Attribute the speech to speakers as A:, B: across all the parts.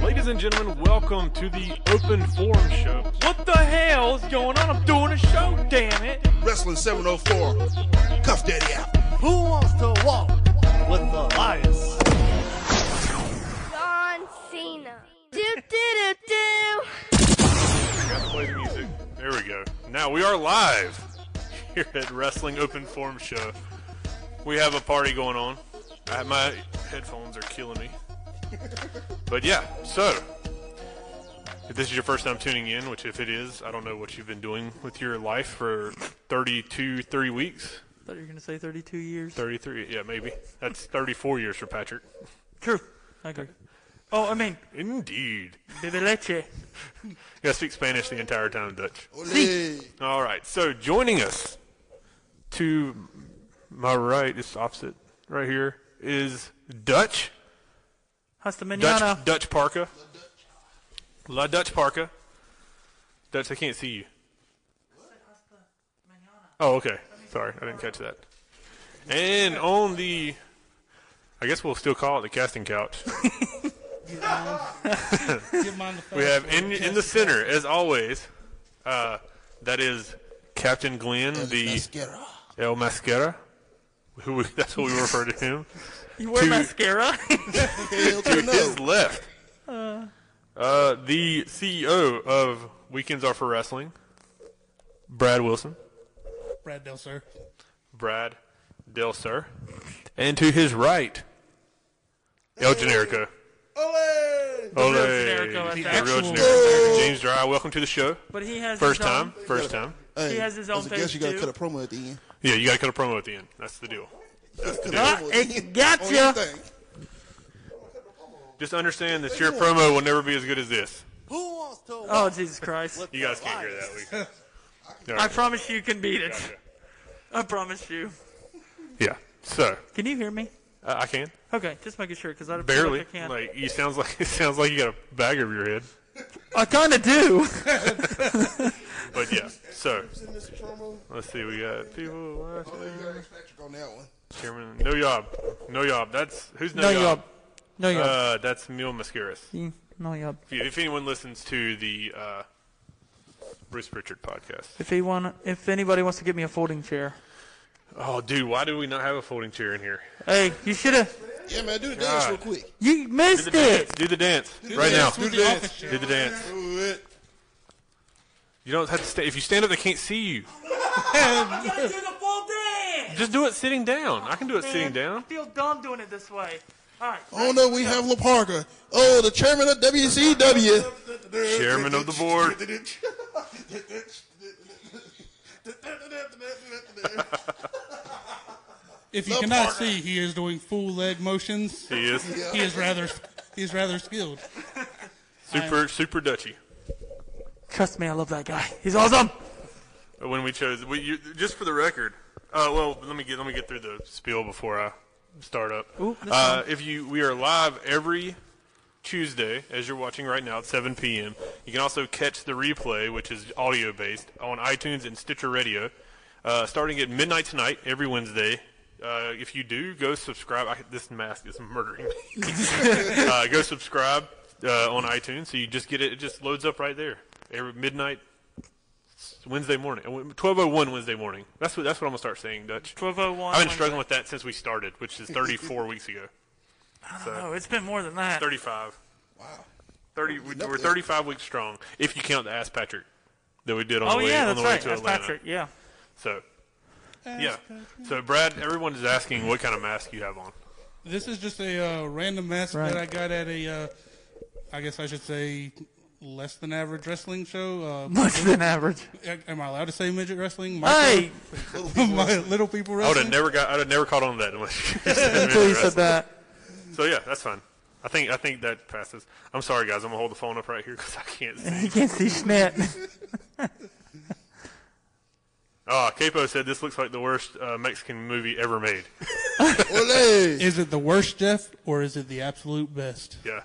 A: Ladies and gentlemen, welcome to the Open Forum Show. What the hell is going on? I'm doing a show, damn it!
B: Wrestling 704. Cuff Daddy out.
C: Who wants to walk with Elias?
D: John Cena. do do do do.
A: Got to play the music. There we go. Now we are live here at Wrestling Open Forum Show. We have a party going on. I, my headphones are killing me. But yeah, so if this is your first time tuning in, which if it is, I don't know what you've been doing with your life for 32, 30 weeks.
E: thought you were gonna say 32 years.
A: 33, yeah, maybe. That's 34 years for Patrick.
E: True. I agree. Oh, I mean,
A: Indeed.
E: bebe leche.
A: You gotta speak Spanish the entire time, Dutch.
B: Ole.
A: All right. So joining us to my right, it's opposite right here, is Dutch.
E: Hasta
A: Dutch
E: mañana.
A: Dutch Parka. La Dutch Parka. Dutch, I can't see you. Oh, okay. Sorry, I didn't catch that. And on the, I guess we'll still call it the casting couch. we have in in the center, as always, uh, that is Captain Glenn, the
B: Mascara.
A: El Mascara. Who we, that's what we refer to him.
E: You wear
A: to-
E: mascara?
B: Hell
A: to
B: to no.
A: his left. Uh, the CEO of Weekends Are for Wrestling, Brad Wilson.
F: Brad Del Sir.
A: Brad Del Sir. And to his right, El Generico.
B: Ole.
A: Ole.
E: Generico, I
A: The
E: think.
A: real
E: Actual-
A: Generico. James Dry, welcome to the show.
E: but he has
A: First
E: his
A: time.
E: own-
A: First time.
B: Hey,
E: has his
B: as
E: own
B: a guest,
E: thing,
B: you gotta
E: too.
B: cut a promo at the end.
A: Yeah, you gotta cut a promo at the end. That's the deal.
B: Cut a
E: Ah,
B: promo at the
E: it
B: end.
E: got
B: On
E: ya.
B: anything.
A: Just understand that your promo will never be as good as this.
C: Who wants to walk
E: Oh, Jesus Christ.
C: with
A: You guys can't hear
C: Elias?
A: that. We,
E: I promise you can beat it.
A: Gotcha.
E: I promise you.
A: Yeah. So
E: Can you hear me?
A: uh, I can.
E: Okay, just making sure, because I don't
A: Barely.
E: Like I, can't.
A: Like you sounds like it sounds like you got a bag over your head.
E: I kind of do.
A: But yeah. So
B: Send this promo.
A: let's see. We got people.
B: Oh,
A: watching.
B: you gotta ask Patrick on that one.
A: Chairman. No job. No job. That's who's no,
E: No
A: job.
E: job. No yob.
A: Uh, that's Mil Mascaris.
E: Mm, No yob.
A: If, you- if anyone listens to the uh, Bruce Pritchard podcast.
E: If he want, if anybody wants to give me a folding chair,
A: Oh, dude, why do we not have a folding chair in here?
E: hey, you should have.
B: Yeah, man, do the dance real
A: God.
B: quick.
E: You
A: Do the
E: missed
A: dance.
E: it.
A: Do the dance right
B: dance.
A: now.
B: Do
F: Who's
B: the
F: the
B: dance.
F: office
A: Do
F: chair?
A: the dance.
B: Do it.
A: You don't have to stay. If you stand up, they can't see you.
E: do the full dance.
A: Just do it sitting down. I can do it sitting down.
E: I feel dumb doing it this way. All right.
B: Oh no, we have LaParca. Oh, the chairman of WCW.
A: Chairman of the board.
F: If you cannot see, he is doing full leg motions.
A: He is
F: He is rather he is rather skilled.
A: super super Dutchy.
E: Trust me, I love that guy. He's awesome.
A: when we chose. We, you, just for the record, uh, well, let me get let me get through the spiel before I start up.
E: Ooh, that's
A: uh, if you, we are live every Tuesday, as you're watching right now at 7 p.m. You can also catch the replay, which is audio based, on iTunes and Stitcher Radio, uh, starting at midnight tonight every Wednesday. Uh, if you do, go subscribe. I, this mask is murdering me. uh, go subscribe uh, on iTunes, so you just get it. It just loads up right there. Every midnight Wednesday morning. Twelve oh one Wednesday morning. That's what that's what I'm gonna start saying, Dutch.
E: 1201.
A: I've been struggling with that since we started, which is thirty four weeks ago.
E: No, Oh, it's been more than that.
A: Thirty five.
B: Wow.
A: Thirty we, we're thirty five weeks strong, if you count the Ask Patrick that we did on
E: Oh
A: the way
E: yeah,
A: on
E: that's
A: the way
E: right.
A: to
E: That's
A: Atlanta.
E: Patrick. Yeah.
A: So yeah. So Brad, everyone is asking what kind of mask you have on.
F: This is just a uh, random mask
E: Right.
F: that I got at a, uh, I guess I should say, less than average wrestling show.
E: Much than average.
F: Uh, am I allowed to say midget wrestling?
E: Hey,
F: my little people
A: I would have
F: wrestling.
A: never got I'd have never caught on to that unless
E: Mm-hmm. until you said that.
A: So yeah, that's fine. I think I think that passes. I'm sorry guys, I'm gonna hold the phone up right here because I can't see.
E: You can't see Schmidt.
A: Ah, Capo said this looks like the worst uh, Mexican movie ever made.
B: Ole.
F: Is it the worst, Jeff, or is it the absolute best?
A: Yeah.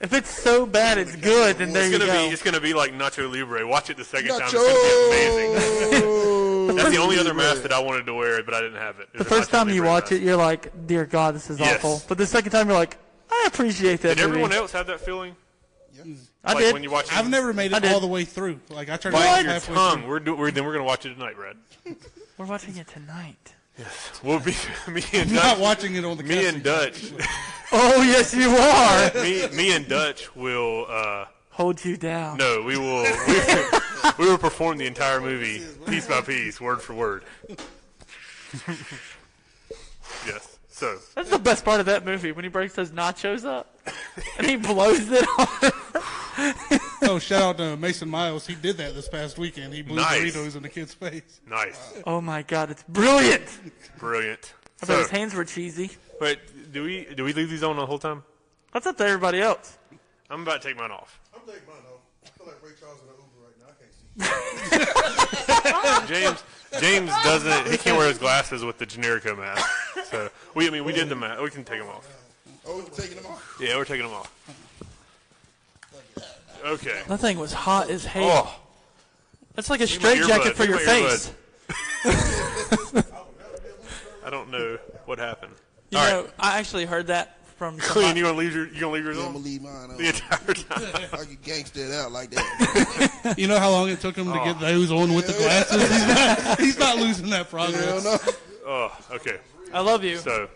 E: If it's so bad it's good, then there
A: It's
E: you
A: gonna
E: go.
A: be it's gonna be like Nacho Libre. Watch it the second time. It's gonna be amazing.
B: Nacho.
A: That's the only other mask that I wanted to wear, but I didn't have it.
E: the first time you watch it, you're like, "Dear God, this is
A: Yes.
E: awful." But the second time, you're like, "I appreciate that
A: did
E: movie."
A: everyone else have that feeling?
E: I
A: like
E: did.
A: when you watch it,
F: I've never made
E: I
F: it
E: did.
F: all the way through. Like I turned it
A: bite
F: off
A: your
F: halfway
A: tongue. We're, do, we're then we're gonna watch it tonight, Brad.
E: We're watching it tonight.
A: We'll be me and
F: through. Not
A: Dutch.
F: watching it on the
A: Me and Dutch.
E: Oh yes, you are.
A: me me and Dutch will. Uh,
E: Hold you down.
A: no, we will. We, we will perform the entire movie piece by piece, word for word. yes. So
E: That's the best part of that movie when he breaks those nachos up and he blows it on.
F: Oh, shout out to Mason Miles. He did that this past weekend. He blew
A: Nice.
F: burritos in the kid's face.
A: nice,
E: Oh my God, it's brilliant.
A: brilliant.
E: I bet
A: So,
E: his hands were cheesy.
A: wait, do we do we leave these on the whole time?
E: That's up to everybody else.
A: I'm about to take mine off.
B: I'm taking mine off. I feel like Ray Charles in an Uber right now. I can't see.
A: James James doesn't. He can't wear his glasses with the generico mask. So we, I mean, we did the mask. We can take them off.
B: Oh, we're taking them off.
A: Yeah, we're taking them off. Okay.
E: That thing was hot as hell.
A: Oh,
E: That's like a
A: my
E: straight jacket
A: earbud.
E: for
A: Give
E: your
A: me my
E: face.
A: earbud. I don't know what happened.
E: You
A: All right.
E: know, I actually heard that from
A: Clean.
E: somebody.
A: You gonna leave your? You gonna leave yours
B: Yeah, I'm
A: on
B: gonna leave mine on.
A: the entire time?
B: I can gangster it out like that.
F: You know how long it took him to get those on with the glasses? He's not, he's not losing that
B: Hell
F: progress.
B: no.
A: Oh, okay.
E: I love you,
A: So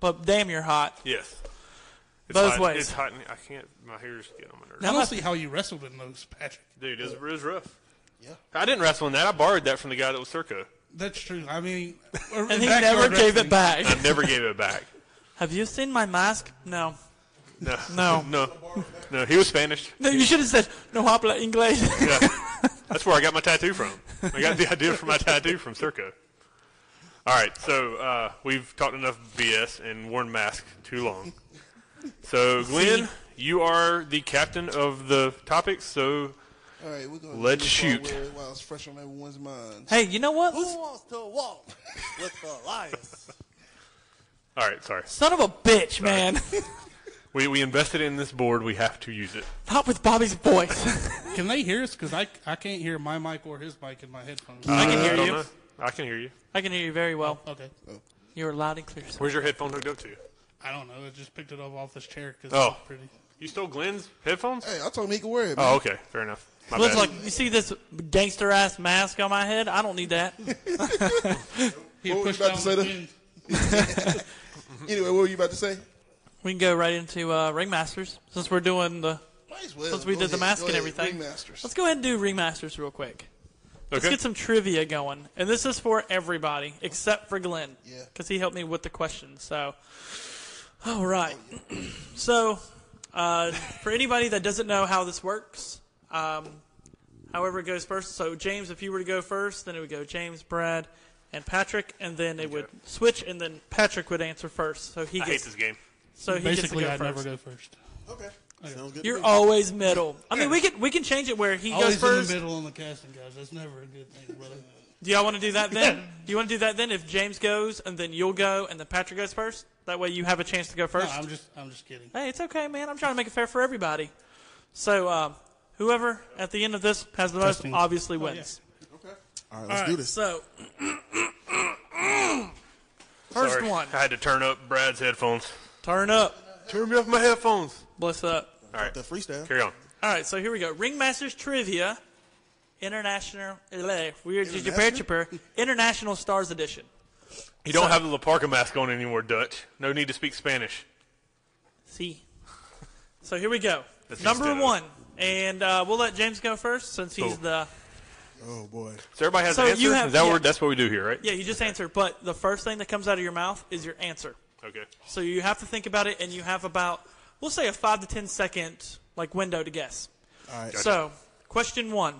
E: but damn, you're hot.
A: yes. It's
E: Both
A: hot.
E: ways.
A: It's hot. And I can't. My hair's getting on my nerves.
F: I don't see how you wrestled in those, Patrick.
A: Dude, it's, it's rough.
B: Yeah.
A: I didn't wrestle in that. I borrowed that from the guy that was Circo.
F: That's true. I mean,
E: And he never gave it back.
A: I never gave it back.
E: Have you seen my mask? No.
A: No.
E: No.
A: No. No, he was Spanish.
E: No, you should have said no habla inglés.
A: Yeah. That's where I got my tattoo from. I got the idea for my tattoo from Circo. All right, so uh, we've talked enough BS and worn masks too long. So, Glenn, you are the captain of the topics, so
B: All right, we're gonna.
A: Let's
B: do this
A: shoot.
B: while we're- While it's fresh on everyone's minds.
E: hey, you know what?
C: Who wants to walk with Elias?
A: all right, sorry.
E: Son of a bitch, man.
A: We, we invested in this board. We have to use it.
E: Not with Bobby's voice.
F: Can they hear us? Because I, I can't hear my mic or his mic in my headphones.
E: I can
A: Uh,
E: hear
A: don't
E: you.
A: know. I can hear you.
E: I can hear you very well.
F: okay.
E: You are loud and clear. sir.
A: Where's your headphone hooked up to?
F: I don't know. I just picked it up off this chair because
A: Oh.
F: it's pretty.
A: You stole Glenn's headphones?
B: Hey, I told him he could wear it. Man.
A: Oh, okay. Fair enough. My
E: Looks
A: bad.
E: like you see this gangster ass mask on my head. I don't need that.
F: He
B: What were you
F: pushed
B: about
F: down
B: to say
F: the
B: there?
F: pins.
B: Anyway, what were you about to say?
E: We can go right into uh, Ringmasters since we're doing the.
B: Might as well.
E: Since we
B: Go
E: did the
B: ahead,
E: mask
B: go
E: and
B: ahead,
E: everything,
B: Ringmasters.
E: let's go ahead and do Ringmasters real quick. Let's
A: Okay.
E: get some trivia going, and this is for everybody except for Glenn,
B: Yeah.
E: because he helped me with the questions. So, all right. so, uh, for anybody that doesn't know how this works, um, however it goes first. So, James, if you were to go first, then it would go James, Brad, and Patrick, and then it would switch, and then Patrick would answer first. So he
A: I hate
E: gets.
A: this game.
E: So he
F: Basically, I
E: gets to go
F: never
E: first.
F: go first.
B: Okay. Sounds good.
E: You're always middle. I mean, we can we can change it where he
F: Always
E: goes first.
F: in the middle on the casting, guys. That's never a good thing, brother.
E: Do y'all want to do that then? Do you want to do that then? If James goes and then you'll go and then Patrick goes first, that way you have a chance to go
F: No,
E: first.
F: I'm just, I'm just kidding.
E: hey, it's okay, man. I'm trying to make it fair for everybody. So um, whoever at the end of this has the most
F: Testing. Oh,
E: obviously wins.
B: All right, let's do this.
E: So first
A: Sorry.
E: one,
A: I had to turn up Brad's headphones.
E: turn up,
A: Turn me off my headphones.
E: bless up.
A: All right.
B: The freestyle.
A: Carry on.
E: All right, so here we go. Ringmasters trivia, international. eh, Weird, international? international stars edition.
A: You don't have the La Parca mask on anymore, Dutch. No need to speak Spanish.
E: See. So here we go.
A: That's
E: Number
A: instead of-
E: one, and uh, we'll let James go first since he's
A: Cool.
E: the
B: Oh boy.
A: So everybody has
E: So
A: an answer.
E: you have-
A: Is that
E: yeah.
A: what, that's what we do here, right?
E: yeah. You just answer, but the first thing that comes out of your mouth is your answer.
A: Okay.
E: So you have to think about it, and you have about we'll say a five to ten second like window to guess.
B: All right.
E: So question one: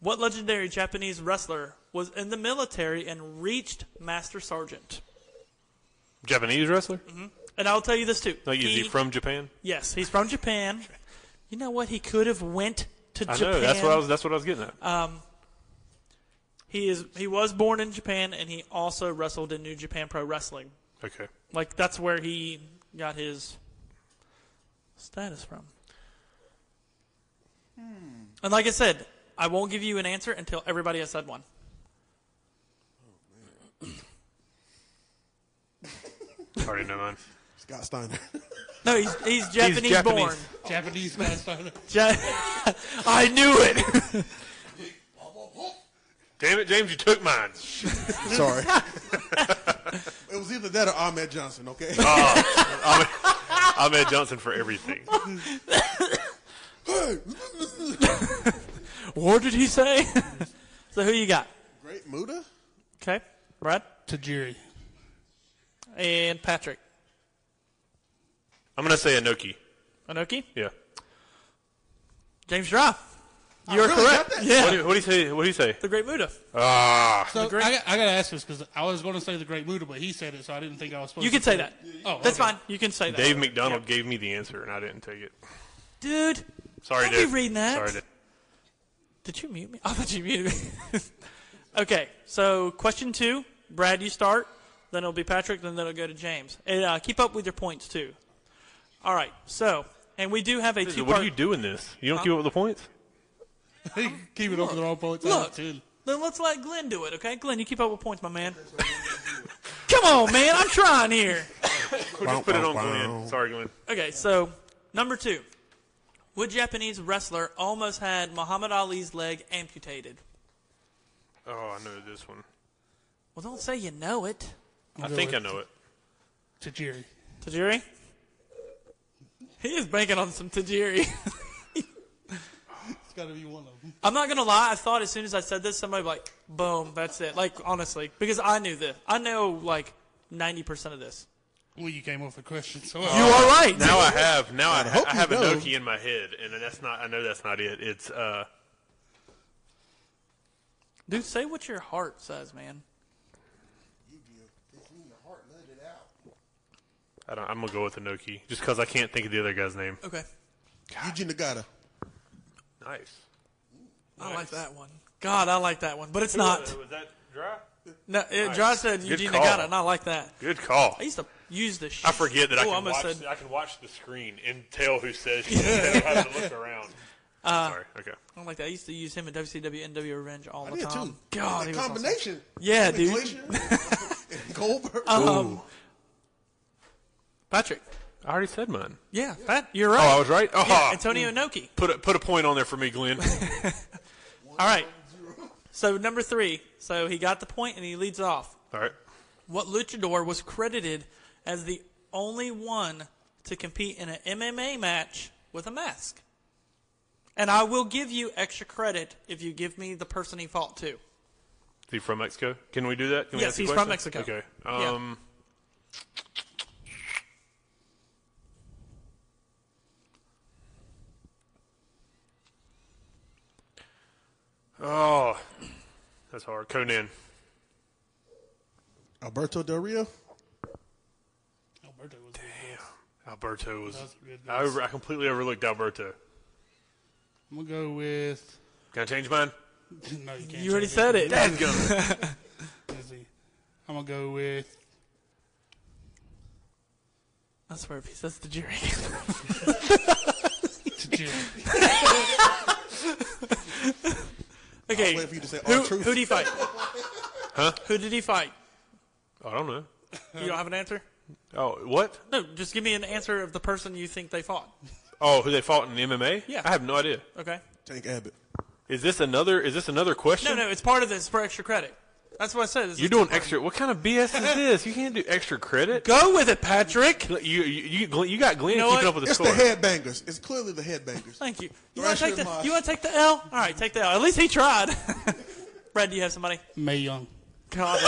E: What legendary Japanese wrestler was in the military and reached master sergeant?
A: Japanese wrestler?
E: Mm-hmm. And I'll tell you this too.
A: Like, is he from Japan?
E: Yes, he's from Japan. You know what? He could have went to
A: I
E: Japan. Uh,
A: know. That's what I was. That's what I was getting at.
E: He is he was born in Japan and he also wrestled in New Japan Pro Wrestling.
A: okay.
E: Like that's where he got his status from.
G: Hmm.
E: And like I said, I won't give you an answer until everybody has said one.
A: I already know mine.
G: Scott Steiner.
E: No, he's he's Japanese,
A: Japanese.
E: born.
F: Japanese pastime.
E: Ja- I knew it.
A: Damn it, James, you took mine.
G: Sorry. it was either that or Ahmed Johnson, okay?
A: Uh, I'm, I'm Ed Johnson for everything.
E: what did he say? so who you got?
G: Great Muda?
E: Okay, Brad
F: Tajiri.
E: and Patrick
A: I'm gonna say Anoki.
E: Anoki,
A: Yeah.
E: James Dry. You're
G: really got
E: correct.
G: that?
E: Yeah,
A: What do you, Oh, what do you say? What do you say?
E: the Great Muda.
A: Ah.
F: So
E: great-
F: I, got- I gotta ask this because I was going to say the Great Muda, but he said it, so I didn't think I was supposed.
E: You
F: to
E: can say that.
F: Oh,
E: That's
F: okay.
E: fine. You can say that.
A: Dave McDonald gave me the answer, and I didn't take it.
E: Dude,
A: Sorry,
E: Don't be
A: Dave.
E: reading that.
A: Sorry, Dave.
E: did you mute me? I thought you muted me. okay, so question two. Brad, you start. Then it'll be Patrick. Then it'll go to James. And uh, keep up with your points, too. All right, so, and we do have a two
A: What
E: part.
A: are you doing this? You don't keep up with the points?
F: keep it over the wrong points.
E: Look.
F: too.
E: Then let's let Glenn do it, okay? Glenn, you keep up with points, my man. Come on, man. I'm trying here.
A: We'll just put it on
G: Wow, wow,
A: Glenn.
G: wow.
A: Oh, Sorry, Glenn.
E: Okay, so number two. What Japanese wrestler almost had Muhammad Ali's leg amputated?
A: Oh, I know this one.
E: Well, don't say you know it.
A: I think I know it.
F: Tajiri.
E: Tajiri? He is banking on some Tajiri.
F: It's gotta be one of them.
E: I'm not gonna lie, I thought as soon as I said this, somebody like, boom, that's it. Like honestly. Because I knew this. I know like ninety percent of this.
F: Well, you came off the question, so uh,
E: You are right.
A: Now I have. Now I,
G: hope
A: I have
G: you know.
A: Anoki in my head, and that's not. I know that's not it. It's uh.
E: Dude, say what your heart says, man.
A: I don't, I'm gonna go with Anoki just because I can't think of the other guy's name.
E: Okay.
G: Eugene Nagata.
A: Nice.
E: I like that one. God, I like that one. But it's not.
A: Uh, was that dry?
E: No, it, Josh said Eugene
A: call.
E: Nagata, and I like that.
A: Good call.
E: I used to use the shit.
A: I forget that I
E: Oh,
A: can
E: almost
A: watch.
E: said-
A: I can watch the screen and tell who says shit. and how to look around. Sorry. Okay.
E: I don't like that. I used to use him in WCW and W Revenge all the
G: Yeah,
E: time.
G: too.
E: um, God,
G: the
E: he was awesome.
G: combination.
E: Yeah,
G: With
E: dude. Um,
G: Glacier and Goldberg.
E: Patrick.
A: I already said mine.
E: Yeah, Pat, you're right.
A: Oh, I was right. Oh,
E: Yeah, Antonio Inoki.
A: put a, put a point on there for me, Glenn.
E: All right. So number three. So he got the point and he leads off.
A: All right.
E: What luchador was credited as the only one to compete in an MMA match with a mask? And I will give you extra credit if you give me the person he fought to.
A: Is he from Mexico? Can we do that? Can we
E: Yes,
A: ask the
E: he's from
A: question?
E: Mexico.
A: Okay.
E: Yeah.
A: Um, Oh, that's hard. Conan.
G: Alberto Del Rio.
F: Alberto was
A: Alberto was.
F: a good
A: I, over- I completely overlooked Alberto.
F: I'm gonna go with.
A: Can I change mine?
F: No, you can't.
E: You already
F: change
E: said it.
A: Let's go.
F: Let's see. I'm gonna go with.
E: I swear, if he says the jury.
F: Tajiri.
E: Okay.
G: Wait for you to say
E: Who,
G: all truth.
E: who did he fight? huh? Who did he fight?
A: I don't know.
E: You don't have an answer?
A: Oh, what?
E: No, just give me an answer of the person you think they fought.
A: Oh, who they fought in MMA?
E: Yeah.
A: I have no idea.
E: Okay.
G: Tank Abbott.
A: Is this another? Is this another question?
E: No, no, it's part of this for extra credit. That's what I said. This
A: You're
E: is-
A: doing extra. What kind of BS is this? You can't do extra credit.
E: Go with it, Patrick.
A: You you, you, Glenn- you got Glenn
E: know
A: keeping
E: what?
A: up with the
G: It's
A: score.
G: the headbangers. It's clearly the headbangers.
E: Thank you. You
G: Or
E: want to
G: extra
E: take the?
G: mosh.
E: You want to take the L? All right, take the L. At least he tried. Brad, do you have somebody?
F: May Young.
E: God.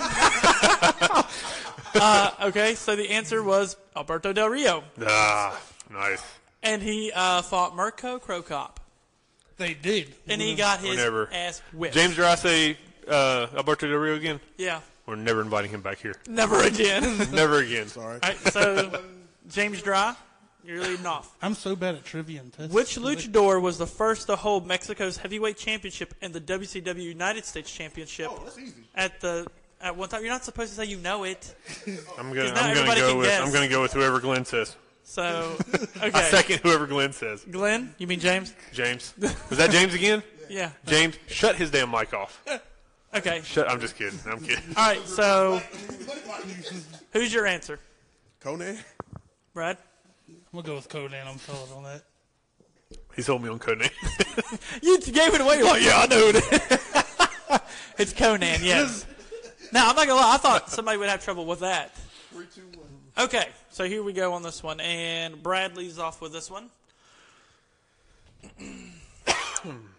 E: that's- uh, okay, so the answer was Alberto Del Rio,
A: ah, nice.
E: and he uh, fought Mirko Krokop,
F: They did.
E: and he got his
A: Whenever.
E: ass whipped.
A: James Dry say uh, Alberto Del Rio again.
E: Yeah.
A: We're never inviting him back here.
E: Never again.
A: Never again.
G: Sorry.
E: All right, so James Dry, you're leading off.
F: I'm so bad at trivia and tests.
E: Which luchador was the first to hold Mexico's heavyweight championship and the WCW United States Championship
G: Oh, that's easy.
E: at the at one time? You're not supposed to say you know it.
A: I'm gonna I'm
E: not
A: gonna
E: everybody
A: go
E: can
A: with
E: guess.
A: I'm gonna go with whoever Glenn says.
E: So, okay.
A: I second whoever Glenn says.
E: Glenn, you mean James?
A: James. Was that James again?
E: Yeah.
A: James, shut his damn mic off.
E: Okay.
A: Shut. I'm just kidding. I'm kidding.
E: All right. So, who's your answer,
G: Conan?
E: Brad?
F: I'm gonna go with Conan. I'm solid on that.
A: He sold me on Conan.
E: You t- gave it away. You're like, yeah, I know it. it's Conan, yes. Now, I'm not going to lie. I thought somebody would have trouble with that. Okay, so here we go on this one. And Bradley's off with this one.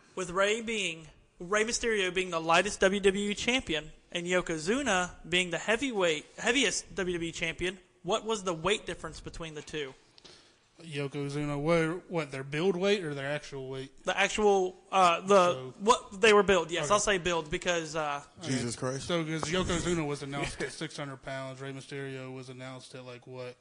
E: with Ray being, Ray Mysterio being the lightest WWE champion and Yokozuna being the heavyweight, heaviest WWE champion, what was the weight difference between the two?
F: Yokozuna, what, what their build weight or their actual weight?
E: The actual, uh, the,
F: So-
E: what they were billed. Yes, I'll say billed because, uh,
G: Jesus Christ.
F: So because Yokozuna was announced at 600 pounds, Rey Mysterio was announced at like what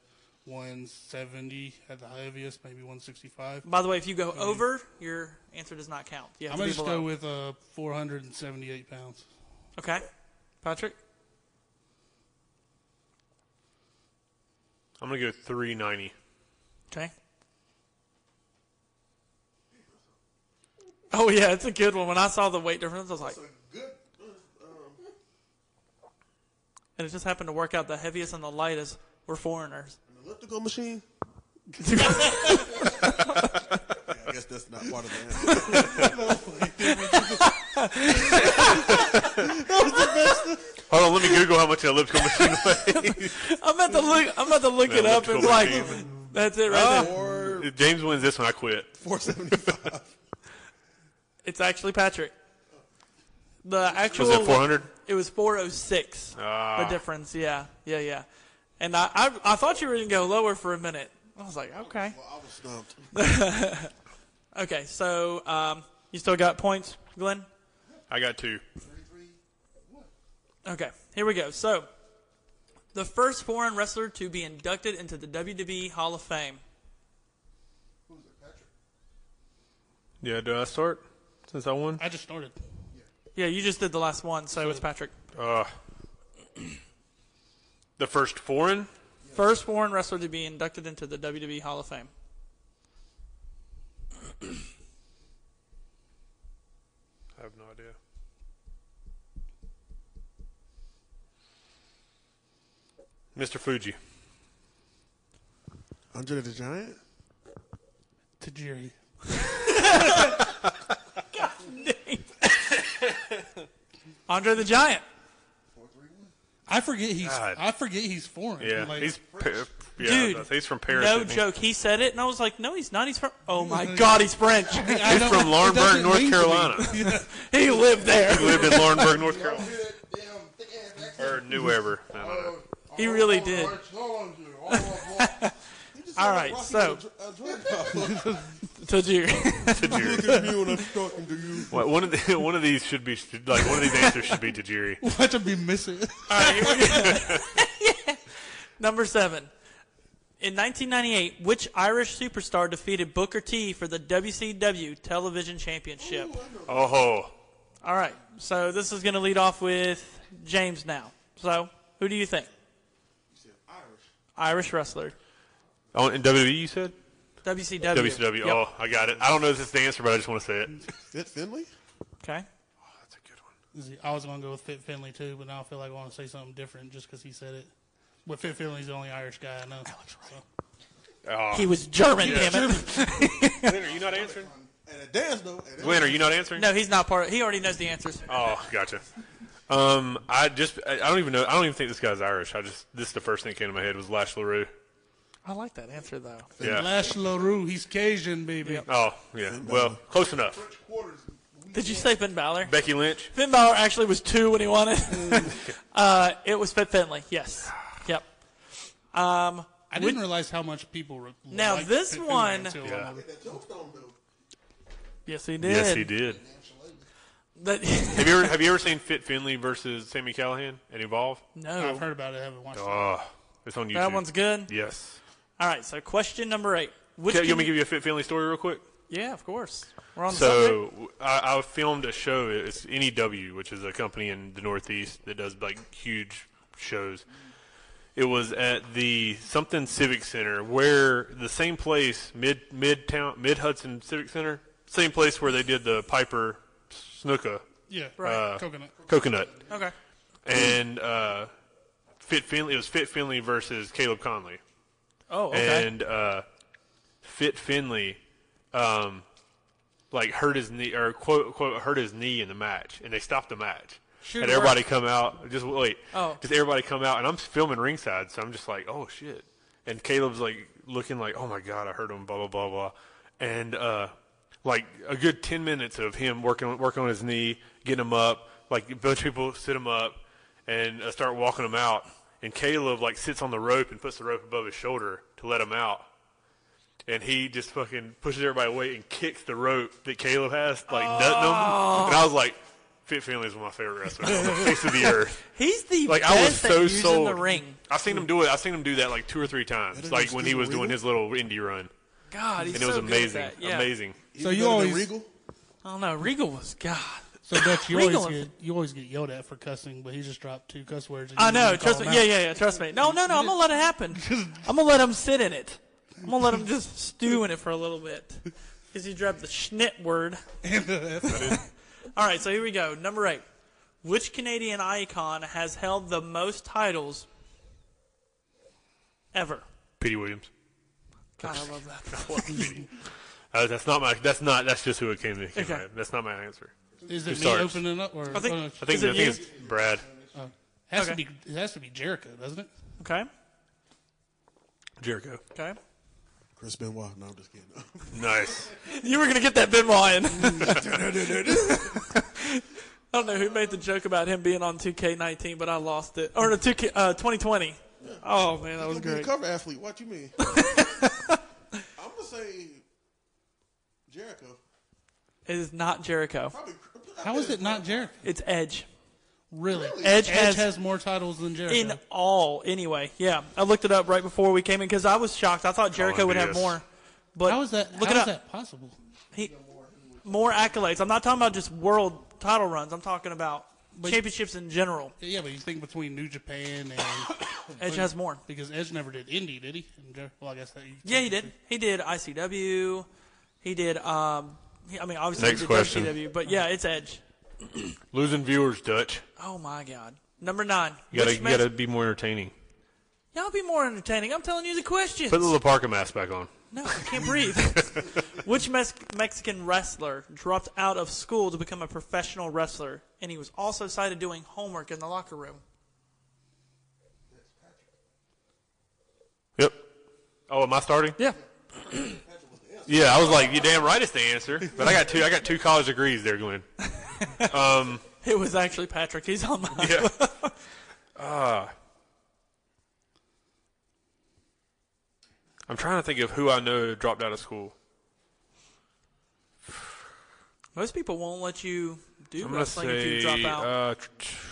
F: 170 at the heaviest, maybe 165.
E: By the way, if you go over, your answer does not count. You have
F: I'm
E: to
F: gonna
E: be
F: just
E: below.
F: go with uh 478 pounds.
E: okay, Patrick.
A: I'm gonna go 390.
E: Okay. Oh yeah, it's a good one. When I saw the weight difference, I was like, and it just happened to work out. The heaviest and the lightest were foreigners.
G: Elliptical machine? Yeah, I guess that's not part of the answer.
A: Hold on, let me Google how much an elliptical machine weighs.
E: I'm about to look. I'm about to look it up and be like, that's it right there.
G: Four,
A: If James wins this one, I quit.
G: 475.
E: It's actually Patrick. The actual
A: Was it 400?
E: It was 406. The difference, yeah, yeah, yeah. And I, I, I thought you were gonna go lower for a minute. I was like, okay,
G: I was stumped.
E: okay. So, um, you still got points, Glenn?
A: I got two.
E: Okay, here we go. So, the first foreign wrestler to be inducted into the WWE Hall of Fame.
A: Yeah, do I start? Since I won?
F: I just started.
E: Yeah, you just did the last one, so it's Patrick.
A: Uh, the first foreign?
E: First foreign wrestler to be inducted into the WWE Hall of Fame.
A: I have no idea. Mr. Fuji.
G: Andre the Giant?
F: Tajiri.
E: Andre the Giant.
F: I forget he's
A: God.
F: I forget he's foreign.
A: Yeah,
F: Like,
A: he's pa- yeah,
E: Dude,
A: he's from Paris.
E: No
A: isn't he?
E: joke. He said it, and I was like, "No, he's not. He's from. Oh my God, he's French.
F: I
A: He's
F: don't-
A: from
F: it
A: Laurinburg,
F: doesn't
A: North
F: mean to me.
A: Carolina.
E: he lived there.
A: He lived in Laurinburg, North Carolina. Or New Ever. I don't know.
E: He really did. All right, so
G: uh,
E: Tajiri.
A: Tajiri.
G: Look at me when I'm talking to you.
A: What- One of the, one of these should be like one of these answers should be Tajiri.
F: What to be missing?
E: Number seven. In 1998, which Irish superstar defeated Booker T for the WCW Television Championship?
A: Oh,
E: All right, so this is going to lead off with James now. So, who do you think? Irish wrestler.
A: oh, in WWE you said
E: WCW.
A: WCW.
E: Yep.
A: Oh, I got it. I don't know if it's the answer, but I just want to say it.
G: Fit Finley?
E: Okay.
A: That's a good one.
F: I was gonna go with Fit Finley too, but now I feel like I want to say something different just because he said it. But Fit Finley's the only Irish guy I know. so.
A: Oh.
E: He was German, damn it.
A: Glenn, are you not answering?
G: And a dance, though. and a-
A: Glenn, are you not answering?
E: No, he's not part of He already knows the answers.
A: Oh, gotcha. Um, I just I I don't even know. I don't even think this guy's Irish. I just this is the first thing that came to my head was Lash LaRue.
E: I like that answer, though.
A: Yeah.
F: Lash LaRue, he's Cajun, baby.
E: Yep.
A: Oh, yeah. Well, close enough.
E: Did you say Finn Balor?
A: Becky Lynch.
E: Finn Balor actually was two when he won it.
A: Mm.
E: uh, it was Fit Finley, yes. Yep.
F: I didn't realize how much people re-
E: Now,
F: liked
E: this
F: Fit Finley
E: one-
F: until,
A: Yeah.
F: um,
E: Yes, he did.
A: Yes, he did.
E: That-
A: Have you ever have you ever seen Fit Finley versus Sammy Callahan and Evolve?
E: no,
F: I've heard about it. I haven't watched it.
A: Oh, it's on YouTube.
E: that one's good.
A: Yes.
E: All right, so question number eight. Which
A: Okay, you want
E: can-
A: me to give you a Fit Finley story real quick?
E: yeah, of course. We're on the subject.
A: So I, I filmed a show. It's E NEW, which is a company in the Northeast that does like huge shows. It was at the something Civic Center, where the same place mid midtown mid Hudson Civic Center, same place where they did the Piper Snooka
F: Yeah,
E: Right.
A: uh,
F: coconut.
A: coconut,
E: Okay.
A: and uh, Fit Finley. It was Fit Finley versus Caleb Conley,
E: Oh, okay.
A: and uh, Fit Finley, um, like hurt his knee or quote quote hurt his knee in the match, and they stopped the match.
E: Shoot,
A: and
E: where-
A: everybody come out. Just wait.
E: Oh.
A: Just everybody come out, and I'm filming ringside, so I'm just like, oh shit. And Caleb's like looking like, oh my god, I heard him, blah blah blah blah, and uh, like a good ten minutes of him working working on his knee, getting him up. Like a bunch of people sit him up and uh, start walking him out, and Caleb like sits on the rope and puts the rope above his shoulder to let him out. And he just fucking pushes everybody away and kicks the rope that Caleb has, like nutting him. And I was like, Fit Finley's one of my favorite wrestlers on the face of the earth.
E: He's the
A: Like
E: best
A: I was
E: at
A: so
E: using
A: sold.
E: the ring.
A: I've seen him do it. I've seen him do that like two or three times.
G: than
A: Like when he
G: Steven
A: was doing
G: Regal?
A: his little indie run,
E: God, he's
A: and it was
E: so
A: amazing,
E: Good at that. Yeah.
A: amazing.
G: So
F: you always-
G: Regal?
E: I don't know. Regal was God.
F: So Dutch, you
E: Regal
F: always
E: is-
F: get you always get yelled at for cussing, but he just dropped two cuss words. and
E: I
F: you
E: know.
F: didn't call
E: Trust me.
F: him
E: Yeah,
F: out.
E: yeah, yeah. Trust me. No, no, no. I'm gonna let it happen. I'm gonna let him sit in it. I'm gonna let him just stew in it for a little bit. Because he dropped the schnit word. All right, so here we go. Number eight. Which Canadian icon has held the most titles ever?
A: Petey Williams.
E: God, I love that.
A: Uh, that's not my. That's not. That's just who it came to. Came
E: Okay.
A: out. That's not my answer.
F: Is it me
A: Sarge.
F: opening up or
E: I think-
F: oh, no,
A: I think.
E: Is it
A: I think
E: you?
A: it's Brad.
F: has
E: okay.
F: to be it has to be Jericho, doesn't it?
E: Okay.
A: Jericho.
E: Okay.
G: Chris Benoit. No, I'm just kidding.
A: Nice.
E: You were gonna get that Benoit in. I don't know who made the joke about him being on 2K19, but I lost it. Or no, 2K, uh, 2020. Oh man, that was
G: Gonna be a
E: great.
G: cover athlete. What you mean? I'm gonna say Jericho.
E: It is not Jericho.
G: Probably.
F: How is it not Jericho?
E: It's Edge.
F: Really?
E: Edge has-
F: has, more titles than Jericho.
E: In all, anyway. Yeah, I looked it up right before we came in because I was shocked. I thought Jericho would have
A: BS.
E: more. But
F: how is that?
E: Look
F: how
E: it
F: is
E: up.
F: that possible?
E: He, more accolades. I'm not talking about just world title runs. I'm talking about championships in general.
F: Yeah, but you think between New Japan and
E: Edge has more.
F: because Edge never did indie, did he? And Jer- well, I guess that. You
E: Yeah, he did. He did ICW. He did. Um, he, I mean, obviously
A: Next
E: he did
A: question.
E: WCW, but yeah, it's Edge.
A: Losing viewers, Dutch.
E: Oh my God. Number nine.
A: You gotta,
E: Which
A: you
E: match-
A: gotta be more entertaining.
E: Y'all be more entertaining. I'm telling you the questions.
A: Put the Parker mask back on.
E: No, I can't breathe. Which Mex- Mexican wrestler dropped out of school to become a professional wrestler, and he was also cited doing homework in the locker room?
A: Yep. Oh, am I starting?
E: Yeah.
A: Yeah, I was like, you damn right it's the answer. But I got two. I got two college degrees there, Glenn.
E: It was actually Patrick. He's on my.
A: Yeah. Ah. uh, I'm trying to think of who I know dropped out of school.
E: Most people won't let you do
A: I'm gonna
E: wrestling if you
A: say
E: drop out.
A: uh, tr- tr-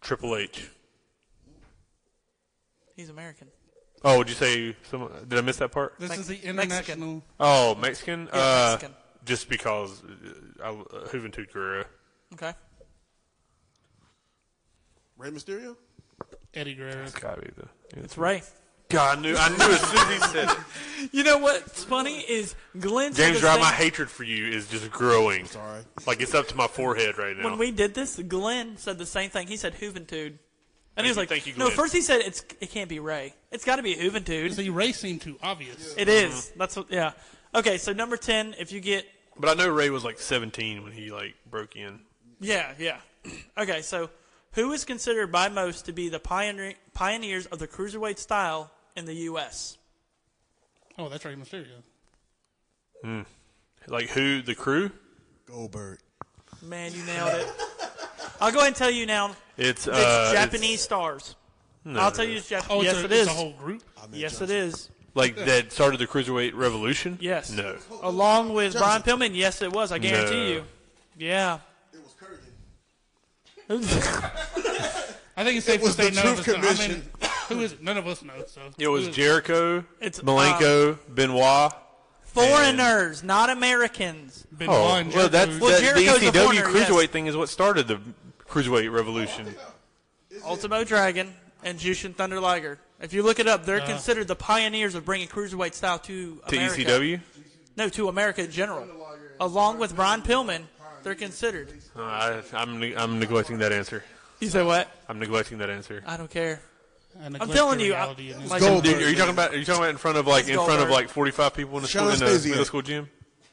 A: Triple H.
E: He's American.
A: Oh, did you say? Some, did I miss that part?
F: This
E: Mex-
F: is the
E: Mexican.
F: international.
A: Oh, Mexican.
E: Yeah,
A: uh,
E: Mexican.
A: Just because uh, I, uh, Juventud Guerrero.
E: Okay.
G: Rey Mysterio.
F: Eddie Guerrero.
A: It's gotta be the.
E: It's Ray.
A: God, I knew. I knew as soon as he said it.
E: You know what's funny is Glenn. said
A: James
E: the
A: Dry,
E: same-
A: my hatred for you is just growing. Sorry. Like it's up to my forehead right now.
E: When we did this, Glenn said the same thing. He said Juventud. And he was
A: you-
E: like,
A: thank you,
E: no,
A: Glenn."
E: first he said it's it can't be Ray. It's got to be Juventud.
F: See, Ray seemed too obvious.
E: It
A: Mm-hmm.
E: is. That's what, yeah. Okay, so number 10, if you get.
A: but I know Ray was like 17 when he like broke in.
E: Yeah, yeah. Okay, so who is considered by most to be the pioneer, pioneers of the cruiserweight style in the U.S.?
F: Oh, that's Ray Mysterio.
A: Like who? The crew?
G: Goldberg.
E: Man, you nailed it. I'll go ahead and tell you now. It's
A: It's, uh, it's-
E: Japanese stars. I'll tell you it's Japanese.
F: Oh,
E: yes,
F: it's a,
E: it
F: it's
E: is.
F: a whole group.
E: yes, it is.
A: like that started the cruiserweight revolution.
E: Yes.
A: No.
E: Along with Brian Pillman, yes, it was. I guarantee
A: No.
E: you. Yeah.
G: It was Kurgan.
F: I think it's safe
G: was
F: to say
G: the
F: none of us
G: Truth
F: know. I mean,
G: Commission.
F: who is it? None of us know. So
A: It was
F: Who is
A: Jericho,
E: Hmm. It's, uh,
A: Malenko, Benoit.
E: Foreigners, not Americans.
F: Benoit and
A: Oh. well,
F: Jericho.
A: that's
E: Well,
A: that-
E: Jericho's a
A: the ECW
E: foreigner, yes.
A: cruiserweight thing is what started the cruiserweight revolution.
E: Ultimo Dragon and Jushin Thunder Liger. If you look it up, they're considered the pioneers of bringing cruiserweight style to
A: to E
E: America.
A: ECW.
E: No, to America in general. Along with Ron Pillman, they're considered.
A: Uh, I, I'm ne- I'm neglecting that answer.
E: You say what?
A: I'm neglecting that answer.
E: I don't care.
F: And
E: I'm telling you, I, like,
A: Dude, are you talking about? Are you talking about in front of like in front of
E: Goldberg.
A: like 45 people in the school
G: Sean
A: in the
G: Stasiak.
A: middle school gym?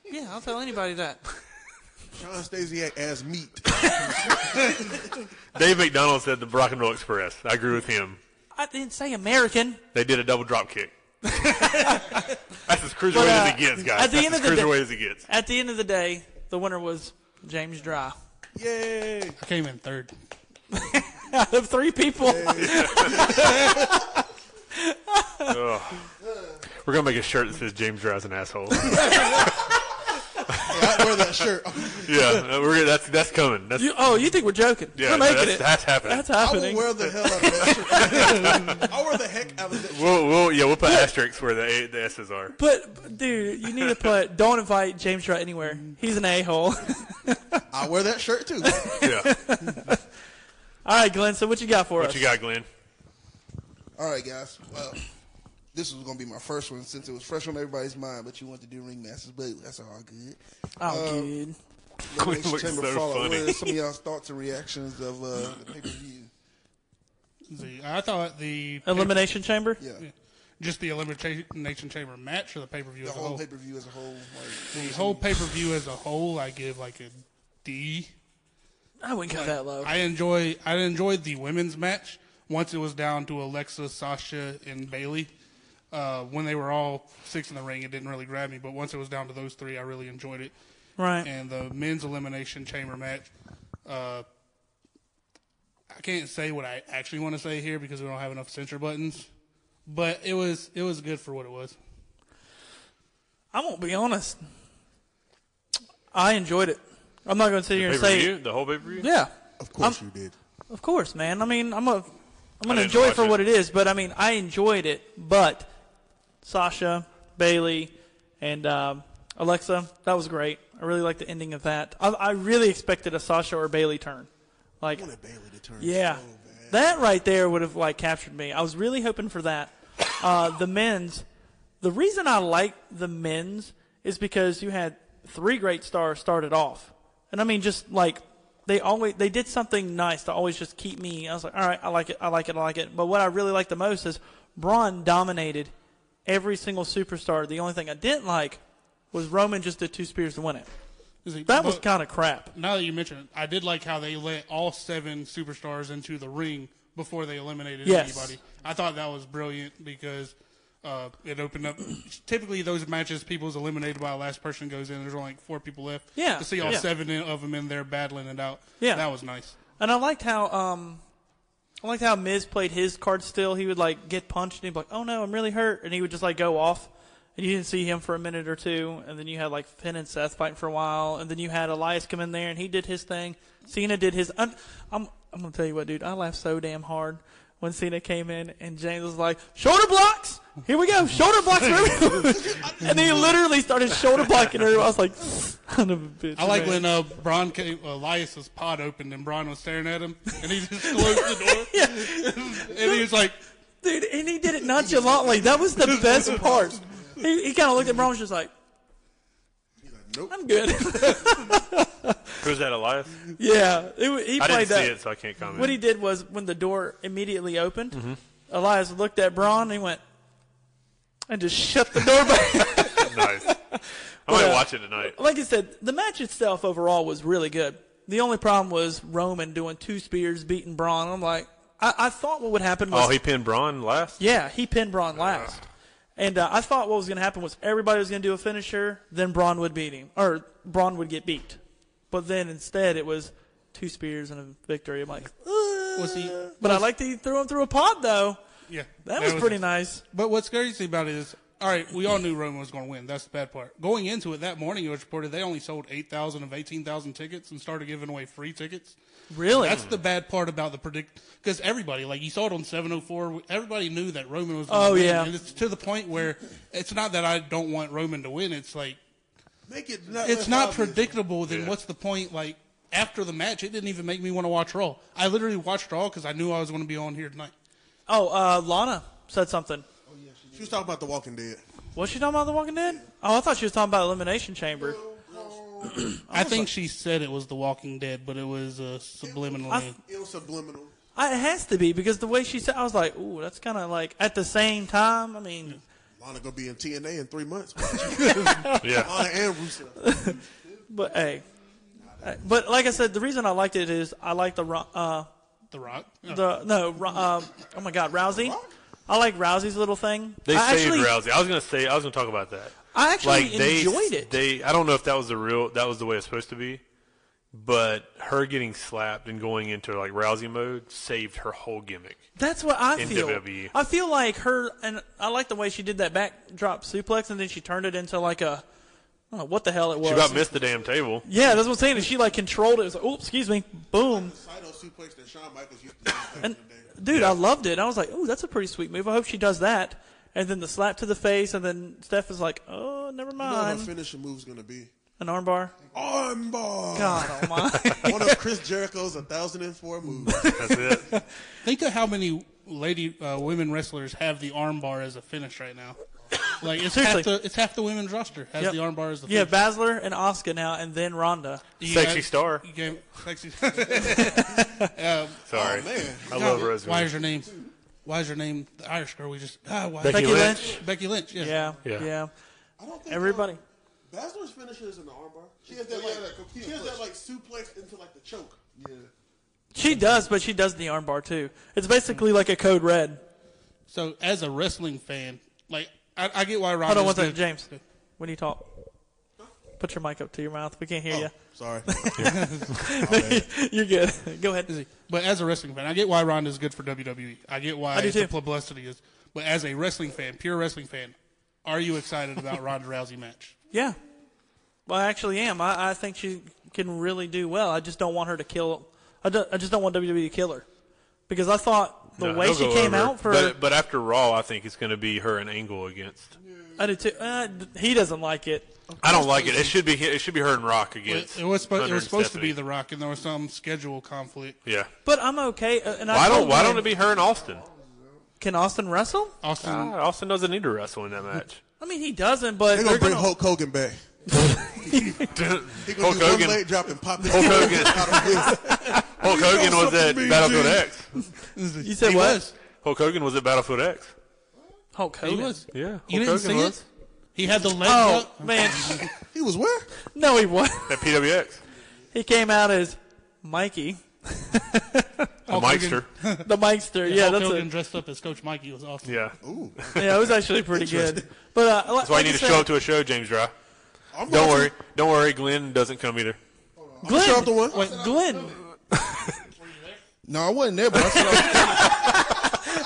E: yeah, I'll tell anybody that.
G: John Stasiak as meat.
A: Dave McDonald said the Brock and Roll Express. I agree with him.
E: I didn't say American.
A: They did a double drop kick. That's as cruiserweight
E: But, uh,
A: as it gets, guys.
E: at the
A: That's as
E: end of the day-
A: cruiserweight as it gets.
E: At the end of the day, the winner was James Dry.
G: Yay!
F: I came in third.
E: Out of three people,
A: We're gonna make a shirt that says James Dry's an asshole.
G: I wear that shirt.
A: yeah, we're gonna, that's that's coming. That's
E: you, oh, you think we're joking?
A: yeah,
E: we're making
A: that's,
E: it.
A: that's happening.
E: That's
G: I will
E: happening.
G: wear the hell out of that shirt. I'll wear the heck out of that shirt.
A: we'll, we'll yeah we'll put asterisks where the a, the S's are.
E: But, but, dude, you need to put. Don't invite James Dry anywhere.
G: Mm-hmm.
E: He's an a hole.
G: I'll wear that shirt too.
A: Yeah,
E: All right, Glenn. So what you got for
A: what
E: us?
A: you got, Glenn?
G: All right, guys. Well, this was going to be my first one since it was fresh on everybody's mind, but you want to do ring masters, but that's all good.
E: Oh,
G: Um,
E: good.
G: Let me
A: Quinn looks
G: Chamber
A: so
G: Fallout.
A: funny.
G: What are some of y'all's thoughts and reactions of uh, the pay per view?
F: The- I thought the
E: Elimination Chamber.
G: Yeah.
F: just the elimination chamber match or the pay per view
G: The
F: as a
G: whole
F: whole.
G: pay per view as a whole. Like,
F: The whole pay per view as a whole, I give like a D.
E: I wouldn't go that low.
F: I enjoy I enjoyed the women's match once it was down to Alexa, Sasha, and Bailey. Uh, when they were all six in the ring, it didn't really grab me. But once it was down to those three, I really enjoyed it.
E: right.
F: And the men's elimination chamber match, uh, I can't say what I actually want to say here because we don't have enough censor buttons. But it was it was good for what it was.
E: I'm gonna be honest. I enjoyed it. I'm not gonna sit here and say,
A: Pay-per-view? the whole pay per view.
E: yeah,
G: of course you did.
E: of course, man. I mean, I'm a, I'm
A: I
E: gonna
A: didn't
E: enjoy it
A: watch
E: for
A: it.
E: what it is. But I mean, I enjoyed it. But Sasha, Bailey, and um, Alexa, that was great. I really like the ending of that. I, I really expected a Sasha or Bailey turn. Like,
G: I wanted Bailey to turn.
E: yeah,
H: Oh,
G: so bad.
E: that right there would have like captured me. I was really hoping for that. Uh, the men's. The reason I like the men's is because you had three great stars started off, and I mean just like they always they did something nice to always just keep me. I was like, all right, I like it, I like it, I like it. But what I really liked the most is Braun dominated every single superstar. The only thing I didn't like was Roman just did two spears to win it.
F: Is it-
E: That was
F: but-
E: kind of crap.
F: now that you mention it, I did like how they let all seven superstars into the ring before they eliminated
E: Yes.
F: anybody. I thought that was brilliant because uh, it opened up. Typically, those matches, people's eliminated by the last person goes in. There's only like four people left.
E: Yeah.
F: to see all
E: Yeah.
F: seven in- of them in there battling it out.
E: Yeah.
F: that was nice.
E: And I liked how um, I liked how Miz played his card still. He would like get punched and he'd be like, "Oh no, I'm really hurt," and he would just like go off. And you didn't see him for a minute or two, and then you had like Finn and Seth fighting for a while, and then you had Elias come in there and he did his thing. Cena did his. Un- I'm I'm gonna tell you what, dude. I laughed so damn hard when Cena came in and James was like, "Shoulder blocks, here we go, shoulder blocks," for everyone." and he literally started shoulder blocking her. I was like, "Son of a bitch."
F: I like
E: man."
F: when uh, Braun came, Elias's pod opened and Braun was staring at him, and he just closed the door, and he was like,
E: Dude, and he did it nonchalantly. That was the best part. He, he kind of looked at Braun and was just like,
G: nope.
E: I'm good.
A: Who's that, Elias?
E: yeah, it, wa- he
A: I
E: played
A: didn't
E: that.
A: see it, so I can't comment.
E: What he did was when the door immediately opened,
A: Mm-hmm.
E: Elias looked at Braun and he went, and just shut the door back.
A: nice. I might
E: uh,
A: watch it tonight.
E: like I said, the match itself overall was really good. The only problem was Roman doing two spears, beating Braun. I'm like, I, I thought what would happen was
A: Oh, he pinned Braun last.
E: Yeah, he pinned Braun last. And uh, I thought what was going to happen was everybody was going to do a finisher, then Braun would beat him, or Braun would get beat. But then instead, it was two spears and a victory. I'm like, "Uh."
F: "Was he?"
E: but I like that he threw him through a pod though.
F: Yeah,
E: That, was, pretty nice.
F: But what's crazy about it is, all right, we all knew Roman was going to win. That's the bad part. Going into it that morning, it was reported they only sold eight thousand of eighteen thousand tickets and started giving away free tickets.
E: Really?
F: That's the bad part about the predict because everybody, like you saw it on seven hundred four, everybody knew that Roman was. Gonna
E: Oh,
F: win.
E: yeah.
F: and it's to the point where it's not that I don't want Roman to win. It's like
G: Make it not
F: it's
G: less
F: not
G: obvious.
F: predictable. Then what's the point? Like after the match, it didn't even make me want to watch Raw. I literally watched Raw because I knew I was going to be on here tonight.
E: oh, uh, Lana said something.
H: She was talking about The Walking Dead.
E: Was she talking about The Walking Dead? Oh, I thought she was talking about Elimination Chamber.
F: I think she said it was The Walking Dead, but it was uh, subliminally.
E: I-
H: It was subliminal.
E: I, it has to be because the way she said, I was like, "Ooh, that's kind of like." At the same time, I mean,
H: Lana gonna be in TNA in three months.
A: Yeah.
H: Lana and Rusev.
E: but hey, Uh, but like I said, the reason I liked it is I like the Ro- uh
F: the Rock. Uh, Yeah.
E: the no Ro- um oh my god Rousey. I like Rousey's little thing.
A: They
E: I
A: saved
E: actually,
A: Rousey. I was gonna say I was gonna talk about that.
E: I actually
A: Like they
E: enjoyed it.
A: They I don't know if that was the real that was the way it's supposed to be, but her getting slapped and going into like Rousey mode saved her whole gimmick.
E: That's what I
A: in E.
E: feel.
A: WWE.
E: I feel like her, and I like the way she did that backdrop suplex, and then she turned it into like a, I don't know what the hell it was.
A: She about missed the damn table.
E: yeah, that's what I'm saying. And she like controlled it. It was like, oh, excuse me, boom.
H: Saito suplex that Shawn Michaels used to do back in
E: And
H: the day.
E: dude, I loved it. I was like, oh, that's a pretty sweet move. I hope she does that. And then the slap to the face, and then Steph is like, oh, never
H: You know what her
E: mind.
H: finishing move's gonna be?
E: An armbar.
H: Armbar.
E: God almighty.
H: One of Chris Jericho's 1004 moves.
A: That's it.
F: Think of how many lady uh, women wrestlers have the armbar as a finish right now. Like it's
E: Seriously.
F: half the it's half the women's roster has
E: Yep.
F: the armbar as the
E: yeah,
F: finish.
E: Basler and Oscar now, and then Ronda.
F: You
A: Sexy
F: got-
A: star.
F: you gave- sexy.
A: Sorry.
H: Oh, man.
A: I love Rosemary.
F: Why is your name? Why is your name the Irish girl? We just ah, why
A: Becky
E: Becky
A: Lynch.
E: Lynch.
F: Becky Lynch. Yeah.
E: Yeah, yeah.
A: Yeah.
H: I don't think
E: Everybody.
H: Uh, Basler's finisher is in the armbar. She has that
G: Yeah,
H: like
G: that coquille
H: she has that
G: push.
H: like suplex into like the choke.
G: Yeah.
E: She does, but she does the armbar too. It's basically like a code red.
F: So as a wrestling fan, like I, I get why
E: Hold
F: Ronda's
E: on one second,
F: good.
E: James. When you talk, put your mic up to your mouth. We can't hear
H: Oh, Sorry.
E: you. You're good. Go ahead.
F: But as a wrestling fan, I get why Ronda's good for WWE. I get why
E: I do
F: the
E: too.
F: publicity is. But as a wrestling fan, pure wrestling fan, are you excited about Ronda Rousey match?
E: Yeah. Well, I actually am. I, I think she can really do well. I just don't want her to kill. I, don't, I just don't want WWE to kill her because I thought the
A: No,
E: way
A: he'll
E: she
A: go
E: came
A: over.
E: out for.
A: But, but after Raw, I think it's going to be her and Angle against.
E: I do too. Uh, d- he doesn't like it.
A: I don't like it. It should be it should be her and Rock
F: It,
A: against.
F: it was supposed, it
A: Hunter
F: was
A: and
F: supposed to be The
A: Stephanie.
F: Rock, and there was some schedule conflict.
A: yeah.
E: But I'm okay. uh, And I
A: Why don't
E: told
A: Why
E: him,
A: don't it be her and Austin?
E: Can Austin wrestle?
F: Austin,
A: God, Austin doesn't need to wrestle in that match.
E: I mean, he doesn't. But
H: They're
E: they're
H: gonna bring
E: gonna-
H: Hulk Hogan back. He gonna
A: Hulk
H: do
A: Hogan.
H: one leg drop and pop this
A: Hulk Hogan.
H: out of his.
A: Hulk Hogan was at
H: something,
A: Battlefield
H: BG.
A: X.
E: You said
F: he
E: what?
F: was.
A: Hulk Hogan was at Battlefield X.
E: Hulk
F: He
E: Hogan.
F: was.
A: Yeah, Hulk
F: You didn't
A: Hogan
F: see
A: was
F: it. He had the leg.
E: Oh
F: up.
E: man,
H: He was where?
E: no, he was.
A: at PWX.
E: He came out as Mikey,
A: The Mikester.
E: the Mikester. Yeah,
F: Hulk
E: that's
F: Hogan
E: it.
F: dressed up as Coach Mikey was awesome.
A: Yeah,
E: Yeah, it was actually pretty good. But uh,
A: that's why you need to show up to a show, James Dry.
H: I'm
A: Don't
H: going
A: worry, don't worry. Glenn doesn't come either.
E: Glenn.
H: show up to one.
E: Wait, Glenn.
G: No, I wasn't there, but I said I was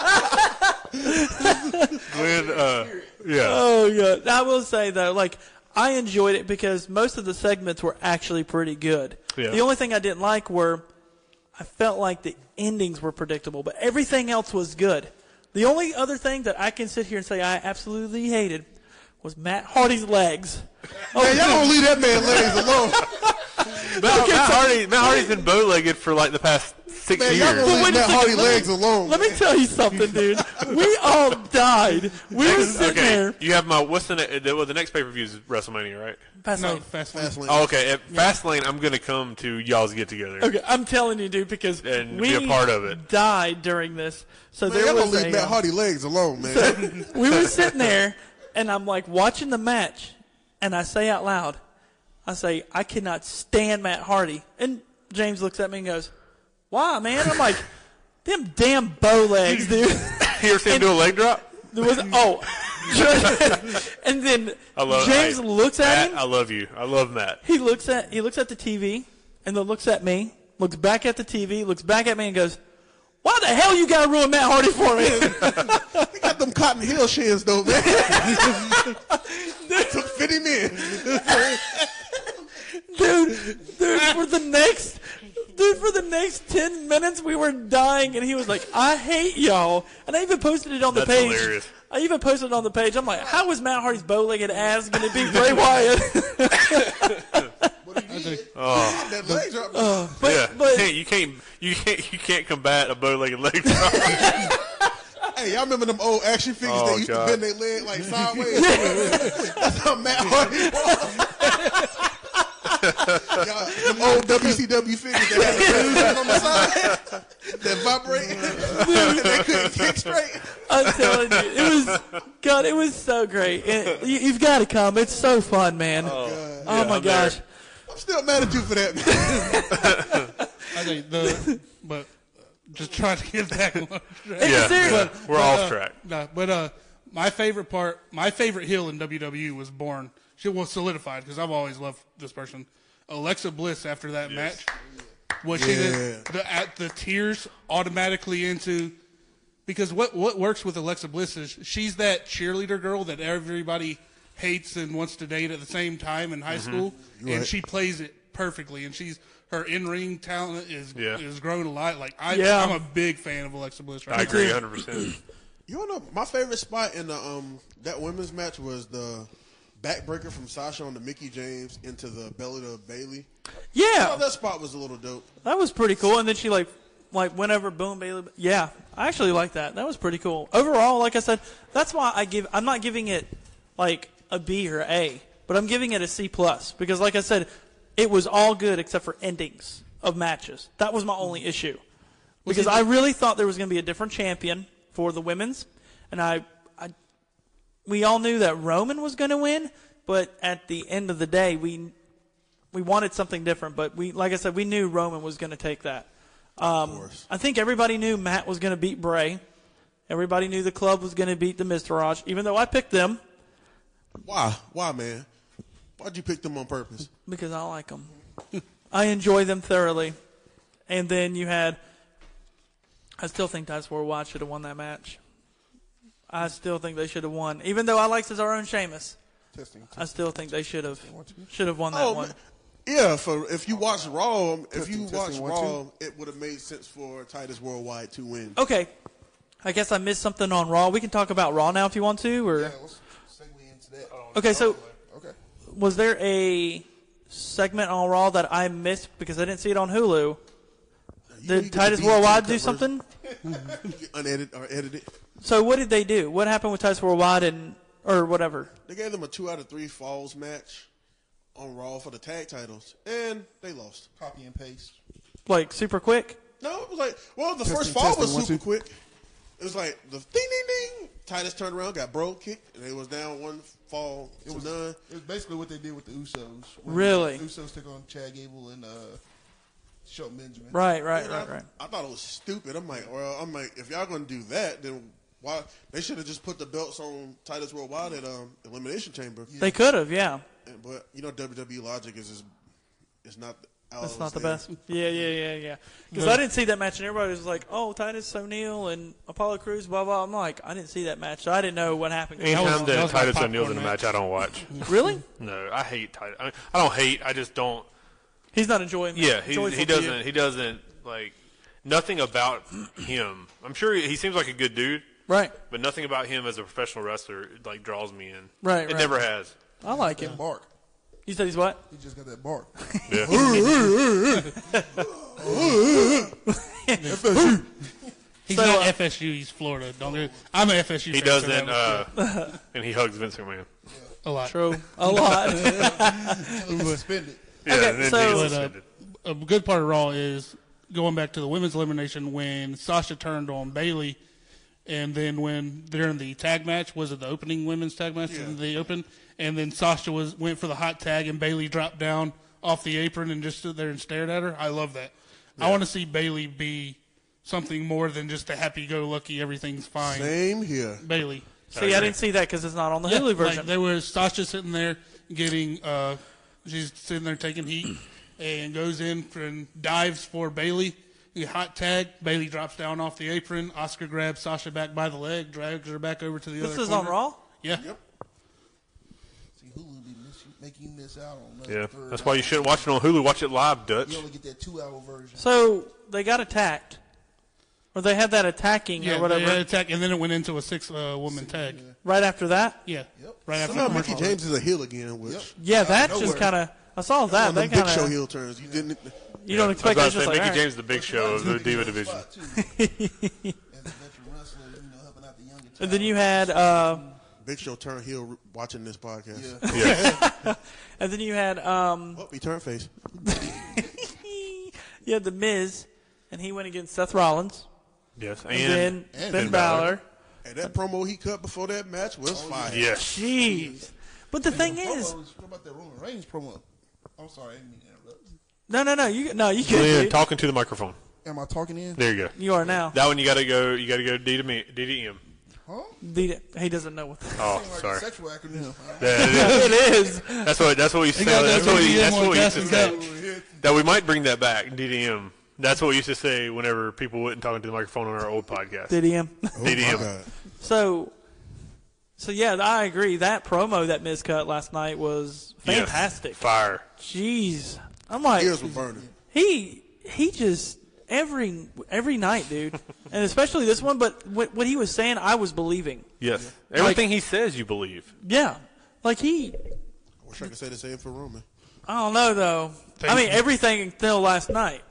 A: Glenn, uh, yeah,
E: Oh yeah. I will say though, like I enjoyed it because most of the segments were actually pretty good.
A: Yeah.
E: The only thing I didn't like were I felt like the endings were predictable, but everything else was good. The only other thing that I can sit here and say I absolutely hated was Matt Hardy's legs. Oh,
H: Man, y'all don't leave that man legs alone.
A: Matt, Matt Hardy. Matt Hardy's been bow-legged for like the past six
H: Man, y'all
A: years.
E: wait a
H: gonna leave Matt
E: second,
H: Hardy
E: let me-
H: legs alone.
E: Let me tell you something, dude. We all died. We were sitting
A: Okay,
E: there.
A: you have my what's the ne- the, well, the next pay per view is WrestleMania, right?
E: Pass
F: No,
E: on.
F: fast
H: Fast
F: lane.
H: lane.
A: Oh, okay, at Fastlane, I'm gonna come to y'all's get together.
E: Okay, I'm telling you, dude, because
A: And
E: we
A: be a part of it.
E: died during this. So
H: Man,
E: there
H: y'all
E: was
H: don't leave
E: a,
H: Matt
E: uh,
H: Hardy legs alone, man.
E: we were sitting there, and I'm like watching the match, and I say out loud, I say, I cannot stand Matt Hardy. And James looks at me and goes, Why, man? I'm like, Them damn bow legs, dude.
A: You ever seen him do a leg drop?
E: There was oh, and then
A: I love
E: James
A: I-
E: looks
A: Matt, uh,
E: at him.
A: I love you. I love Matt.
E: He looks at he looks at the TV and then looks at me, looks back at the TV, looks back at me and goes, "Why the hell you gotta ruin Matt Hardy for me?"
H: he got them Cotton Hill shins though, man. That took 50 men.
E: dude, dude, for the next dude for the next ten minutes we were dying, and he was like, "I hate y'all," and I even posted it on the
A: That's
E: page.
A: hilarious.
E: I even posted it on the page. I'm like, "How is Matt Hardy's bow-legged ass gonna beat Bray Wyatt?"
A: Oh.
H: that leg drop.
E: but
A: yeah,
E: but
A: you can't you can't you can't you can't combat a bow-legged leg drop.
H: hey, Hey, y'all remember them old action figures
A: Oh,
H: that used
A: God.
H: to bend their leg like sideways? That's how Matt Hardy was. Y'all, them old WCW figures that had the president on the side that vibrate that couldn't kick straight.
E: I'm telling you, it was God. It was so great. It- you, have got to come. It's so fun, man. Oh, my
A: I'm there.
E: gosh.
H: I'm still mad at you for that. man.
F: Okay, the but uh, just trying to get back on track.
A: Yeah,
E: serious.
A: yeah. we're off track.
F: No, uh, but uh, my favorite part, my favorite heel in WWE was born. She was solidified because I've always loved this person, Alexa Bliss. After that
A: Yes.
F: match, what she did, the at the tears automatically into. Because what what works with Alexa Bliss is she's that cheerleader girl that everybody hates and wants to date at the same time in
A: Mm-hmm.
F: high school, and she plays it perfectly. And she's her in ring talent is
A: Yeah.
F: is grown a lot. Like I,
E: Yeah.
F: I'm a big fan of Alexa Bliss. Right
A: I
F: now.
A: agree 100. percent
H: You know, my favorite spot in the um that women's match was the backbreaker from Sasha on the Mickey James into the belly to Bailey. I thought
E: Yeah,
H: that spot was a little dope.
E: that was pretty cool. And then she like like went over boom Bailey. Yeah, I actually like that. That was pretty cool. Overall, like I said, that's why I give. I'm not giving it like a B or A, but I'm giving it a C plus because, like I said, it was all good except for endings of matches. That was my only issue. because I really thought there was going to be a different champion for the women's, and I, I, we all knew that Roman was going to win, but at the end of the day, we, we wanted something different. But we, like I said, we knew Roman was going to take that. Um, I think everybody knew Matt was going to beat Bray. Everybody knew the club was going to beat the Mr. Raj, even though I picked them
H: Why? Why, man? Why'd you pick them on purpose?
E: because I like them. I enjoy them thoroughly. And then you had, I still think Dice War Watch should have won that match. I still think they should have won, even though I like Cesaro and Sheamus.
G: Testing.
E: I still think they should have should have won that
H: Oh,
E: one.
H: man. yeah. For if you watch Raw, if you
G: Testing, testing,
H: watch
G: one,
H: Raw, it would have made sense for Titus Worldwide to win.
E: Okay, I guess I missed something on Raw. We can talk about Raw now if you want to. Or
G: Let's segue into that.
E: okay, so
G: Okay.
E: was there a segment on Raw that I missed because I didn't see it on Hulu?
H: You
E: Did
H: get
E: Titus
H: the
E: Worldwide
H: BET
E: do
H: cut version.
E: something?
H: Unedited or edited?
E: So what did they do? What happened with Titus Worldwide and or whatever?
H: They gave them a two out of three falls match on Raw for the tag titles, and they lost.
G: Copy and paste.
E: like super quick.
H: No, it was like, well, the first
G: Testing,
H: fall
G: testing,
H: was
G: one,
H: super
G: two.
H: quick. It was like the ding ding ding. Titus turned around, got bro kicked, and they was down one fall to
G: was-
H: none.
G: It was basically what they did with the Usos. When
E: Really?
G: The Usos took on Chad Gable and uh, Shelton Benjamin.
E: Right, right,
H: And
E: right,
H: I,
E: right.
H: I thought it was stupid. I'm like, well, I'm like, if y'all gonna do that, then why? They should have just put the belts on Titus Worldwide at um, Elimination Chamber.
E: They could have, yeah.
H: And- But you know, WWE logic is is, is not. out
E: That's
H: of
E: not the
H: his
E: best.
H: day.
E: Yeah, yeah, yeah, yeah. Because I didn't see that match, and everybody was like, "Oh, Titus O'Neil and Apollo Cruz, blah blah." I'm like, I didn't see that match, so I didn't know what happened.
F: That
A: Anytime
F: was- that
A: that
F: was my
A: Titus
F: popcorn
A: O'Neil's in a
F: match.
A: match, I don't watch.
E: really?
A: No, I hate Titus. I, mean, I don't hate. I just don't.
E: He's not enjoying.
A: Yeah, he,
E: joyful
A: he
E: to you.
A: doesn't. He doesn't like nothing about him. I'm sure he, he seems like a good dude,
E: Right.
A: but nothing about him as a professional wrestler like draws me in.
E: Right,
A: It
E: right.
A: never has.
E: I like him.
G: Bark.
E: You said he's what?
G: He just got that bark.
F: He's
E: So,
F: not
E: uh,
F: FSU. He's Florida. Don't. do- I'm an FSU.
A: He
F: fan, so that
A: doesn't.
F: was
A: Uh, and he hugs Vince McMahon.
F: a lot.
E: True. A lot.
G: Suspended.
A: Yeah,
E: Okay,
A: and then
E: so-
A: he's
F: But uh,
A: suspended.
F: a good part of Raw is going back to the women's elimination when Sasha turned on Bailey, and then when during the tag match was it the opening women's tag match in the open, and then Sasha was went for the hot tag and Bailey dropped down off the apron and just stood there and stared at her. I love that. I want to see Bailey be something more than just a happy-go-lucky everything's fine
H: Same here.
F: Bailey.
E: see, I didn't see that because it's not on the
F: Yeah,
E: Hulu version.
F: Like there was Sasha sitting there getting, uh, she's sitting there taking heat, and goes in for, and dives for Bailey. The hot tag. Bailey drops down off the apron. Oscar grabs Sasha back by the leg, drags her back over to the
E: this
F: other.
E: is on
F: corner.
E: Raw.
F: Yeah.
G: See, Hulu be miss you, make you miss out on that.
A: Yeah,
G: third
A: that's why you
G: hour.
A: shouldn't watch it on Hulu. Watch it live, Dutch.
G: You only get that two-hour version.
E: So they got attacked, or they had that attacking
F: Yeah.
E: or
F: they
E: whatever
F: had a tag, and then it went into a six uh, woman tag.
E: right after that.
F: Yeah. Right after
H: Somehow
F: the
H: Mickey
F: commercial.
H: James is a heel again, which
E: Yeah, that just
G: nowhere.
E: kind of. I saw that.
H: on the
E: That
H: Big Show
E: kind of.
H: heel turns. You didn't.
E: You don't
A: Yeah.
E: expect
A: I
E: that.
A: was about to
E: It's Just
A: say,
E: like,
A: Mickey
E: all right.
A: James, is the big show of the Diva division.
G: Spot, too. As a veteran wrestler, you know, helping out the
E: And then you had, uh,
H: Big Show turn heel watching this podcast.
E: and then you had, um,
H: Oh, he turned face.
E: you had the Miz, and he went against Seth Rollins,
A: Yes, and,
E: and then
G: and
E: Ben
A: Finn
E: Balor.
A: Balor.
H: Hey, that promo he cut before that match was
E: Oh,
H: fire.
A: yes,
E: Jeez. But the thing is,
G: Promos. What about that Roman Reigns promo? I'm sorry, I didn't mean to interrupt.
E: no, no, no, you no, you
A: Julian,
E: can.
A: talking to the microphone.
G: Am I talking in?
A: There you go.
E: You are now.
A: That one you gotta go. You gotta go D to me, D to M.
G: Huh?
E: The- he doesn't know what. The-
A: Oh,
G: Seemed like a
A: sorry.
G: sexual acronym.
A: That is-
E: it is.
A: That's what. That's what we
F: got
A: said.
F: that
A: That's what we.
F: DDM
A: That's
F: on
A: what we used to
F: Gaston's
A: say.
F: out.
A: That we might bring that back. DDM. That's what we used to say whenever people wouldn't talk into the microphone on our old podcast.
E: DDM.
H: Oh,
A: DDM.
E: So, so yeah, I agree. That promo that Miz cut last night was
A: Yes.
E: fantastic.
A: Fire.
E: Jeez, I'm like
H: Ears were burning.
E: he he just every every night, dude, and especially this one. But what, what he was saying, I was believing.
A: Yes. Everything he says, you believe.
E: Yeah, like he.
H: I wish I could say the same for Roman.
E: I don't know though. I mean,
F: you.
E: everything until last night.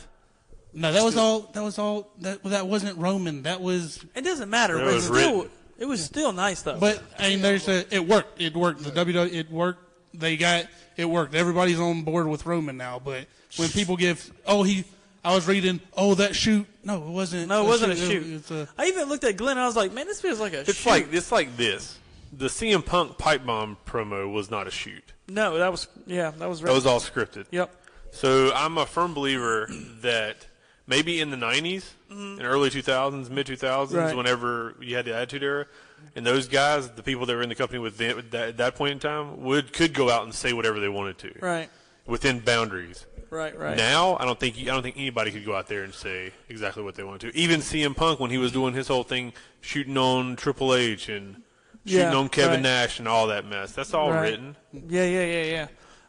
F: No, that was all. That was all. That that wasn't Roman. That was.
E: It doesn't matter.
A: It
E: but
A: was
E: still,
A: written.
E: it was still nice though.
F: But I mean, there's a. It worked. It worked. The WWE. It worked. They got. It worked. Everybody's on board with Roman now. But when people give, oh he, I was reading, oh that shoot. No, it wasn't.
E: no, it
F: a
E: wasn't a shoot.
F: It, it's a,
E: I even looked at Glenn. I was like, man, this feels like a
A: It's
E: shoot.
A: like it's like this. The CM Punk pipe bomb promo was not a shoot.
E: no, that was yeah, that was right.
A: That was all scripted.
E: yep.
A: So I'm a firm believer that maybe in the 90s, in early 2000s, mid 2000s,
E: Right.
A: whenever you had the Attitude Era, and those guys, the people that were in the company with them, that, at that point in time, would could go out and say whatever they wanted to,
E: Right.
A: within boundaries.
E: Right. Right.
A: Now, I don't think I don't think anybody could go out there and say exactly what they wanted to. Even CM Punk, when he was doing his whole thing, shooting on Triple H and shooting
E: Yeah,
A: on Kevin
E: right.
A: Nash and all that mess, that's all
E: Right.
A: written.
E: Yeah, yeah, yeah, yeah.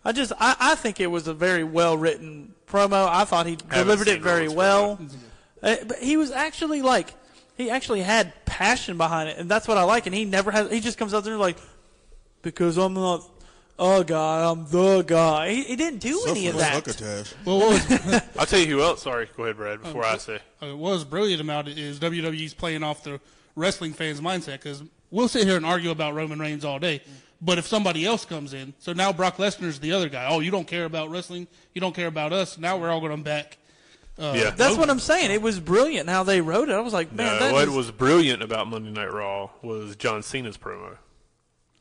E: I just I, I think it was a very well written promo. I thought he delivered
A: seen
E: it very
A: Roman's
E: well. Uh, but he was actually like he actually had passion behind it, and that's what I like. And he never has. He just comes out there like because I'm not a guy, I'm the guy. He, he didn't do any of that.
F: well, what was
A: I'll tell you who else. Sorry, go ahead, Brad. Before
E: Oh.
A: I say,
F: Uh, what was brilliant about it is WWE's playing off the wrestling fans' mindset because we'll sit here and argue about Roman Reigns all day. But if somebody else comes in, so now Brock Lesnar's the other guy. Oh, you don't care about wrestling. You don't care about us. Now we're all going to back.
A: yeah,
E: That's what I'm saying. It was brilliant how they wrote it. I was like, man,
A: No,
E: that
A: what
E: is-
A: was brilliant about Monday Night Raw was John Cena's promo.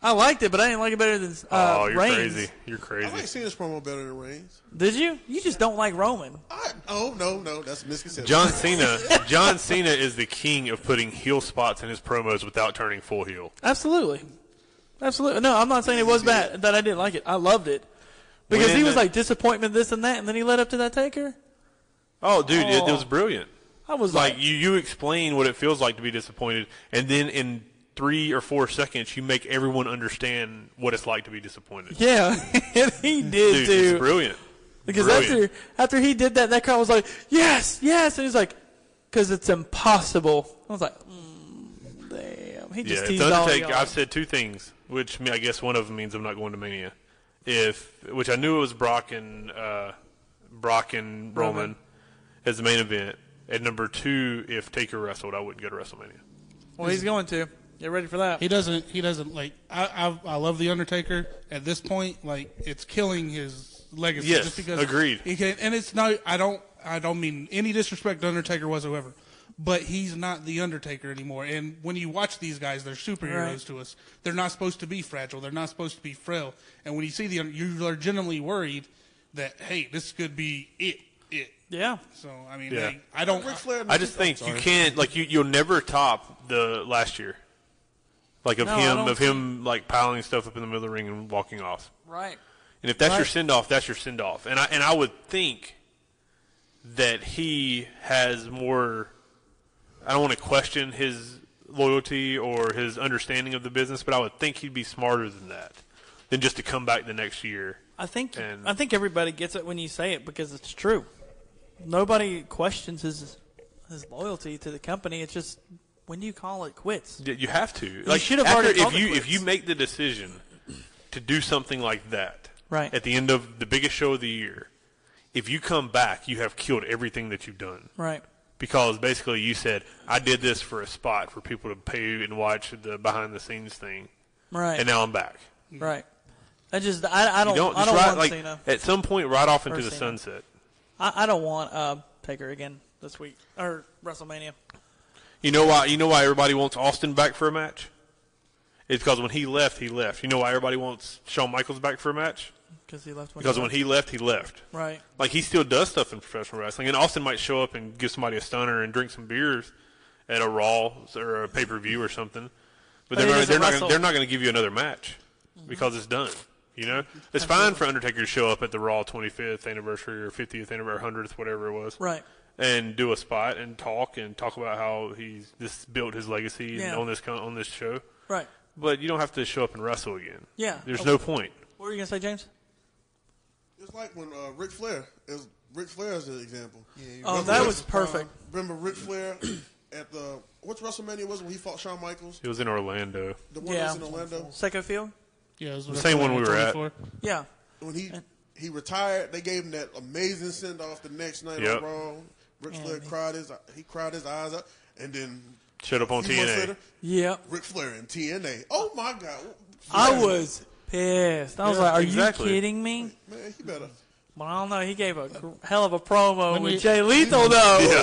E: I liked it, but I didn't like it better than uh,
A: oh, you're
E: Reigns.
A: crazy! You're
H: I like
A: crazy.
H: seeing this promo better than Reigns.
E: Did you? You just don't like Roman.
H: I, oh no, no, that's a misconception.
A: John Cena, John Cena is the king of putting heel spots in his promos without turning full heel.
E: Absolutely. Absolutely. No, I'm not saying it was bad that I didn't like it. I loved it. Because
A: When
E: he
A: in
E: was
A: the-
E: like disappointment this and that and then he led up to that taker.
A: Oh, dude, It, it was brilliant.
E: I was like,
A: Like you, you explain what it feels like to be disappointed, and then in three or four seconds, you make everyone understand what it's like to be disappointed.
E: Yeah. and he did
A: Dude, it's
E: too.
A: brilliant.
E: Because
A: brilliant.
E: after after he did that that crowd was like, Yes, yes and he's like, Cause it's impossible. I was like, mm, damn. He
A: Yeah,
E: just
A: it's
E: teased all
A: Undertaker.
E: y'all.
A: I've said two things, which me- I guess one of them means I'm not going to Mania. If which I knew it was Brock and uh, Brock and Roman, as the main event. At number two, if Taker wrestled, I wouldn't go to WrestleMania.
E: Well he's going to. Get ready for that.
F: He doesn't. He doesn't like. I I, I love the Undertaker at this point. Like it's killing his legacy.
A: Yes,
F: just because
A: agreed.
F: He can, and it's not. I don't. I don't mean any disrespect to Undertaker whatsoever. But he's not the Undertaker anymore. And when you watch these guys, they're superheroes
E: Right.
F: to us. They're not supposed to be fragile. They're not supposed to be frail. And when you see the, Un- you're legitimately worried that hey, this could be it. It.
E: Yeah.
F: So I mean,
A: Yeah.
F: like, I don't.
H: Ric Flair.
A: I just think you can't like you you'll never top the last year, like of
E: No, I
A: him
E: don't
A: of him like piling stuff up in the middle of the ring and walking off.
E: Right.
A: And if that's your
E: Right.
A: send off, that's your send off. And I and I would think that he has more. I don't want to question his loyalty or his understanding of the business, but I would think he'd be smarter than that, than just to come back the next year.
E: I think
A: And-
E: I think everybody gets it when you say it because it's true. Nobody questions his his loyalty to the company. It's just when do you call it quits?
A: Y- You have to. Like
E: should have
A: after-
E: already
A: if
E: called it
A: you
E: quits.
A: if you make the decision to do something like that,
E: Right.
A: at the end of the biggest show of the year, if you come back, you have killed everything that you've done
E: Right.
A: because basically you said I did this for a spot for people to pay and watch the behind the scenes thing,
E: Right.
A: and now I'm back.
E: right. I just I, I don't,
A: You don't
E: I
A: just
E: don't
A: ride
E: want
A: like
E: Cena.
A: at some point right off into
E: Or
A: the
E: Cena.
A: sunset.
E: I, I don't want uh, Taker again this week or WrestleMania.
A: You know why? You know why everybody wants Austin back for a match? It's because when he left, he left. You know why everybody wants Shawn Michaels back for a match?
E: Because he left.
A: Because when he left, he left.
E: right,
A: Like he still does stuff in professional wrestling, and Austin might show up and give somebody a stunner and drink some beers at a Raw or a pay per view or something. But
E: But he
A: they're not,
E: doesn't
A: they're not
E: wrestle. Mm-hmm.
A: gonna, they're not going to give you another match because it's done. You know, it's fine for Undertaker to show up at the Raw 25th anniversary or 50th anniversary, 100th, whatever it was,
E: right.
A: and do a spot and talk and talk about how he's this built his legacy
E: Yeah.
A: and on this con- on this show.
E: Right.
A: But you don't have to show up and wrestle again.
E: Yeah. Oh.
A: there's
E: Okay.
A: no point.
E: What were you gonna say, James?
H: It's like when uh, Ric Flair is Ric Flair is an example. Yeah,
E: Oh, that was perfect.
H: remember Ric Flair at the which WrestleMania was it when he fought Shawn Michaels?
A: It was in Orlando.
H: The one
E: Yeah.
H: that was in Orlando
E: Seco Field.
F: Yeah, it was
A: The same one we were at.
F: 24.
E: Yeah.
H: when he he retired. They gave him that amazing send off the next night
A: Yep.
H: on Raw. Ric
E: Yeah,
H: Flair
E: man.
H: cried his he cried his eyes out, and then
A: Showed up
H: a
A: on
H: few months
A: TNA.
H: later,
E: Yeah.
H: Ric Flair and TNA. Oh my God!
E: I was pissed. I was
A: Yeah,
E: like, "Are
A: exactly.
E: you kidding me?"
H: man. He better.
E: Well, I don't know. He gave a gr- hell of a promo
F: Let me-
E: with Jay Lethal, though.
A: Yeah.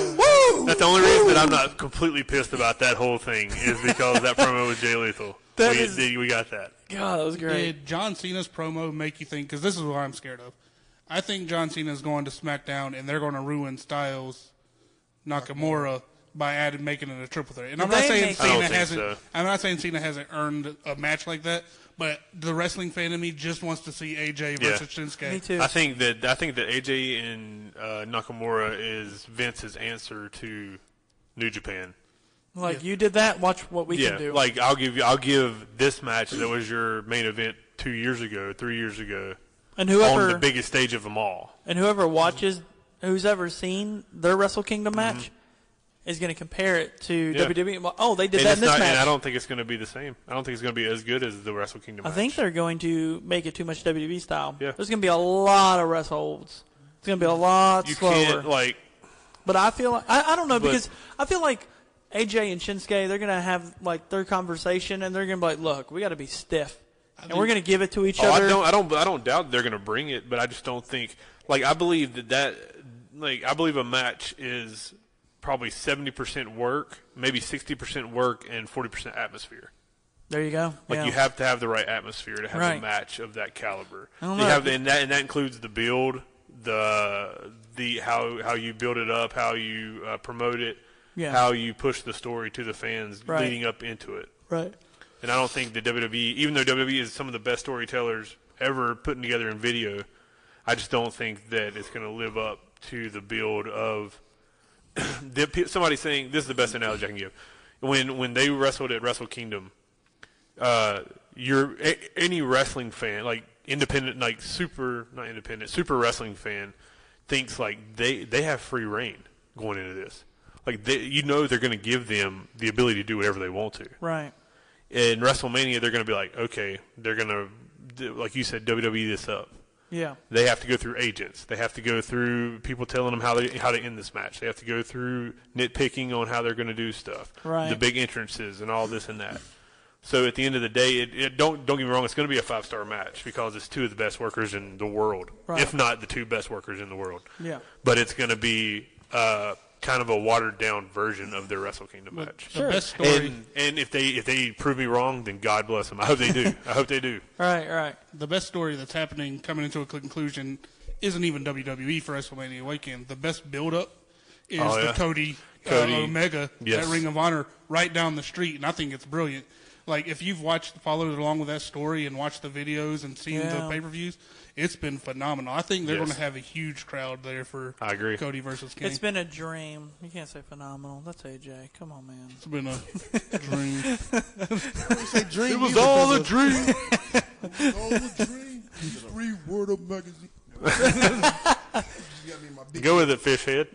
E: Woo!
A: That's the only reason that I'm not completely pissed about that whole thing is because that promo with Jay Lethal.
E: That
A: we,
E: is-
A: did- we got that.
E: God, that was great.
F: Did John Cena's promo make you think? Because this is what I'm scared of. I think John Cena's going to SmackDown and they're going to ruin Styles Nakamura by adding making it a triple threat. And I'm not
E: They
F: saying
E: make- I
A: don't
F: Cena
A: think
F: hasn't.
A: so.
F: I'm not saying Cena hasn't earned a match like that. But the wrestling fan in me just wants to see AJ
A: Yeah.
F: versus Shinsuke.
E: Me too.
A: I think that I think that AJ and uh, Nakamura is Vince's answer to New Japan.
E: like you did that. Watch what we
A: Yeah,
E: can do.
A: like I'll give you, I'll give this match that was your main event two years ago, three years ago,
E: and
A: on the
E: whoever
A: biggest stage of them all.
E: and whoever watches, who's ever seen their Wrestle Kingdom match, is going to compare it to
A: Mm-hmm. Yeah.
E: WWE. Oh, they did
A: And,
E: that
A: it's
E: in this
A: not,
E: match.
A: and I don't think it's going to be the same. I don't think it's going to be as good as the Wrestle Kingdom.
E: I
A: match.
E: think they're going to make it too much WWE style.
A: Yeah.
E: There's going to be a lot of rest holds. It's going to be a lot
A: you
E: slower.
A: can't like
E: but I feel like, I, I don't know
A: But-
E: because I feel like AJ and Shinsuke they're going to have like their conversation and they're going to be like, look, we got to be stiff and we're going to give it to each
A: Oh,
E: other.
A: I don't, I don't, I don't doubt they're going to bring it, but I just don't think. Like, I believe that that, like, I believe a match is probably seventy percent work, maybe sixty percent work, and forty percent atmosphere.
E: there you go.
A: Like,
E: yeah.
A: you have to have the right atmosphere to have
E: Right.
A: a match of that caliber.
E: I don't
A: You
E: know.
A: have, and that, and that includes the build, the the how how you build it up, how you uh, promote it,
E: Yeah.
A: how you push the story to the fans
E: Right.
A: leading up into it.
E: right.
A: And I don't think the WWE, E, even though WWE is some of the best storytellers ever putting together in video, I just don't think that it's going to live up to the build of the, pe- somebody saying this is the best analogy I can give. When when they wrestled at Wrestle Kingdom, uh, you're a, any wrestling fan, like independent, like super not independent, super wrestling fan, thinks like they they have free reign going into this. Like they, you know, they're going to give them the ability to do whatever they want to
E: Right.
A: in WrestleMania, they're going to be like, okay, they're going to, do, like you said, WWE this up.
E: Yeah.
A: They have to go through agents. They have to go through people telling them how they how to end this match. They have to go through nitpicking on how they're going to do stuff.
E: Right.
A: The big entrances and all this and that. So at the end of the day, it, it don't don't get me wrong. It's going to be a five star match because it's two of the best workers in the world,
E: Right.
A: if not the two best workers in the world.
E: Yeah.
A: But it's going to be uh, kind of a watered down version of their Wrestle Kingdom
F: But
A: match.
F: the best story,
A: And, and if they if they prove me wrong, then God bless them. I hope they do. I hope they do.
E: Right. Right.
F: the best story that's happening coming into a conclusion isn't even WWE for WrestleMania weekend. The best build up is
A: Oh, yeah.
F: the Cody,
A: Cody.
F: Uh, Omega
A: Yes.
F: at Ring of Honor right down the street, and I think it's brilliant. Like if you've watched, followed along with that story and watched the videos and seen
E: Yeah.
F: the pay per views, it's been phenomenal. I think they're
A: Yes.
F: going to have a huge crowd there for
A: I agree.
F: Cody versus King.
E: It's been a dream. You can't say phenomenal. That's AJ. Come on, man.
F: It's been a dream.
G: Dream
A: It was all a dream.
G: all a dream. Three word up magazine. you got me in my big
A: Go with it, fish head.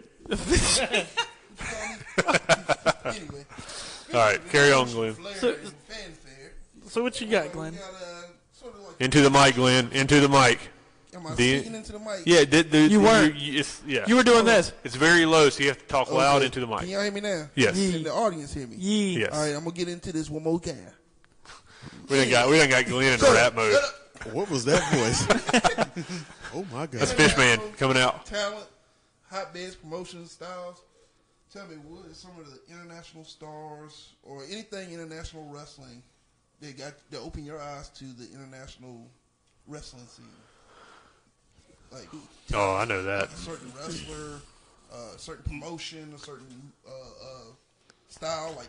G: anyway.
A: All right, carry on, Glenn.
G: Flair and fanfare.
E: So what you got,
G: We
E: Glenn?
G: got, uh, sort of like
A: Into the mic, Glenn. Into the mic.
G: Am I
A: The-
G: speaking into the mic?
A: Yeah, the, the,
I: You weren't.
A: You, you- it's, yeah.
I: You were doing this.
A: It's very low, so you have to talk
G: Okay.
A: loud into the
G: Can
A: mic.
G: y'all hear me now?
A: Yes. Yeah.
G: Can the audience hear me?
I: Yee.
A: Yes.
G: All right, I'm gonna get into this one more time.
A: We done got we done got Glenn in rap mode.
H: What was that voice? oh my
A: That's
H: god!
A: Fishman coming out.
G: Talent, hotbeds, promotions, styles. Tell me, what are some of the international stars or anything international wrestling that got that open your eyes to the international wrestling scene? Like
A: Oh, I know that.
G: a certain wrestler, uh, a certain promotion, a certain uh, uh, style, like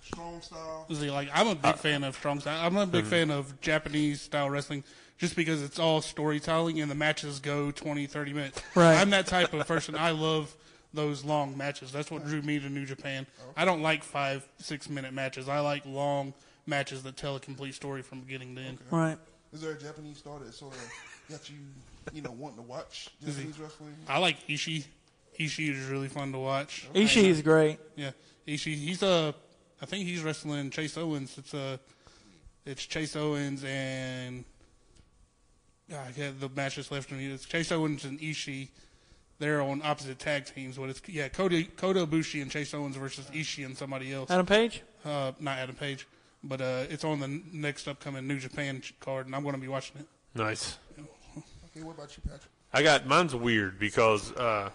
G: strong style.
F: See, like I'm a big fan of strong style. I'm a big fan of Japanese style wrestling just because it's all storytelling and the matches go 20, 30 minutes.
I: Right.
F: I'm that type of person. I love those long matches. That's what drew me to New Japan. I don't like five, six minute matches. I like long matches that tell a complete story from beginning to end.
I: Right.
G: Is there a Japanese star that sort of got you, you know, wanting to watch Japanese wrestling?
F: I like Ishii. Ishii is really fun to watch.
I: Ishii is great.
F: Yeah, Ishii. He's uh, I think he's wrestling Chase Owens. It's uh, it's Chase Owens and God, I can't- the match that's left from you. It's Chase Owens and Ishii. They're on opposite tag teams. What it's yeah, Kota Kota Ibushi and Chase Owens versus Ishii and somebody else.
I: Adam Page.
F: Uh, not Adam Page, but uh, it's on the n- next upcoming New Japan ch- card, and I'm going to be watching it.
A: Nice.
G: Okay, what about you, Patrick?
A: I got mine's weird because uh,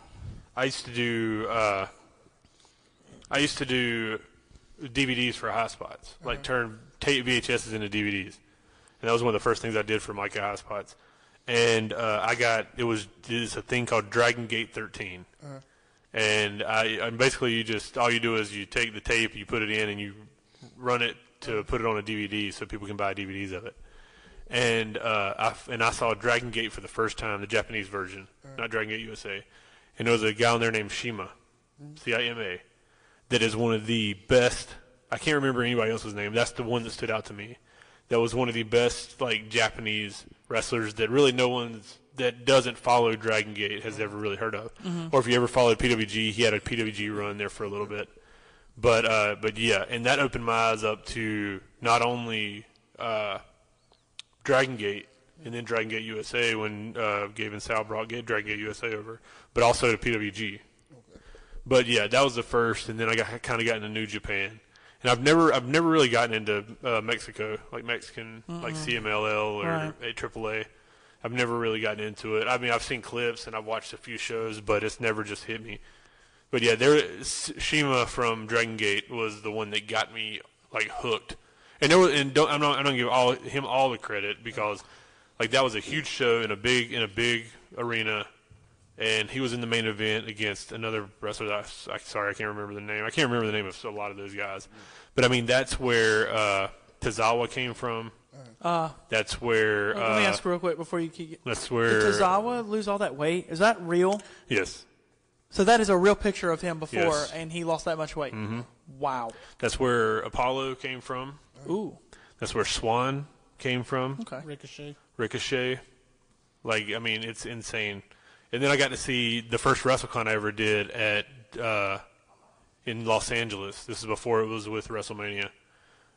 A: I used to do uh, I used to do DVDs for high spots, like turn tape VHSs into DVDs, and that was one of the first things I did for Micah high spots. And uh, I got it was this a thing called Dragon Gate 13 and I and basically you just all you do is you take the tape, you put it in, and you run it to put it on a DVD so people can buy DVDs of it. And uh, I f- and I saw Dragon Gate for the first time, the Japanese version, not Dragon Gate USA. And there was a guy on there named Shima, C I M A, that is one of the best. I can't remember anybody else's name. That's the one that stood out to me. That was one of the best like Japanese wrestlers that really no one's that doesn't follow Dragon Gate has ever really heard of. Or if you ever followed PWG, he had a PWG run there for a little bit. But uh, but yeah, and that opened my eyes up to not only uh, Dragon Gate and then Dragon Gate USA when uh, Gabe and Sal brought Gate Dragon Gate USA over, but also to PWG. But yeah, that was the first, and then I got kind of got into New Japan, and I've never I've never really gotten into uh, Mexico like Mexican like CMLL or
I: Right.
A: AAA. I've never really gotten into it. I mean, I've seen clips and I've watched a few shows, but it's never just hit me. But yeah, there S- Shima from Dragon Gate was the one that got me like hooked. And there was, and don't I'm not I don't give all him all the credit because like that was a huge show in a big in a big arena, and he was in the main event against another wrestler. That I s- I, sorry, I can't remember the name. I can't remember the name of a lot of those guys, but I mean that's where uh, Tazawa came from. that's where
I: Uh, Let me
A: uh,
I: ask real quick before you keep.
A: that's where
I: Did Tozawa lose all that weight? Is that real?
A: yes
I: So that is a real picture of him before,
A: Yes. Mm-hmm.
I: and he lost that much weight. Wow.
A: that's where Apollo came from.
I: Ooh.
A: That's where Swan came from.
I: Okay.
F: Ricochet.
A: Ricochet. Like, I mean, it's insane. And then I got to see the first WrestleCon I ever did at uh, in Los Angeles. This is before it was with WrestleMania.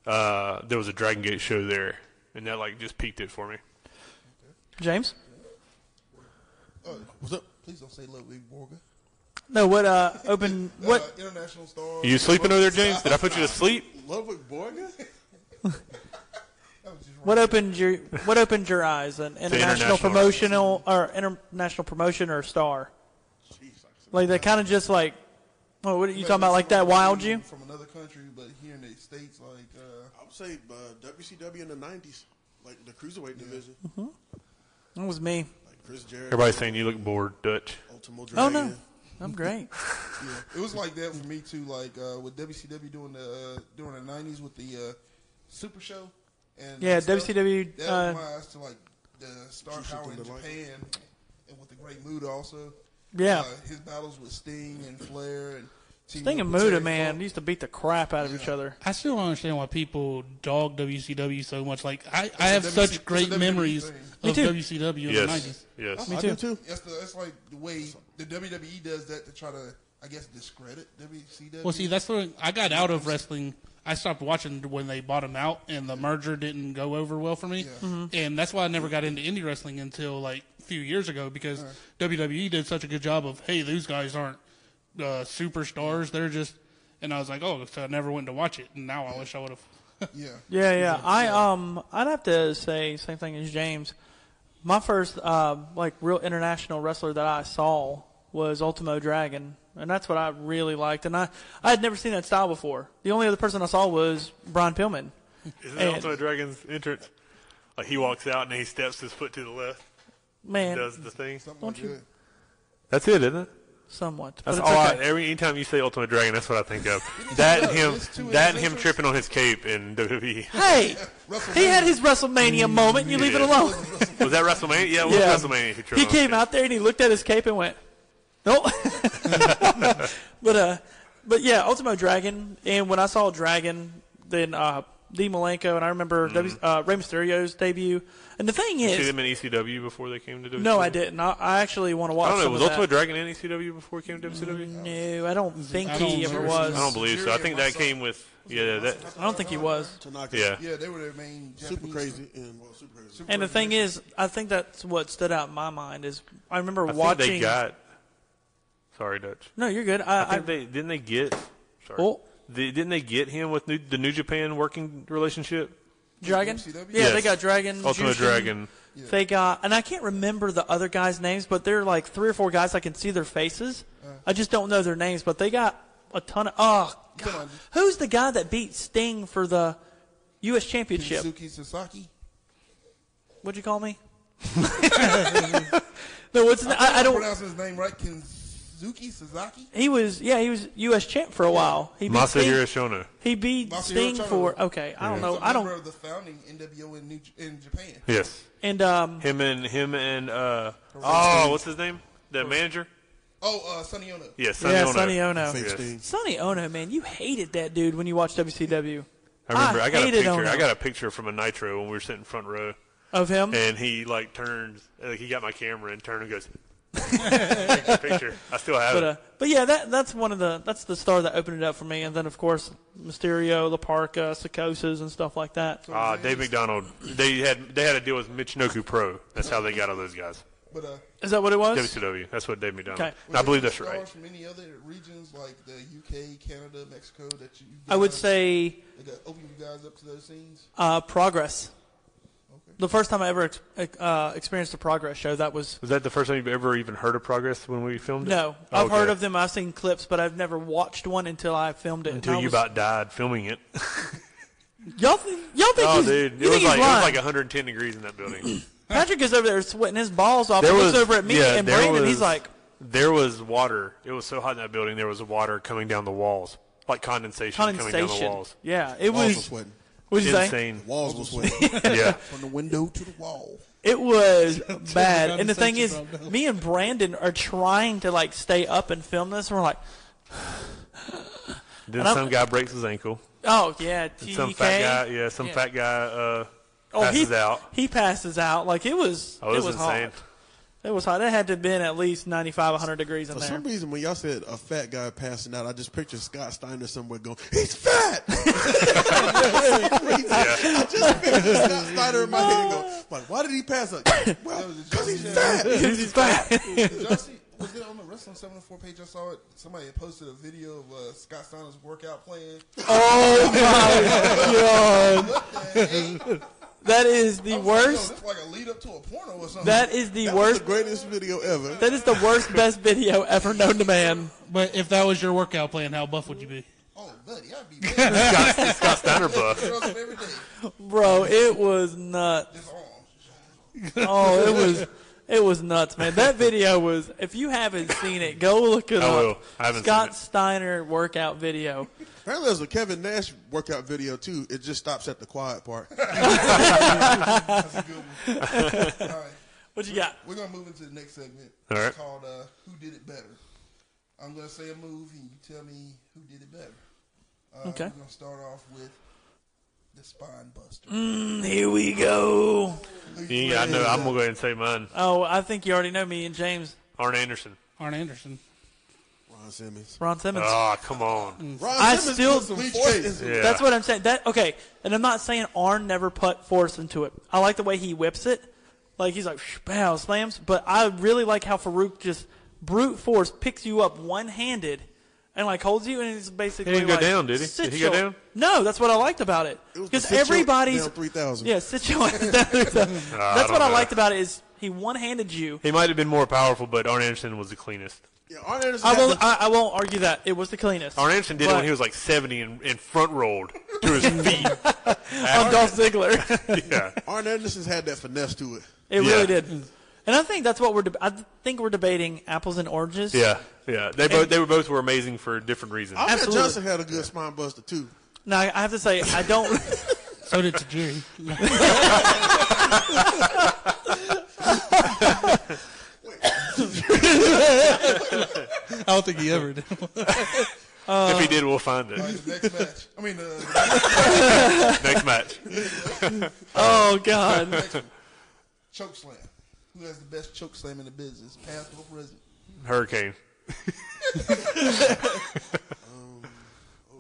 A: Uh, there was a Dragon Gate show there, and that like just peaked it for me.
I: James.
H: What's up?
G: Please don't say Ludwig Borga.
I: No. What? Uh. Open. What?
G: Uh, international star.
A: You sleeping over there, James? Did I put you to sleep?
H: Ludwig Borga?
I: What opened your What opened your eyes? An international,
A: international
I: promotional or international promotion or star? Like that kind of just like. Oh, what are you talking about? Like that wild you?
G: From another country, but here in the states, like uh,
H: I would say uh, WCW in the '90s, like the cruiserweight division,
I: That was me.
H: like Chris Jericho,
A: Everybody's saying you look bored, Dutch.
H: Ultimo
I: Oh
H: Dragon.
I: no, I'm great.
G: it was like that for me too. Like uh, with WCW doing the uh, during the nineties with the uh, Super Show. And
I: Yeah,
G: that stuff.
I: WCW,
G: That
I: uh,
G: opened my eyes to like the star
H: Juicy
G: power in
H: Thunder Liger.
G: Japan, and with the Great Muda also.
I: Yeah.
G: Uh, his battles with Sting and Flair and teaming
I: Sting
G: up
I: and
G: with
I: Muda,
G: Terry
I: man,
G: Funk.
I: they used to beat the crap out of each other.
F: I still don't understand why people dog WCW so much. Like I, I
G: a
F: have
G: WC it's a
F: such great
G: WWE
F: memories
G: thing.
I: Me
F: of
I: too.
F: WCW in the
A: Yes,
F: nineties.
A: yes.
I: Me
H: I
I: too.
H: do too.
G: That's the that's like the way the E WWE does that to try to I guess discredit WCW.
F: Well, see, that's the I got out of wrestling. I stopped watching when they bought him out, and the merger didn't go over well for me. And that's why I never got into indie wrestling until like a few years ago because WWE did such a good job of hey, these guys aren't uh, superstars; they're just. And I was like, oh, so I never went to watch it, and now I wish I would have.
G: Yeah.
E: Yeah, yeah. I um, I'd have to say same thing as James. My first uh, like real international wrestler that I saw was Ultimo Dragon, and that's what I really liked. And I I had never seen that style before. The only other person I saw was Brian Pillman.
A: Isn't that
E: And-
A: also a dragon's entrance? Like he walks out and he steps his foot to the left,
E: Man,
A: does the thing.
G: Something like
E: Don't you-
G: that.
A: That's it, isn't it?
E: somewhat. But
A: That's
E: it's
A: all. I,
E: okay.
A: every anytime you say Ultimate Dragon, that's what I think of. that and
G: It's two
A: him, that and him
G: interceptions.
A: tripping on his cape in E. WWE.
E: Hey,
G: WrestleMania.
E: he had his WrestleMania moment. You leave it
A: Yeah.
E: alone.
A: was that WrestleMania? Yeah, it was WrestleMania. He, tripped
E: He
A: on his
E: came
A: cape.
E: out there and he looked at his cape and went, "Nope." but uh, but yeah, Ultimo Dragon. And when I saw Dragon, then uh, D Malenko, and I remember w, uh, Rey Mysterio's debut. And the thing
A: Mm-hmm. See
E: is,
A: them in ECW before they came to WWE.
E: no, I didn't. I, I actually want to watch.
A: I don't know.
E: some
A: Was
E: of
A: Ultimate
E: that.
A: Dragon in ECW before he came to WCW?
E: No, I don't think
F: I
E: he
F: don't
E: ever
F: remember
E: was.
A: I don't believe so. I think that came with yeah. That
E: I don't think he was.
H: Tanaka.
A: yeah.
G: Yeah, they were their main Japanese.
H: Super crazy and well, super crazy.
E: And the thing is, I think that's what stood out in my mind is I remember
A: I think
E: watching.
A: they got. Sorry, Dutch.
E: no, you're good. I,
A: I
E: I,
A: think they didn't they get. Sorry.
E: Oh.
A: They- didn't they get him with new, the New Japan working relationship?
E: Dragon. Yeah,
G: WCW?
E: they
A: Yes.
E: got Dragon.
A: Ultimate
E: Jushin.
A: Dragon.
E: They got, and I can't remember the other guys' names, but they're like three or four guys. I can see their faces. I just don't know their names, but they got a ton of. Oh, God. who's the guy that beat Sting for the U.S. Championship?
G: Suzuki Sasaki.
E: What'd you call me? no, what's the, I, I don't.
G: pronounce his name right. Kenzuki Sasaki.
E: He was, yeah, he was U.S. champ for a while. He beat Sting.
A: Masahiro Shona.
E: He beat
G: Masahiro
E: Sting
G: Chono.
E: for okay. I don't know.
G: He's a
E: I
G: member
E: don't.
G: of the founding NWO in, New, in Japan.
A: Yes.
E: And um,
A: Him and him and uh oh, what's his name? The manager?
G: Oh, uh, Sonny Ono.
A: Yes, Sonny
E: yeah,
A: Ono.
E: Sonny Ono.
H: Fake
A: Yes.
H: Sting.
E: Sonny Ono, man, you hated that dude when you watched WCW
A: I remember.
E: I
A: I, got a
E: hated
A: picture.
E: Ono.
A: I got a picture from a Nitro when we were sitting front row,
E: of him.
A: and he like turned. Like, he got my camera and turned and goes. Take the picture. I still have
E: But
A: it.
E: uh, but yeah, that that's one of the that's the star that opened it up for me. And then of course Mysterio, La Parca, Psychosis, and stuff like that.
A: Ah, Dave McDonald. They had they had a deal with Michinoku Pro. That's how they got all those guys.
G: But uh,
E: Is that what it was?
A: WCW. That's what Dave McDonald.
E: Okay.
A: And I believe that's
G: stars
A: right.
G: From any other regions like the UK, Canada, Mexico, that you.
E: I would say
G: They got open you guys up to those scenes.
E: uh, Progress. The first time I ever ex- uh, experienced a Progress show, that was
A: Was that the first time you've ever even heard of Progress when we filmed it? Oh,
E: no. I've
A: Okay.
E: heard of them. I've seen clips, but I've never watched one until I filmed it. and
A: Until
E: I
A: you
E: was-
A: about died filming it.
E: y'all th- y'all think
A: oh,
E: he's,
A: dude,
E: you
A: it was
E: think he's
A: like it was
E: lying.
A: like 110 degrees in that building.
E: Patrick is over there sweating his balls off.
A: There
E: he looks
A: was-
E: over at me
A: yeah,
E: and
A: there
E: Brandon. he's
A: was-
E: like,
A: There was water. It was so hot in that building. There was water coming down the walls, like condensation, coming down the
E: condensation.
A: walls.
E: Yeah, it
H: Walls were
E: was.
H: sweating.
E: What'd you say?
A: Insane.
H: Walls were sweating.
A: yeah.
G: From the window to the wall.
E: It was bad.
F: down
E: And the
F: the
E: thing is,
F: station from now.
E: me and Brandon are trying to like stay up and film this. And we're like,
A: Then
E: And I'm-
A: some guy breaks his ankle.
E: oh yeah,
A: And
E: TK.
A: some fat guy. Yeah. Some
E: Yeah.
A: fat guy uh,
E: oh,
A: passes
E: he
A: out.
E: He passes out. Like it was.
A: Oh, it was, insane.
E: hot. It was hot. It had to have been at least 95, 100 degrees in
H: For
E: there.
H: some reason, when y'all said a fat guy passing out, I just pictured Scott Steiner somewhere going, "He's fat." I just pictured Scott Steiner in my head and go, "Like, why did he pass out? Well, because he's fat."
E: Because he's fat.
G: Did y'all see? Was it on the Wrestling 74 page? I saw it. Somebody had posted a video of uh, Scott Steiner's workout plan.
E: Oh, that is the worst.
G: Oh, That's like a lead up to a porno or something.
E: That is the worst.
H: The greatest video ever.
E: That is the worst best video ever known to man.
F: But if that was your workout plan, how buff would you be?
G: oh, buddy, I'd be bad.
A: Scott Steiner buff.
G: Girls every day.
E: Bro, it was nuts.
G: It's on.
E: Oh, it was it was nuts, man. That video was if you haven't seen it, go look it
A: I
E: up.
A: will. I haven't
E: Scott
A: seen it.
E: Steiner workout video.
H: Apparently, there's a Kevin Nash workout video too. It just stops at the quiet part.
G: All right.
E: What you got?
G: We're going to move into the next segment.
A: All right.
G: It's called uh, Who Did It Better? I'm going to say a move and you tell me who did it better. Uh,
E: Okay.
G: We're going to start off with the Spine Buster.
E: Here we go.
A: Yeah, I know. I'm gonna go ahead and say mine.
E: Oh, I think you already know me and James.
A: Arn Anderson.
F: Arn Anderson.
H: Ron Ron Simmons.
E: Ron Simmons.
A: Ah, come on.
H: Ron
E: I
H: Simmons
E: still-
H: put some force into it.
A: Yeah.
E: That's what I'm saying. That okay, and I'm not saying Arn never put force into it. I like the way he whips it, like he's like "Shh, pow slams. But I really like how Farouk just brute force picks you up one handed, and like holds you, and he's basically
A: He didn't go
E: like,
A: down, did he?
E: "Sit
A: Did he go
E: your-"
A: down?
E: No, that's what I liked about it
H: It was
E: because
H: the sit your-
E: everybody's
H: down 3,000.
E: Yeah, sit your ass down. that's
A: don't
E: what I
A: know.
E: liked about it is he one handed you.
A: He might have been more powerful, but Arn Anderson was the cleanest.
H: Yeah, Arn Anderson
E: I
H: had
E: won't.
H: the-
E: I, I won't argue that it was the cleanest.
A: Arn Anderson did it
E: But-
A: when he was like 70 and, and front rolled to his feet.
E: on Dolph Ziggler.
A: yeah.
H: Arn Anderson's had that finesse to it.
E: It
A: Yeah.
E: really did. And I think that's what we're. De- I think we're debating apples and oranges.
A: Yeah. Yeah. They both they were both were amazing for different reasons.
H: Ahmed
E: Absolutely.
H: Johnson had a good spine buster too.
E: Now I I have to say I don't.
F: So did Tajiri. I don't think he ever did.
E: Uh,
A: if he did, we'll find it.
G: The next match. I mean, uh,
A: Next match.
E: oh God.
G: choke slam. Who has the best choke slam in the business, past or present?
A: Hurricane.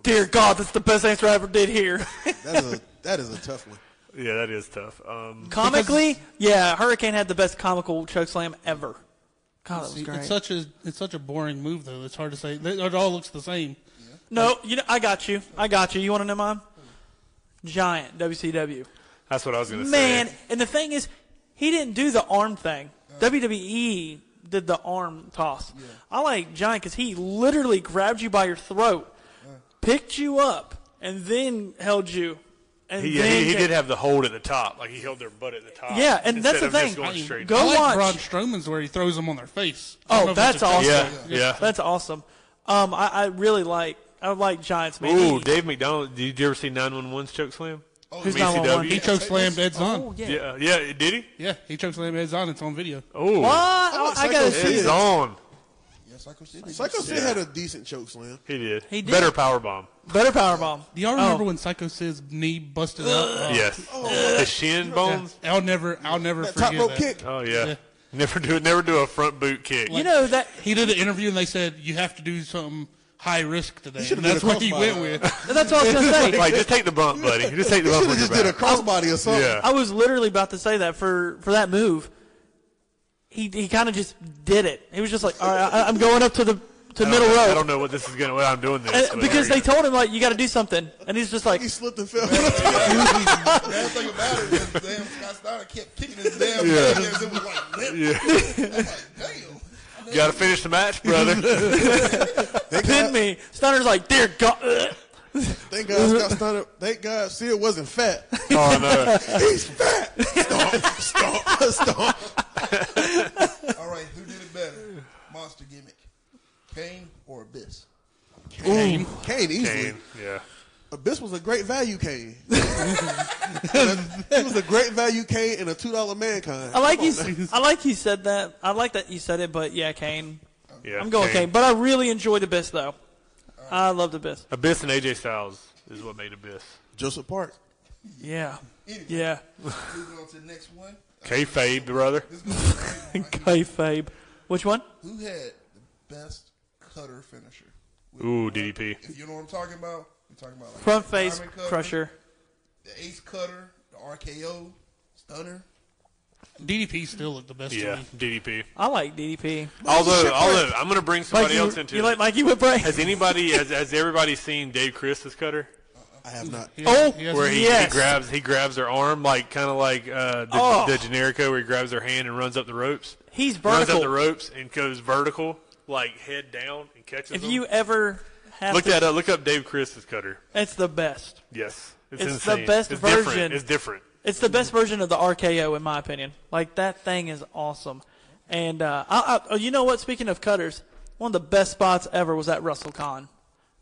E: Dear God, that's the best answer I ever did here.
H: That is a that is a tough one.
A: Yeah, that is tough. Um,
E: Comically, yeah, Hurricane had the best comical chokeslam ever. God, that was great.
F: It's such a it's such a boring move though. It's hard to say. They- It all looks the same.
E: no, you know, I got you. I got you. You want to know mine? Giant WCW.
A: that's what I was going to say.
E: Man, and the thing is, he didn't do the arm thing. WWE did the arm toss. I like Giant because he literally grabbed you by your throat, picked you up, and then held you. And
A: He, yeah,
E: then
A: he, he
E: ca-
A: did have the hold at the top. Like, he held their butt at the top.
E: Yeah, and that's
A: instead
E: the
A: of just
E: thing.
A: going
F: I mean,
A: straight
E: go-
F: I like
E: watch.
F: Braun Strowman's where he throws them on their face. I don't know
E: Oh,
F: if it's
E: that's
F: a-
E: awesome.
A: Yeah, yeah.
E: That's awesome. Um, I, I really like I like Giants. Man,
A: Ooh,
E: He-
A: Dave McDonald. Did you ever see 911's choke slam?
E: who's
A: from
E: Oh, not on
A: ECW?
E: one?
F: He choke slammed Ed Zahn.
E: Oh, yeah.
A: Yeah, yeah. Did he?
F: Yeah, he choke slammed Ed Zahn. It's on video.
A: Oh,
E: What? I,
H: like
E: I gotta
H: Psycho
E: see.
H: Sid.
A: he's on.
G: Yes, Psycho City.
H: Psycho Sid had a decent choke slam.
A: He did.
E: He did.
A: Better power bomb.
E: Better power bomb.
F: Do y'all remember when Psycho Sid's knee busted out?
A: Yes.
E: Oh.
A: The shin bones.
F: I'll never, I'll never
H: That
F: forget
H: top rope
F: that.
H: kick.
A: Oh yeah.
F: Yeah.
A: Never do never do a front boot kick.
E: You know that
F: He did an interview and they said you have to do something high risk today.
H: should've
F: And
H: done
F: that's
H: a
F: what he
H: crossbody.
F: went with.
E: that's all I was gonna say.
A: like just take the bump, buddy. Just take the bump.
H: Should have
A: on your
H: just did a
A: back.
H: crossbody or something.
A: yeah.
E: I was literally about to say that for for that move. He he kind of just did it. He was just like, all right, I, I'm going up to the to
A: I
E: middle
A: don't- I
E: row
A: don't know what this is gonna. What I'm doing this
E: And- because they told him like you got to do something, and he's just like,
H: He slipped and fell.
G: Bad thing about it is damn Scott Steiner kept kicking his damn
A: Yeah.
G: legs. It was like, limp.
A: you got to finish the match, brother.
E: pin me. Stunner's like, dear God. ugh."
H: Thank God Scott Steiner. Thank God Sid wasn't fat.
A: oh no.
H: He's fat. Stomp, stomp, stomp.
G: All right, who did it better? Monster gimmick, Kane or Abyss?
H: Kane. Kane easily.
A: Kane. Yeah.
H: Abyss was a great value Kane. he was a great value Kane and a two dollar mankind.
E: I like you. s- I like you said that. I like that you said it, but yeah, Kane.
A: Yeah.
E: I'm going Kane, but I really enjoyed Abyss though. I loved Abyss.
A: Abyss and AJ Styles is what made Abyss.
H: Joseph Park.
E: Yeah,
G: Anyway.
E: yeah.
G: Moving on to the next one.
A: Kayfabe, brother.
G: This goes to
E: Kayfabe. Which one?
G: who had the best cutter finisher?
A: Ooh, DDP.
G: If you know what I'm talking about, you're talking about like
E: Front
G: the
E: face
G: diamond cutter,
E: crusher.
G: the ace cutter, the RKO, stunner.
F: DDP still looked the best to
A: Yeah,
F: me.
A: DDP.
E: I like DDP.
A: Although, although I'm gonna bring somebody
E: you,
A: else into
E: you
A: it.
E: like Mikey Whipwreck?
A: has anybody has, has everybody seen Dave Chris's cutter?
H: I have not.
F: He-
E: Oh,
F: he has-
A: where he, he
E: Yes.
A: grabs he grabs her arm like kind of like uh, the,
E: Oh.
A: the generico where he grabs her hand and runs up the ropes
E: He's
A: runs up
E: vertical.
A: the ropes and goes vertical like head down and catches
E: if
A: them.
E: you ever have
A: look
E: to,
A: that up look up Dave Chris's cutter
E: it's the best.
A: yes it's,
E: It's the
A: insane.
E: best
A: it's
E: version.
A: different. it's different
E: It's the best version of the RKO in my opinion. Like that thing is awesome. And uh, I, I, oh, you know what? Speaking of cutters, one of the best spots ever was at WrestleCon,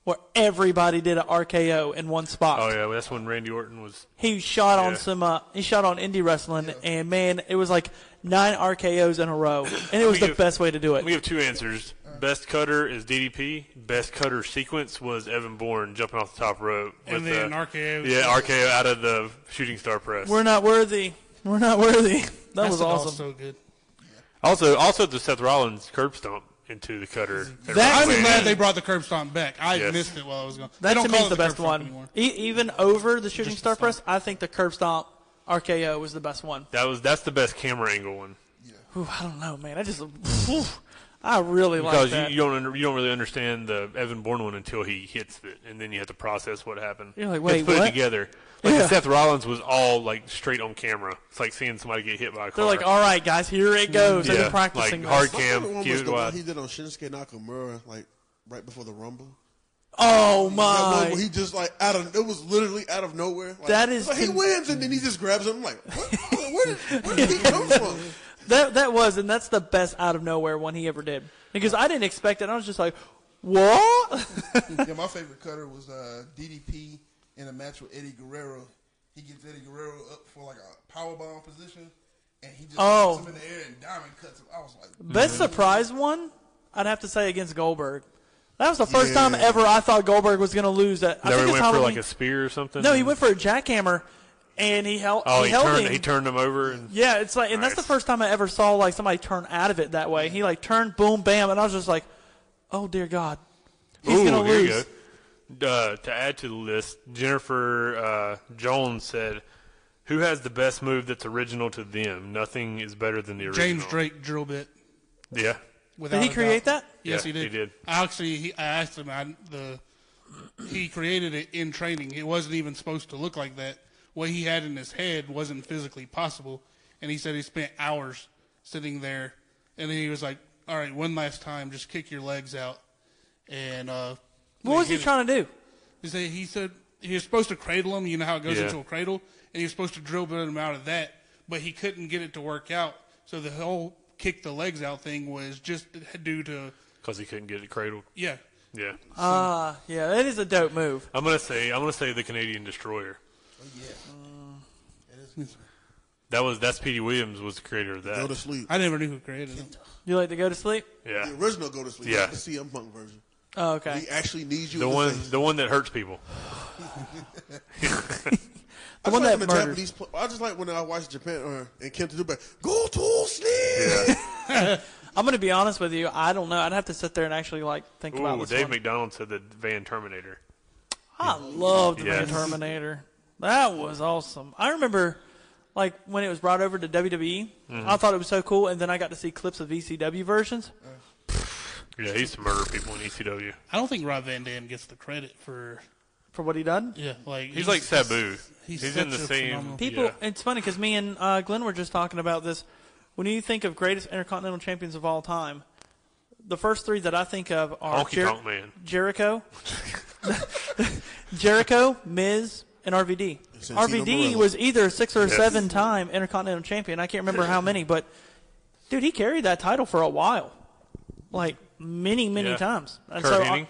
E: where everybody did an RKO in one spot.
A: oh yeah well, that's when Randy Orton was
E: He shot on
A: Yeah.
E: some. Uh, he shot on indie wrestling, and man, it was like nine RKOs in a row, and it was the
A: give-
E: best way to do
A: we
E: it.
A: have two answers best cutter is DDP best cutter sequence was Evan Bourne jumping off the top rope
F: And
A: with
F: then
A: the-
F: RKO.
A: yeah RKO out of the shooting star press
E: We're not worthy. We're not worthy. That was
F: That's
E: awesome.
F: So good.
A: also also the Seth Rollins curb stomp into the cutter. every
F: I'm
A: way.
F: glad they brought the curb stomp back. I
A: Yes.
F: missed it while I was gone.
E: That
F: they don't
E: to me
F: call
E: is
F: it
E: the
F: curb
E: best
F: stomp
E: one.
F: anymore.
E: E- even over the shooting
F: Just the
E: star press, I think the curb stomp RKO was the best one.
A: that was that's the best camera angle one
E: Ooh, I don't know, man. I just, whew, I really like
A: because
E: that.
A: you, you don't under, you don't really understand the Evan Bourne one until he hits it, and then you have to process what happened.
E: You're like,
A: You have to
E: wait,
A: put
E: what?
A: it together. Like the
E: Yeah.
A: Seth Rollins was all like straight on camera. It's like seeing somebody get hit by a car.
E: They're like, all right, guys, here it goes. They've
A: Yeah,
E: been practicing
A: like hard
E: this.
H: My favorite
A: cam,
H: one was
A: cute,
H: the
E: uh,
H: one
A: wide.
H: he did on Shinsuke Nakamura, like right before the Rumble.
E: Oh
H: That one
E: my!
H: where he just like out of it was literally out of nowhere. Like,
E: That is
H: like, he
E: con-
H: wins and then he just grabs him. I'm like, what? where did, where did he come from?
E: That that was, and that's the best out of nowhere one he ever did because I didn't expect it. I was just like, what?
G: yeah, my favorite cutter was uh, DDP in a match with Eddie Guerrero. He gets Eddie Guerrero up for like a power bomb position, and he just
E: Oh.
G: puts him in the air and diamond cuts him. I was like,
F: Mm-hmm.
E: Best surprise one, I'd have to say against Goldberg. That was the first
H: Yeah.
E: time ever I thought Goldberg was going to lose. That I
A: Then
E: think
A: he
E: it's
A: went for
E: Halloween.
A: like a spear or something.
E: no, he went for a jackhammer, and he held.
A: Oh,
E: he,
A: he,
E: held
A: turned.
E: him.
A: He turned him over, and
E: Yeah, it's like, and that's
A: Nice.
E: the first time I ever saw like somebody turn out of it that way. He like turned, boom, bam, and I was just like, oh dear God, he's
A: Ooh,
E: going to
A: here
E: lose.
A: you go. Uh, to add to the list, Jennifer uh, Jones said, "Who has the best move that's original to them? Nothing is better than the original."
F: James Drake drill bit.
A: Yeah,
F: Without
E: he
F: a
E: create
F: doubt.
E: that?
F: Yes,
A: Yeah,
F: he did.
A: he did.
F: I actually, he, I asked him. I, the he created it in training. It wasn't even supposed to look like that. What he had in his head wasn't physically possible, and he said he spent hours sitting there. And then he was like, "All right, one last time, just kick your legs out." And uh,
E: What was he trying to do?
F: He said he said he was supposed to cradle him. You know how it goes
A: Yeah.
F: into a cradle, and he was supposed to drill bit him out of that, but he couldn't get it to work out. So the whole kick the legs out thing was just due to
A: because he couldn't get it cradled.
F: yeah.
A: Yeah,
E: Ah, yeah, that is a dope move.
A: I'm gonna say I'm gonna say the Canadian Destroyer.
G: oh yeah,
A: That was that's Petey Williams was the creator of
H: Go
A: that.
H: to sleep.
F: I never knew who created him.
E: You like to go to sleep?
A: Yeah,
H: The original go to sleep.
A: Yeah.
H: Yeah. The CM Punk version.
E: Oh, okay.
H: He actually needs you.
A: the
H: in the
A: one
H: face.
A: the one that hurts people.
H: I
E: one
H: just like
E: that
H: when
E: murdered.
H: Japanese. pl- I just like when I watch Japan or and Kenta do, but go to sleep.
E: I'm gonna be honest with you. I don't know. I'd have to sit there and actually like think about
A: Ooh,
E: this
A: Dave
E: one.
A: McDonald said the Van Terminator.
E: I loved the
A: Yes.
E: Terminator. That was awesome. I remember, like when it was brought over to WWE,
A: Mm-hmm.
E: I thought it was so cool, and then I got to see clips of ECW versions.
A: Yeah, he used to murder people in E ECW.
F: I don't think Rob Van Dam gets the credit for
E: For what he done,
F: yeah. Like
A: He's, like Sabu. He's,
F: he's
A: in the
F: such a
A: same.
F: phenomenal-
E: people.
A: yeah.
E: It's funny because me and uh, Glenn were just talking about this. When you think of greatest intercontinental champions of all time, the first three that I think of are
A: Honky
E: Jer-
A: Tonk Man.
E: Jericho, Jericho, Miz, and RVD.
H: Santino
E: RVD
H: Morello.
E: was either a six or a seven time Intercontinental Champion. I can't remember how many, but dude, he carried that title for a while, like many, many
A: Yeah.
E: times. And
A: Kurt
E: so, uh,
A: Hennig.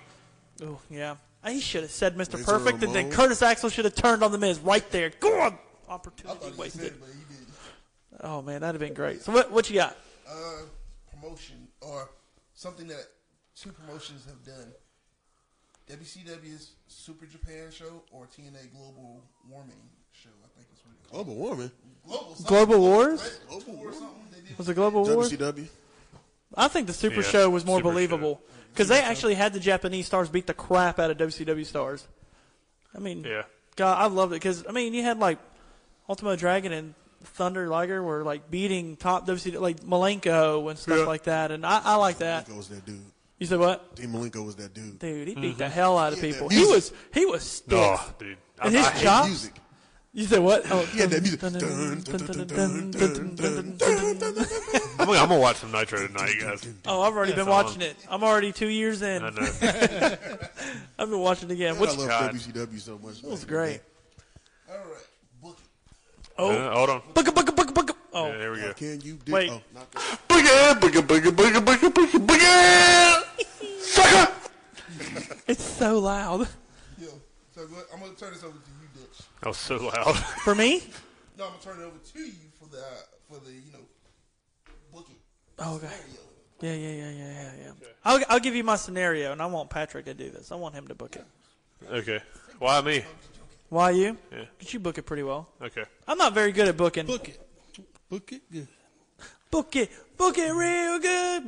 E: I, Ooh, yeah, he should have said Mr.
H: Razor
E: Perfect, and then
H: Ramon.
E: Curtis Axel should have turned on the Miz right there. Go on,
G: I
E: opportunity
G: thought he said
E: wasted.
G: it, but he didn't.
E: Oh man, that'd have been great. So what, what you got?
G: Uh, promotion or something that two promotions have done. WCW's Super Japan show or TNA Global Warming show. I think that's what it's called.
H: Global warming.
G: Global, something.
E: Global Wars?
G: Right? Global War something they did.
E: Was it Global Wars?
H: WCW.
E: I think the Super
A: Yeah,
E: Show was more
A: Super
E: believable because they actually had the Japanese stars beat the crap out of WCW stars. I mean,
A: Yeah.
E: God, I loved it because I mean, you had like Ultimo Dragon and Thunder Liger were like beating top WCW like Malenko and stuff
A: Yeah.
E: like that, and I, I like that.
H: Malenko was that dude.
E: You said what,
H: Dean Malenko was that dude.
E: dude? He beat
A: Mm-hmm.
E: the hell out of
H: Yeah,
E: people.
H: that
E: He was
H: music.
E: he was stiff.
A: Oh, dude. I,
E: And his
A: I hate-
E: job-
H: Music.
E: You said what? Oh,
H: Yeah, that music. Dun, dun, dun, dun, dun, dun, dun, dun, dun.
A: I'm, gonna- I'm gonna watch some Nitro tonight, guys.
E: Oh, I've already been
A: all.
E: watching it. I'm already two years in.
A: I know.
E: I've been watching it again.
H: I
E: Which
H: love
A: God.
H: WCW so much. It
E: was great.
G: All right, book it.
E: Oh,
A: Uh, hold on.
E: booga booga booga booga. Oh,
A: Yeah, there we go.
H: Can you do?
E: Wait.
H: Oh, not that.
A: Booga, booga, booga, booga, booga, booga, booga! Sucker!
E: it's so loud.
G: Yo, so go- I'm gonna turn this over to you, Dutch.
A: That was so loud.
E: For me?
G: No, I'm gonna turn it over to you for the for the you know book it.
E: Oh, okay.
G: Yo,
E: Yeah, yeah, yeah, yeah, yeah, yeah. I'll, I'll give you my scenario, and I want Patrick to do this. I want him to book it.
A: okay. Why me?
E: Why you?
A: Yeah.
E: Did you book it pretty well?
A: Okay.
E: I'm not very good at booking.
F: book it, book it good.
E: book it, book it real good.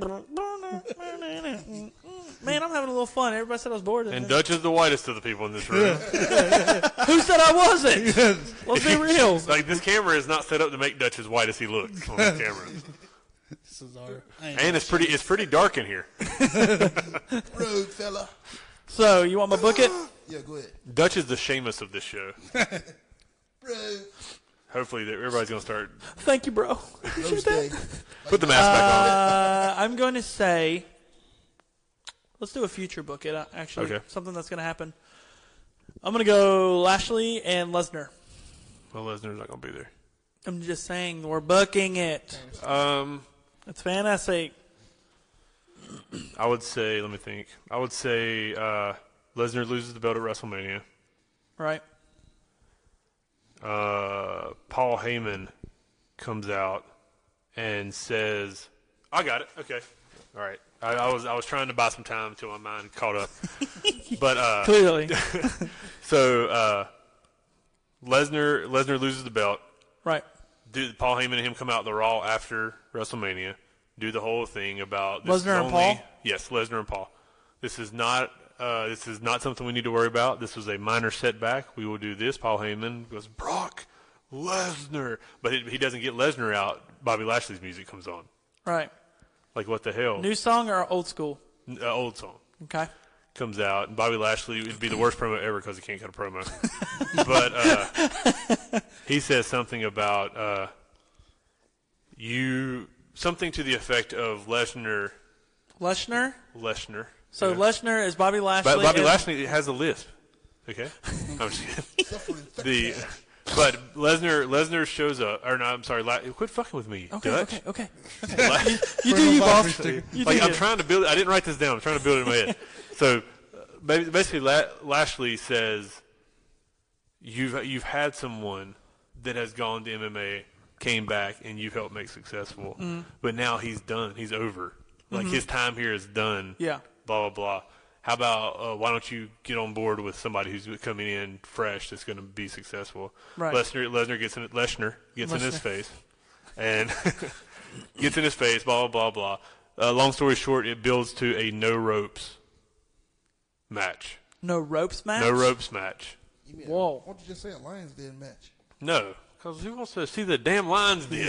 E: having a little fun. Everybody said I was bored.
A: And Dutch is the whitest of the people in this room.
E: Who said I wasn't? Let's be real.
A: like this camera is not set up to make Dutch as white as he looks on the camera.
F: This is our. I ain't-
A: And it's pretty it's pretty dark in here.
G: Road fella.
E: So you want my book it?
G: Yeah, go ahead.
A: Dutch is the Seamus of this show.
G: Road.
A: Hopefully that everybody's gonna start
E: Thank you, bro.
G: Those days.
A: put the mask back
E: Uh, I'm going to say, let's do a future book it. uh, Actually,
A: Okay.
E: something that's going to happen. I'm going to go Lashley and Lesnar.
A: on. Well Lesnar's not gonna be there.
E: I'm just saying we're booking it.
A: Um
E: It's fantastic.
A: I would say let me think. I would say uh Lesnar loses the belt at WrestleMania.
E: Right.
A: uh, Paul Heyman comes out and says, "I got it. Okay, all right." I, I was I was trying to buy some time until my mind caught up, but uh,
E: Clearly.
A: so uh, Lesnar Lesnar loses the belt.
E: right.
A: Do Paul Heyman and him come out the Raw after WrestleMania? Do the whole thing about this is
E: Lesnar and
A: only-
E: Paul?
A: Yes, Lesnar and Paul. This is not. Uh, this is not something we need to worry about. This was a minor setback. We will do this. Paul Heyman goes Brock Lesnar, but he, he doesn't get Lesnar out. Bobby Lashley's music comes on.
E: Right.
A: Like what the hell?
E: New song or old school?
A: N- uh, old song
E: Okay.
A: comes out, and Bobby Lashley it'd be the worst promo ever because he can't cut a promo. but uh, he says something about uh, you, something to the effect of Lesnar,
E: Leshner.
A: Lesnar.
E: So
A: Yeah.
E: Leshner is Bobby Lashley.
A: but Bobby
E: and-
A: Lashley has a lisp. Okay, I'm just kidding. the but Lesnar Lesnar shows up, or no, I'm sorry, La- quit fucking with me,
E: Okay,
A: Dutch.
E: okay, okay.
A: La-
E: You do you, boss.
A: like
E: did
A: I'm
E: it.
A: trying to build. I didn't write this down. I'm trying to build it in my head. So uh, ba- basically, La- Lashley says, "You've you've had someone that has gone to MMA, came back, and you've helped make successful.
E: Mm-hmm.
A: But now he's done. He's over. Like his time here is done.
E: Yeah.
A: Blah blah blah. How about uh, why don't you get on board with somebody who's coming in fresh that's going to be successful?
E: Right.
A: Lesnar Lesnar gets in Lesnar gets in his
E: Lesnar.
A: face, and gets in his face, blah, blah, blah, blah. Uh, long story short, it builds to a no ropes match.
E: No ropes match.
A: No ropes match.
G: You mean,
E: Whoa.
G: Why don't you just say a Lions Den match?
A: No. Because who wants to see the damn lines then?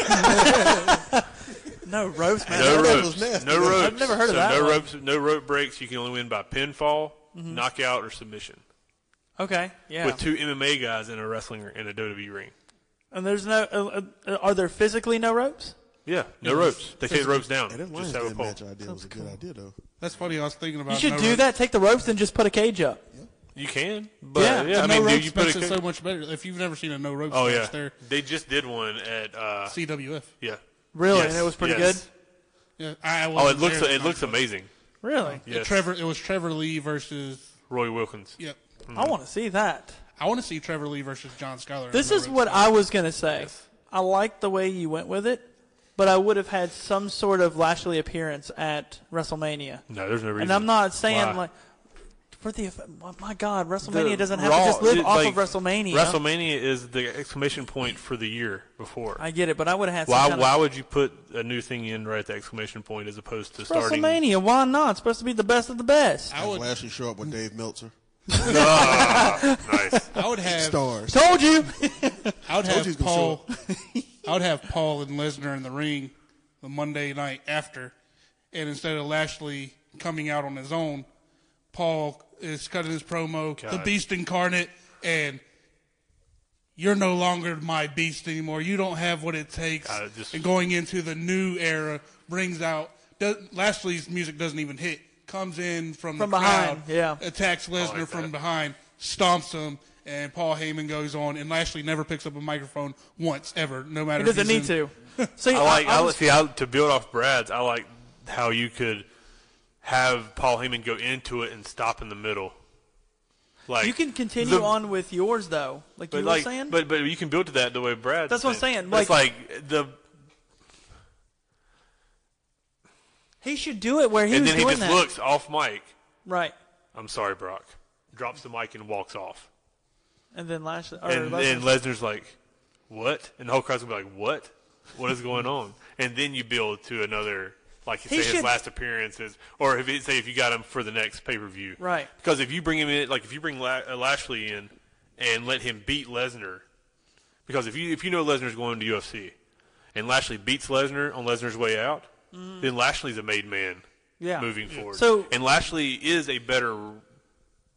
E: No ropes match.
A: no
H: that
A: ropes.
H: was nasty.
A: No ropes.
E: never heard
A: so
E: of that
A: No
E: one.
A: ropes. No rope breaks. You can only win by pinfall, knockout, or submission.
E: Okay. Yeah.
A: With two MMA guys in a wrestling in a WWE ring.
E: and there's no. Uh, uh, are there physically no ropes?
A: Yeah. No ropes. They take the ropes down.
H: Hey, that
A: Just
H: Lions
A: have a
H: Den
A: pole.
H: match idea was a good idea though.
F: That's funny. I was thinking
A: Uh,
F: about.
E: You should
F: no
E: do
F: rope.
E: that. Take the ropes and just put a cage up.
A: You can. But
E: Yeah.
A: yeah.
F: The
A: I
F: no
A: mean, do
F: ropes
A: you put
F: makes
A: a?
F: it so much better. If you've never seen a no ropes
A: oh
F: match,
A: yeah.
F: there
A: They just did one at. Uh,
F: CWF.
A: yeah.
E: Really,
A: Yes,
E: and it was pretty
A: yes.
E: good.
F: Yeah, I I
A: Oh,
F: wasn't
A: it looks
F: there.
A: it looks amazing.
E: Really,
F: Yeah,
A: Yes.
F: Trevor, it was Trevor Lee versus.
A: Roy Wilkins.
F: Yep.
E: I want to see that.
F: I want to see Trevor Lee versus John Schuyler.
E: This
F: in a
E: is
F: no
E: what
F: ropes
E: I was gonna say. I like the way you went with it, but I would have had some sort of Lashley appearance at WrestleMania.
A: No, there's no reason.
E: And I'm not saying
A: Why?
E: like for the eff- my- my God,
A: The
E: WrestleMania doesn't have
A: Raw-
E: to just live
A: it-
E: off
A: like,
E: of WrestleMania.
A: WrestleMania is the exclamation point for the year before.
E: I get it, but I would have had some
A: why
E: kind
A: why would you put a new thing in right at the exclamation point as opposed to
E: of
A: starting?
E: WrestleMania. Why not? It's supposed to be the best of the best.
F: I would.
H: Lashley show
G: Mm.
H: up with Dave Meltzer.
A: Nice.
F: I would have.
H: Stars.
E: Told you.
F: I would
H: Told you
F: have
H: he's gonna show
F: Paul. I would have Paul and Lesnar in the ring the Monday night after, and instead of Lashley coming out on his own, Paul is cutting his promo, the
A: God.
F: Beast incarnate, and you're no longer my beast anymore. You don't have what it takes.
A: I just-
F: and going into the new era brings out does, Lashley's music doesn't even hit. Comes in from,
E: From
F: the
E: behind,
F: crowd,
E: yeah.
F: attacks Lesnar
A: like
F: from
A: that.
F: behind, stomps him, and Paul Heyman goes on. And Lashley never picks up a microphone once ever, no matter.
E: It
F: if
E: doesn't need
F: he's in-
E: to. See,
A: I like. I,
E: was-
A: see. I, to build off Brad's, I like how you could have Paul Heyman go into it and stop in the middle. Like
E: you can continue
A: the-
E: on with yours though, like you
A: But
E: were
A: like,
E: saying.
A: but but you can build to that the way Brad.
E: That's what I'm saying,
A: That's like the
E: he should do it where he
A: and
E: was
A: then he
E: doing
A: just
E: that.
A: looks off mic.
E: Right,
A: I'm sorry, Brock. Drops the mic and walks off.
E: and then Lashley. Or
A: And
E: Lesnar.
A: then Lesnar's like, "What?" And the whole crowd's gonna be like, "What? What is going on?" And then you build to another like you
E: He
A: say his
E: should-
A: last appearances, or if you say if you got him for the next pay per view,
E: Right.
A: Because if you bring him in, like if you bring La- uh, Lashley in and let him beat Lesnar, because if you if you know Lesnar's going to UFC, and Lashley beats Lesnar on Lesnar's way out,
E: Mm-hmm.
A: then Lashley's a made man.
E: Yeah.
A: Moving forward.
E: So-
A: and Lashley is a better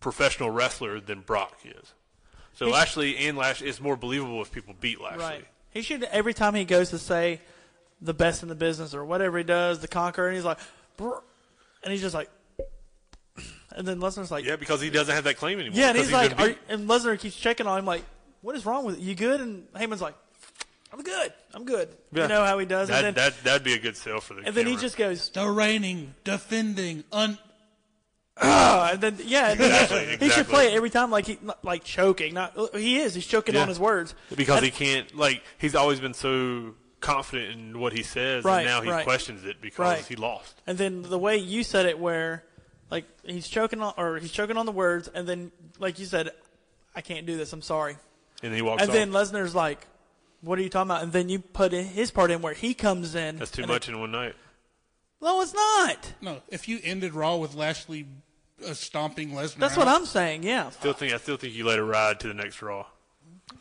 A: professional wrestler than Brock is. So Lashley and Lash it's more believable if people beat Lashley.
E: Right. He should every time he goes to say the best in the business or whatever he does, the conqueror, and he's like, "Brr," and he's just like, and then Lesnar's like,
A: Yeah, because he doesn't have that claim anymore.
E: yeah, and
A: because
E: he's
A: he's
E: like,
A: been
E: are,
A: beat.
E: you- and Lesnar keeps checking on him like, what is wrong with you? You good? And Heyman's like, I'm good, I'm good.
A: Yeah.
E: You know how he does,
A: that,
E: and then
A: that that'd be a good sell for the
E: and then he
A: camera.
E: just goes,
F: The reigning, defending, un.
E: ah, and then yeah, and then
A: Exactly,
E: he
A: exactly.
E: should play it every time like he like choking, not he is, he's choking
A: Yeah.
E: on his words
A: because
E: And-
A: he can't like he's always been so confident in what he says
E: Right,
A: and now he
E: right.
A: questions it because
E: Right.
A: he lost.
E: And then the way you said it, where like he's choking on or he's choking on the words, and then like you said, I can't do this. I'm sorry.
A: And then he walks
E: And
A: off.
E: then Lesnar's like, "What are you talking about?" And then you put in his part in where he comes in.
A: That's too
E: and
A: much
E: It,
A: in one night.
E: no, it's not.
F: No, if you ended Raw with Lashley uh, stomping Lesnar.
E: That's
F: out,
E: what I'm saying. Yeah.
A: Still think I still think you let it ride to the next Raw.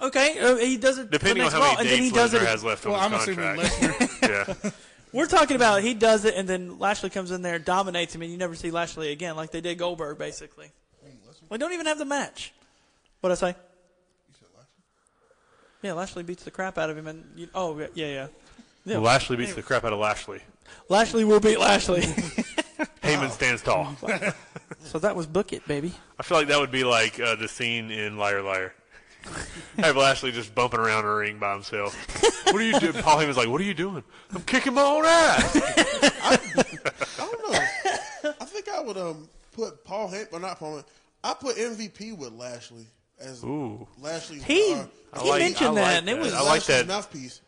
E: Okay. Uh, he does it
A: Depending
E: the
A: on
E: next
A: how
E: Raw,
A: many
E: and then he
A: dates
E: does
A: Lesnar
E: it.
A: has left
F: Well,
A: on
F: I'm
A: his
F: assuming
A: contract.
F: Lesnar.
A: yeah.
E: We're talking about he does it, and then Lashley comes in there, dominates him, and you never see Lashley again, like they did Goldberg, basically. We don't even have the match. What I say? Yeah, Lashley beats the crap out of him, and you, oh yeah, yeah, yeah.
A: Well, Lashley beats the crap out of Lashley.
E: Lashley will beat Lashley.
A: Heyman stands tall.
E: so that was book it, baby.
A: I feel like that would be like uh, the scene in Liar Liar. Have Lashley just bumping around in a ring by himself. What are you doing? Paul Heyman's like, "What are you doing? I'm kicking my own ass."
H: I don't know. I think I would um put Paul Heyman, but not Paul. Heyman. I put MVP with Lashley as
A: Ooh.
H: Lashley's.
E: He
H: uh,
A: I
E: he
A: like- I
E: mentioned
A: like
E: that, and it
A: that.
E: was.
A: I like
H: Lashley's
A: that.
H: mouthpiece.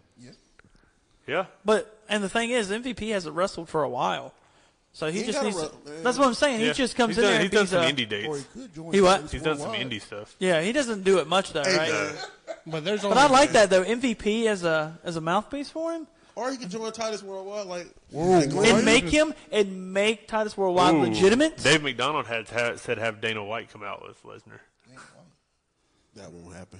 A: Yeah,
E: But and the thing is, MVP hasn't wrestled for a while, so he,
H: He
E: just
H: gotta
E: needs.
H: wrestle, man.
E: that's what I'm saying.
A: yeah.
E: He just comes
A: he's
E: in
A: done,
E: there.
A: He's
E: and
A: done
E: beats
A: some
E: a-
A: indie
G: Or he
A: dates.
G: could join.
E: He what?
G: WWE
A: He's done some
G: worldwide.
A: indie stuff.
E: Yeah, he doesn't do it much though, right?
F: But there's
E: But
F: only-
E: I like that though. MVP as a as a mouthpiece for him.
H: Or he could join Titus Worldwide. Like,
E: and make him and make Titus Worldwide
A: Ooh.
E: legitimate.
A: Dave McDonald had, had said have Dana White come out with Lesnar.
H: that won't happen.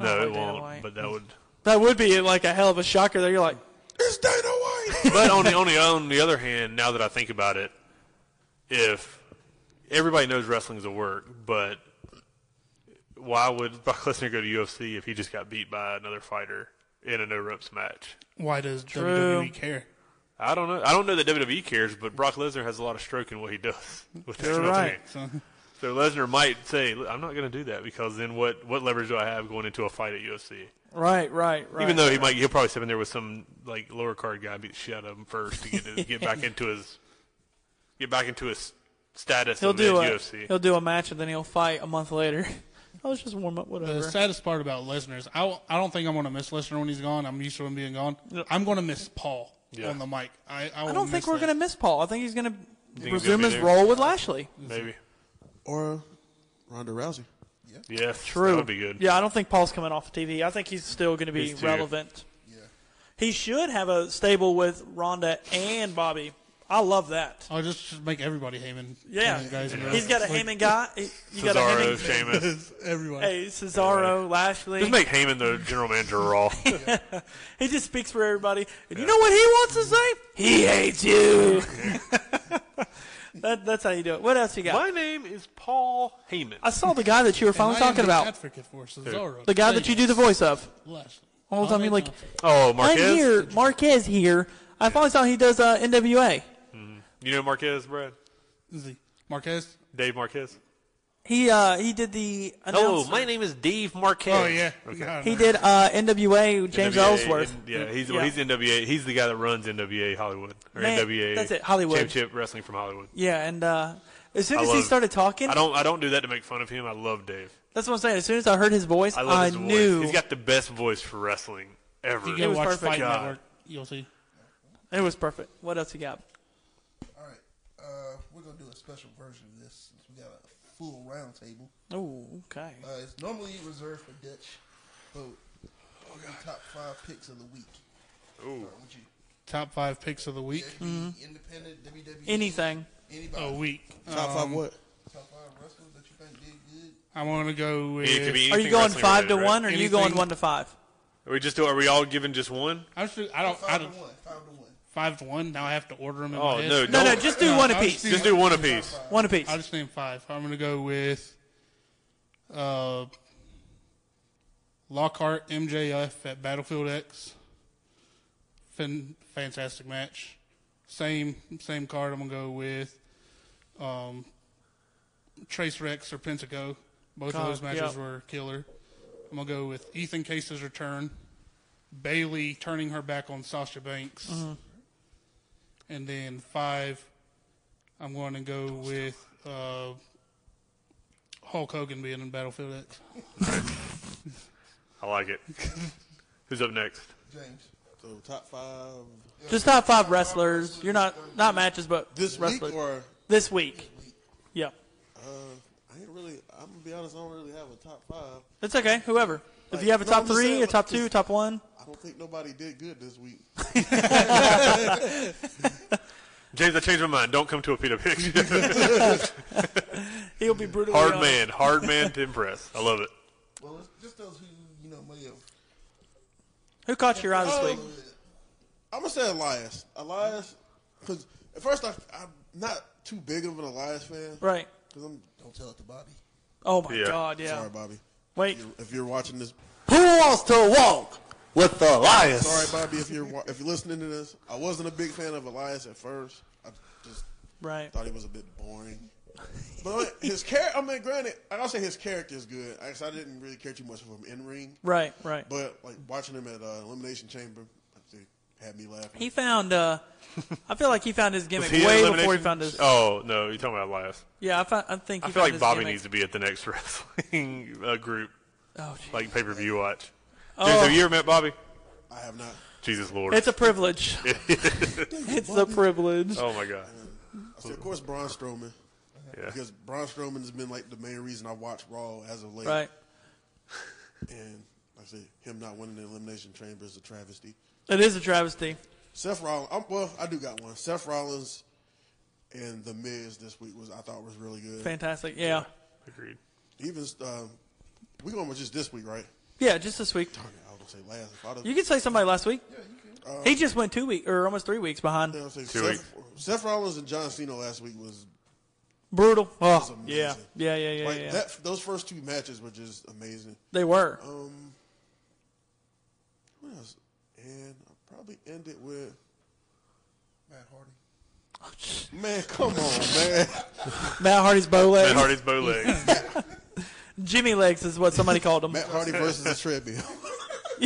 A: No, it
E: Oh, Dana
A: won't.
E: White.
A: But that would.
E: that would be like a hell of a shocker. There, you're like,
H: It's Dana White.
A: But on the on the on the other hand, now that I think about it, if everybody knows wrestling's a work, but why would Brock Lesnar go to UFC if he just got beat by another fighter in a no ropes match?
F: Why does WWE care?
A: I don't know. I don't know that WWE cares, but Brock Lesnar has a lot of stroke in what he does with this company.
E: right.
F: So,
A: So Lesnar might say, "Look, "I'm not going to do that because then what? What leverage do I have going into a fight at UFC?
E: right, right, right.
A: Even though he might, he'll probably sit in there with some like lower card guy, beat the shit out of him first to get to, get back into his get back into his status
E: he'll
A: in the
E: do a
A: UFC.
E: he'll do a match and then he'll fight a month later. I was just warm up,
F: the
E: whatever.
F: saddest part about Lesnar is I, I don't think I'm going to miss Lesnar when he's gone. I'm used to him being gone. I'm going to miss Paul
A: Yeah.
F: on the mic. I, I,
E: I don't think we're
F: going
E: gonna miss Paul. I think he's gonna
A: he's
E: resume
A: gonna be
E: his
A: there?
E: role with Lashley.
A: Maybe
H: or Ronda Rousey.
A: yes,
E: True.
A: That would be good.
E: Yeah, I don't think Paul's coming off the TV. I think he's still gonna be
A: He's too-
E: relevant. He should have a stable with Ronda and Bobby. I love that.
F: I'll just, just make everybody Heyman.
E: Yeah,
F: Heyman guys in a row.
E: he's got a
F: Like,
E: Heyman guy. he- You got a
A: Cesaro,
E: Heyman.
A: Sheamus,
F: Everybody.
E: Hey, Cesaro, Lashley.
A: just make Heyman the general manager of Raw.
E: He just speaks for everybody. And you know what he wants to say? He hates you. that, that's how you do it. What else you got?
A: My name is Paul Heyman.
E: I saw the guy that you were
F: And I
E: finally
F: am
E: talking
F: the
E: about.
F: Advocate for Cesaro.
E: The guy that you do the voice of.
F: Lashley.
E: All the time you're like,
A: Oh, Marquez.
E: I'm here, Marquez here. I finally saw he does uh, NWA.
A: You know Marquez, Brad?
F: Is he Marquez?
A: Dave Marquez.
E: He uh, he did the announcer.
A: Oh, name is Dave Marquez.
F: Oh, yeah. God,
E: he
F: no.
E: did uh, NWA James
A: NWA,
E: Ellsworth.
A: in- yeah, he's
E: Yeah.
A: well, he's NWA. He's the guy that runs NWA Hollywood or
E: Man,
A: NWA.
E: that's it, Hollywood.
A: Championship Wrestling from Hollywood.
E: Yeah, and uh, as soon
A: I
E: as he
A: love-
E: started talking,
A: I don't I don't do that to make fun of him. I love Dave.
E: that's what I'm saying. As soon as I heard his voice,
A: I
E: I,
A: love his
E: knew
A: voice. He's got the best voice for wrestling ever.
F: You go watch
E: perfect.
F: Fight
A: God.
F: Network. You'll see.
E: it was perfect. What else you got?
G: All right, uh, we're gonna do a special version of this since we got a full round table.
E: Oh, okay.
G: Uh, it's normally reserved for
F: Oh,
G: Dutch, but the top five picks of the week. Ooh. Start with you.
F: top five picks of the week.
G: That could be independent WWE.
E: Mm-hmm. Anything.
G: Anybody.
F: A week. Um,
H: Top
G: Um,
H: five what?
G: Top five wrestlers that you think did good.
F: I'm gonna go with.
A: It could be
E: Are you
A: anything
E: going
A: wrestling
E: five
A: related,
E: to
A: right?
E: one, or are you going
F: Anything.
E: one to five?
A: Are we just do, are we all giving just one?
F: I'm just, I don't. Oh, I
G: Five to
F: don't
G: one. Five to one.
F: five to one. Now I have to order them. In
A: Oh
F: my head.
A: no,
E: No, no,
A: don't-
E: just do one
F: I'll
E: apiece.
F: just
A: just do one apiece.
E: One apiece.
F: I'll just name five. I'm gonna go with uh, Lockhart MJF at Battlefield X. Fin- fantastic match. Same same card. I'm gonna go with um, Trace Rex or Pentaco. Both
E: God,
F: of those matches
E: Oh, yeah.
F: were killer. I'm gonna go with Ethan Case's return, Bailey turning her back on Sasha Banks,
E: Mm-hmm.
F: and then five. I'm going to go with uh, Hulk Hogan being in Battlefield X.
A: I like it. Who's up next?
G: James.
H: So top five
E: Just top five wrestlers. You're not not matches, but
H: this
E: wrestlers.
H: week or
E: this week. Yeah,
H: uh, I ain't really. I'm gonna be honest. I don't really have a top five.
E: it's okay. Whoever. If
H: Like,
E: you have a
H: no,
E: top
H: I'm just
E: three,
H: saying,
E: a top
H: like,
E: two, a top one.
H: I don't think nobody did good this week.
A: James, I changed my mind. Don't come to a Peter Pick.
E: He'll be brutally
A: hard
E: honest.
A: man, hard man to impress. I love it.
G: Well, it's just those who, you know, may have.
E: Who caught your eye this week?
H: Oh. I'm gonna say Elias. Elias, because at first I, I'm not too big of an Elias fan.
E: Right.
H: Because I'm
G: Don't tell it to Bobby.
E: Oh my
A: Yeah.
E: God. Yeah.
H: sorry, Bobby.
E: Wait.
H: If you're watching this,
C: Who wants to walk with Elias?
H: sorry, Bobby. If you're wa- if you're listening to this, I wasn't a big fan of Elias at first. I just
E: Right.
H: thought he was a bit boring. But his character, I mean, granted, I gotta say his character is good. I guess I didn't really care too much for him in ring,
E: Right. Right.
H: but like watching him at uh, Elimination Chamber, like, dude, had me laughing.
E: He found. uh I feel like he found his gimmick
A: Was he in
E: way before he
A: elimination?
E: found his.
A: Oh no, you're talking about Elias.
E: Yeah, I, fi- I think. He
A: I feel
E: found
A: like
E: his
A: Bobby
E: gimmick.
A: needs to be at the next wrestling uh, group,
E: Oh, gee.
A: like pay per view watch. James,
E: Oh.
A: have you ever met Bobby?
H: I have not.
A: Jesus Lord.
E: It's a privilege. it's a privilege.
A: oh my God.
H: I said, of course, Braun Strowman.
A: Yeah.
H: Because Braun Strowman has been like the main reason I watch Raw as of late.
E: Right.
H: And like I said, him not winning the Elimination Chamber is a travesty.
E: It is a travesty.
H: Seth Rollins, i well, I do got one. Seth Rollins and The Miz this week was I thought was really good.
E: Fantastic. Yeah.
A: Agreed.
H: Even um, we going with just this week, right?
E: Yeah. Just this week.
H: Darn it, I was gonna say last. If I'd have-
E: You could say somebody last week. he just went two weeks or almost three weeks behind.
H: I was gonna say
A: Two
H: Seth, Seth Rollins and John Cena last week was
E: Brutal. Oh,
H: amazing.
E: yeah, yeah, yeah, yeah.
H: like
E: yeah.
H: that. Those first two matches were just amazing.
E: they were.
H: Um, what else? And I'll probably end it with
G: Matt Hardy.
H: man, come on, man.
E: Matt Hardy's bow legs.
A: Matt Hardy's bow legs.
E: Jimmy legs is what somebody called him.
H: Matt Hardy versus the treadmill. oh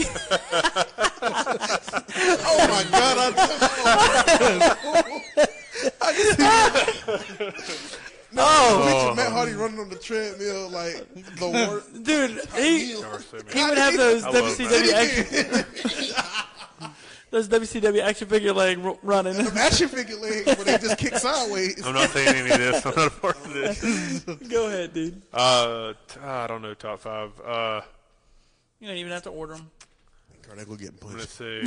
H: my god! I,
E: oh,
H: picture Matt Hardy running on the treadmill like the worst.
E: dude, he he would have those
A: I love
E: WCW action, those WCW action figure leg r- running.
H: Action figure legs where they just kick sideways.
A: I'm not saying any of this. I'm not a part of this.
E: Go ahead, dude.
A: Uh, t- I don't know top five. Uh,
E: You don't even have to order them.
H: Girl, they go get punched.
A: let's see.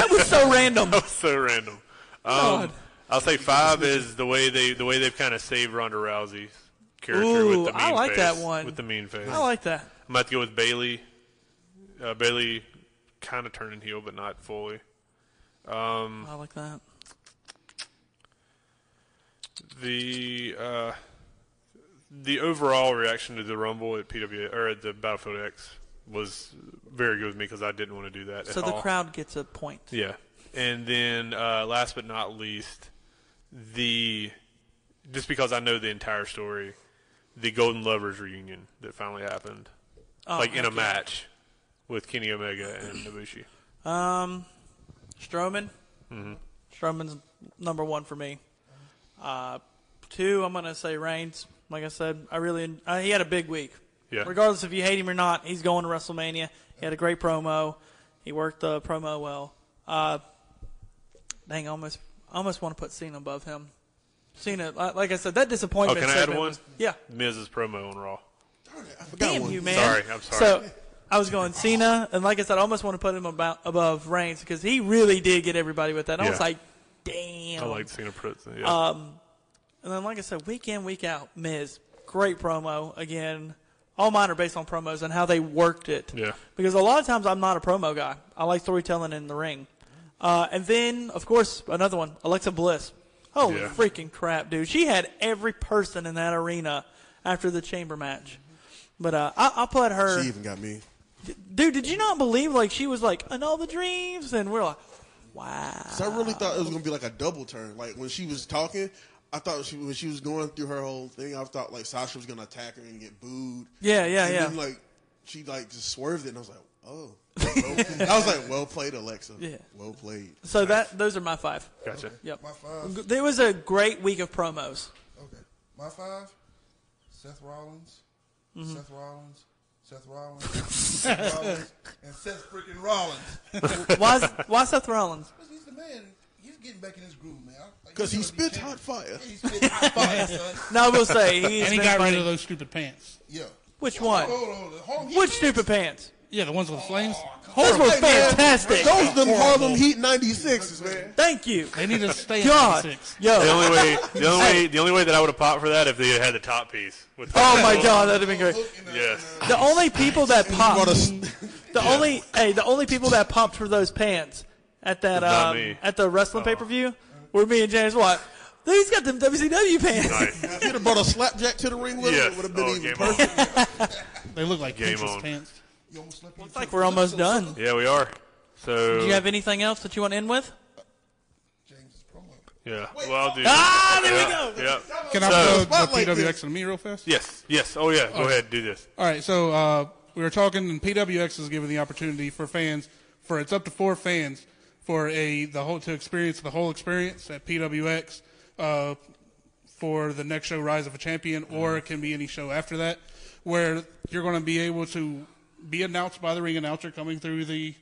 E: That was so random.
A: so random. Um,
E: God.
A: I'll say five is the way they the way they've kind of saved Ronda Rousey's character
E: Ooh,
A: with the mean
E: I like
A: face,
E: that one.
A: With the mean face,
E: I like that.
A: I'm about to go with Bailey. Uh, Bailey kind of turning heel, but not fully.
E: I like that.
A: The uh, the overall reaction to the Rumble at PW or at the Battlefield X was very good with me because I didn't want to do that.
E: So
A: at
E: the
A: all.
E: crowd gets a point.
A: Yeah. And then uh, last but not least, the just because I know the entire story, the Golden Lovers reunion that finally happened,
E: Oh,
A: like in a match with Kenny Omega and Nabushi.
E: Um, Strowman.
A: Mm-hmm.
E: Strowman's number one for me. Uh, two, I'm gonna say Reigns. Like I said, I really uh, he had a big week.
A: Yeah.
E: Regardless if you hate him or not, he's going to WrestleMania. He had a great promo. He worked the promo well. Uh, dang, I almost I almost want to put Cena above him. Cena, li- like I said, that disappointment.
A: Oh, can I add
E: segment
A: one?
E: was- yeah.
A: Miz's promo on Raw.
E: Damn you, man.
A: Sorry, I'm sorry.
E: So I was going Cena, and like I said, I almost want to put him about, above Reigns because he really did get everybody with that. And I was
A: Yeah.
E: like, damn.
A: I like Cena Pritz. Yeah.
E: uh, And then, like I said, week in, week out, Miz, great promo. Again, all mine are based on promos and how they worked it.
A: Yeah.
E: Because a lot of times I'm not a promo guy. I like storytelling in the ring. Uh, and then, of course, another one, Alexa Bliss. Holy
A: Yeah.
E: freaking crap, dude. She had every person in that arena after the chamber match. But uh, I, I put her.
H: She even got me.
E: Dude, did you not believe? Like, she was like, and all the dreams? And we're like, wow.
H: So I really thought it was gonna be like a double turn. Like when she was talking, I thought she when she was going through her whole thing, I thought like Sasha was gonna attack her and get booed.
E: Yeah, yeah,
H: and
E: yeah.
H: Then, like she like just swerved it, and I was like, oh. Well- I was like, well played, Alexa.
E: Yeah.
H: Well played.
E: So that those are my five.
A: gotcha.
E: Yep.
G: My five.
E: G- There was a great week of promos.
G: Okay. My five. Seth Rollins. Seth Rollins. Seth Rollins. Seth Rollins. And Seth freaking Rollins.
E: Why, is, why Seth Rollins?
G: Because he's the man. He's getting back in his groove, man. I- like,
H: Because he
G: he's gonna
H: spits
G: be
H: hot fire.
G: champion. Yeah, he spits hot fire, son.
E: No, I will say he's
F: and
E: been
F: he got rid
E: fighting-
F: of those stupid pants.
G: Yeah.
E: Which one?
G: Hold on, hold on. Harlem Heat
E: Which
G: fans?
E: stupid pants?
F: Yeah, the ones with the flames.
E: Those were fantastic.
H: Those them Harlem Heat 96s, man.
E: Thank you.
F: They need to stay on
E: God,
F: six.
A: The
E: yo.
A: only way, the only way, the only way that I would have popped for that if they had had the top piece. With the-
E: Oh my God, that'd have been great.
G: Hook and a-
A: Yes.
E: The only people that
H: Brought
E: popped,
H: us-
E: the only hey, the only people that popped for those pants at that
A: Not
E: um,
A: me. Uh-uh.
E: at the wrestling pay per view were me and James Watt. Dude, he's got them WCW pants.
A: Nice.
H: If he'd have brought a slapjack to the ring with him,
A: Yes.
H: it would have been
A: Oh,
H: even
A: game
H: perfect.
A: on.
F: They look like
A: Game
F: Pinterest
A: on.
F: pants.
G: You almost slept on
E: It's like we're almost done.
A: Yeah, we are. So
E: Do you have anything else that you want to end with?
G: James's promo.
A: yeah, well, I'll do.
E: Ah, there
A: yeah,
E: we go.
A: Yeah.
F: Can
A: So-
F: I plug
H: Spotlight
F: the
H: this.
F: PWX and me real fast?
A: Yes. Yes. Oh yeah. Go ahead. Do this.
F: All right, so uh, we were talking, and PWX is giving the opportunity for fans for it's up to four fans for a the whole to experience the whole experience at PWX uh, for the next show, Rise of a Champion, or it can be any show after that, where you're going to be able to be announced by the ring announcer coming through the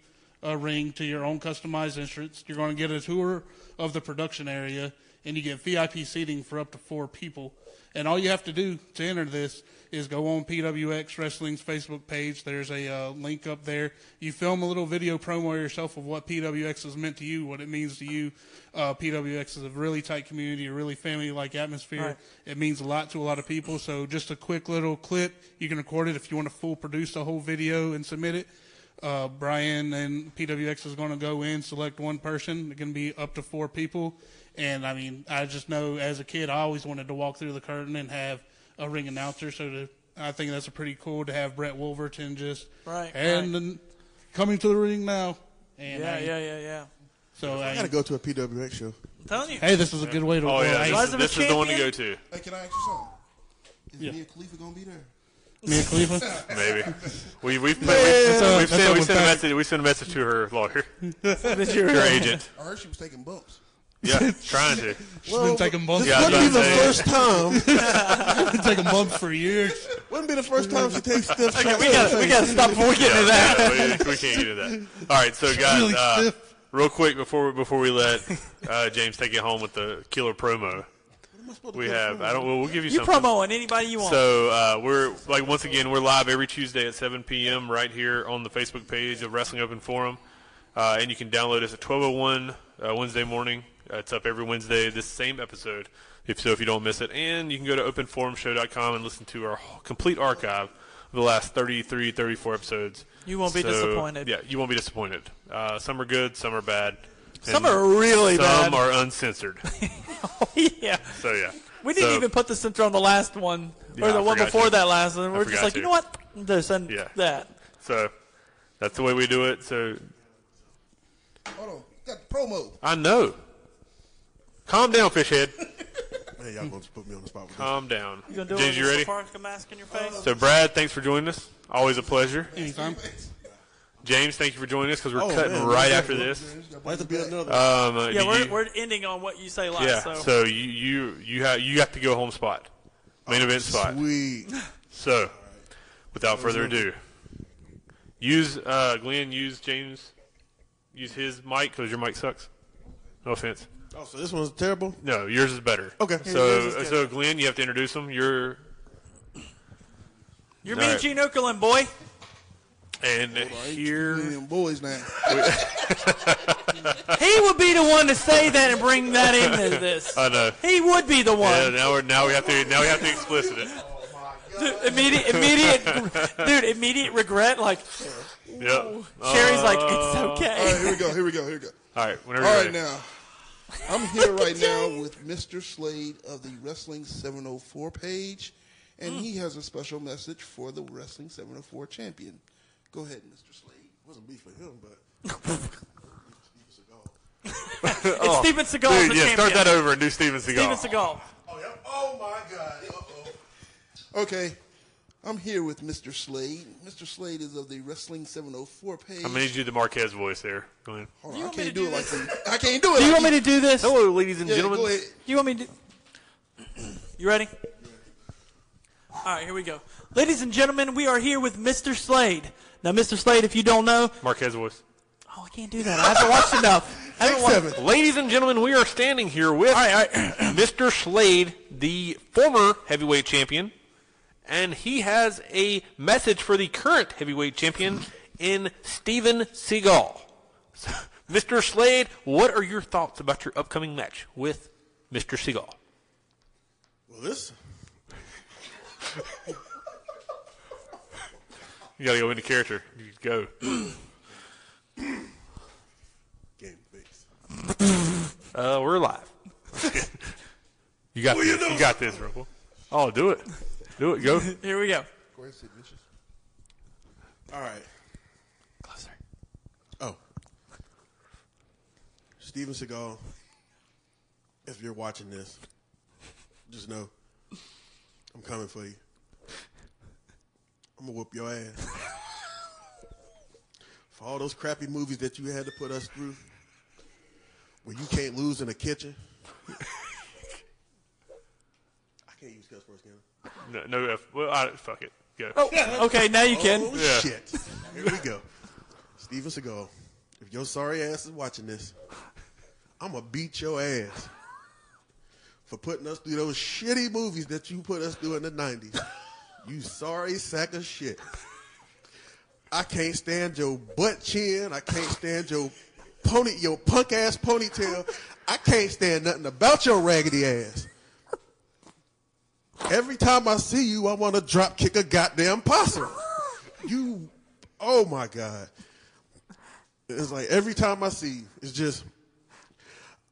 F: uh, ring to your own customized entrance. You're going to get a tour of the production area, and you get VIP seating for up to four people. And all you have to do to enter this is go on PWX Wrestling's Facebook page. There's a uh, link up there. You film a little video promo yourself of what PWX is meant to you, what it means to you. Uh, PWX is a really tight community, a really family-like atmosphere.
E: Right.
F: It means a lot to a lot of people. So just a quick little clip. You can record it if you want to full produce the whole video and submit it. Uh, Brian and PWX is going to go in, select one person. It can be up to four people. And I mean, I just know as a kid, I always wanted to walk through the curtain and have a ring announcer. So to, I think that's pretty cool to have Brett Wolverton just
E: Right,
F: and
E: right.
F: then coming to the ring now. And
E: Yeah,
F: I-
E: yeah, yeah, yeah.
F: So I
H: I gotta go to a PWX show.
E: I'm telling you.
F: hey, this is a good way to.
A: Oh yeah.
F: I-
A: This, is-
E: Rise of a
A: this is the one to go to.
E: Champion?
G: Hey, can I ask you something? Is
F: Yeah.
G: Mia Khalifa gonna be there?
F: me and Khalifa.
A: Maybe. We we've we've,
F: That's a-
A: we've
F: that's a
A: sent, we sent a
F: one back.
A: message. We sent a message to her lawyer,
E: This
A: her
E: year.
A: agent.
G: I heard she was taking bumps.
A: Yeah, trying to.
F: She's been taking bumps.
A: Yeah, I was
H: wouldn't be the
A: about to say.
H: first time.
F: been taking bumps for years.
H: wouldn't be the first time she takes stiff shots.
E: we gotta we gotta stop before we get
A: Yeah,
E: into that.
A: yeah, we, we can't get into that. All right, so guys,
F: really
A: uh,
F: stiff.
A: real quick before before we let uh, James take it home with the killer promo, we have. I don't. Well, we'll give you
E: You
A: something.
E: promo on anybody you want.
A: So uh, we're like once again we're live every Tuesday at 7 p.m. right here on the Facebook page of Wrestling Open Forum, uh, and you can download us at 12:01 uh, Wednesday morning. Uh, it's up every Wednesday. This same episode, if so, if you don't miss it, and you can go to openforumshow.com and listen to our whole- complete archive of the last 33, 34 episodes.
E: You won't be
A: So,
E: disappointed.
A: Yeah, you won't be disappointed. Uh, some are good, some are bad.
E: Some
A: and
E: are really
A: Some
E: bad.
A: are uncensored.
E: yeah.
A: So yeah,
E: We didn't
A: So-
E: even put the center on the last one or
A: Yeah,
E: the
A: I
E: one
A: forgot
E: before
A: to.
E: that last one. We're just
A: forgot
E: like,
A: to.
E: you know what? There's an,
A: Yeah.
E: that.
A: So that's the way we do it. So
G: Hold on. Got the promo.
A: I know. Calm down, fish head.
H: Man, y'all gonna put me on the spot with this.
A: Calm down.
E: You gonna do
A: James,
E: it
A: you ready?
E: mask in your face?
A: So, Brad, thanks for joining us. Always a pleasure.
F: Anytime.
A: James, thank you for joining us because we're
H: Oh,
A: cutting
H: man,
A: right
H: yeah.
A: after this.
H: Might have to be another.
A: Um, uh,
E: yeah,
A: did
E: we're,
A: you-
E: we're ending on what you say last.
A: yeah.
E: so.
A: So, you you you have you got to go home spot,
E: Oh,
A: main event spot.
H: Sweet.
A: So, without further ado, use uh, Glenn, use James, use his mic because your mic sucks. No offense.
H: Oh, so this one's terrible.
A: No, yours is better.
H: Okay.
A: So, so Glenn, you have to introduce him. You're
E: You're
A: All
E: me,
A: right.
E: Gene Okerlund, boy.
A: And here,
G: Them boys now.
I: He would be the one to say that and bring that into this.
A: I know.
I: He would be the one.
A: Yeah, now we're now we have to now we have to explicit it.
I: Dude, immediate, immediate, dude, immediate regret. Like
A: Yep.
I: Sherry's, like it's
A: Uh,
I: okay.
G: All right, here we go. Here we go. Here we go.
A: All right. Whenever.
G: All
A: you're
G: right,
A: ready.
G: now. I'm here right now with Mr. Slade of the Wrestling 704 page, and
I: Hmm.
G: he has a special message for the Wrestling 704 champion. Go ahead, Mr. Slade.
H: wasn't beef with him, but
I: It's
G: uh,
I: Steven Seagal
A: Dude,
I: the
A: yeah,
I: champion.
A: start that over and do Steven
I: Steven
A: Seagal.
I: Seagal.
H: oh yeah, oh my god, Uh-oh.
G: Okay, I'm here with Mr. Slade. Mr. Slade is of the Wrestling 704 page.
A: I'm gonna need you to do the Marquez voice there. Go ahead.
G: Hold
I: You
G: on, I
I: want me
G: can't
I: to
G: do
I: do
G: it like
I: this?
G: that. I can't do it.
I: Do you
G: like
I: want me to do this? Do
A: Hello, ladies and
G: Yeah,
A: gentlemen.
G: go ahead.
I: you want me to? do- You ready? All right, here we go. Ladies and gentlemen, we are here with Mr. Slade. Now, Mr. Slade, if you don't know,
A: Marquez voice.
I: oh, I can't do that. I haven't watched enough. I haven't watched.
H: seven.
A: Ladies and gentlemen, we are standing here with Mr. Slade, the former heavyweight champion, and he has a message for the current heavyweight champion in Steven Seagal. So, Mr. Slade, what are your thoughts about your upcoming match with Mr. Seagal?
H: Well, this
A: You gotta go into character. go.
H: game face.
A: Uh, we're live. you got this. You, got this, Rumble. Oh, do it. Do it. Go.
I: Here we go.
H: All right.
I: Closer.
H: Oh. Steven Seagal, if you're watching this, just know I'm coming for you. I'm going to whoop your ass. for all those crappy movies that you had to put us through, where you can't lose in the kitchen. I can't use cuss words, can I?
A: No, no F. Well, I, fuck it. Go.
I: Oh, okay, now you
H: Oh,
I: can.
A: Yeah.
H: shit. Here we go. Steven Seagal, if your sorry ass is watching this, I'm going to beat your ass for putting us through those shitty movies that you put us through in the 90s. You sorry sack of shit. I can't stand your butt chin. I can't stand your pony, your punk ass ponytail. I can't stand nothing about your raggedy ass. Every time I see you, I want to drop kick a goddamn possum. You, oh my god! It's like every time I see you, it's just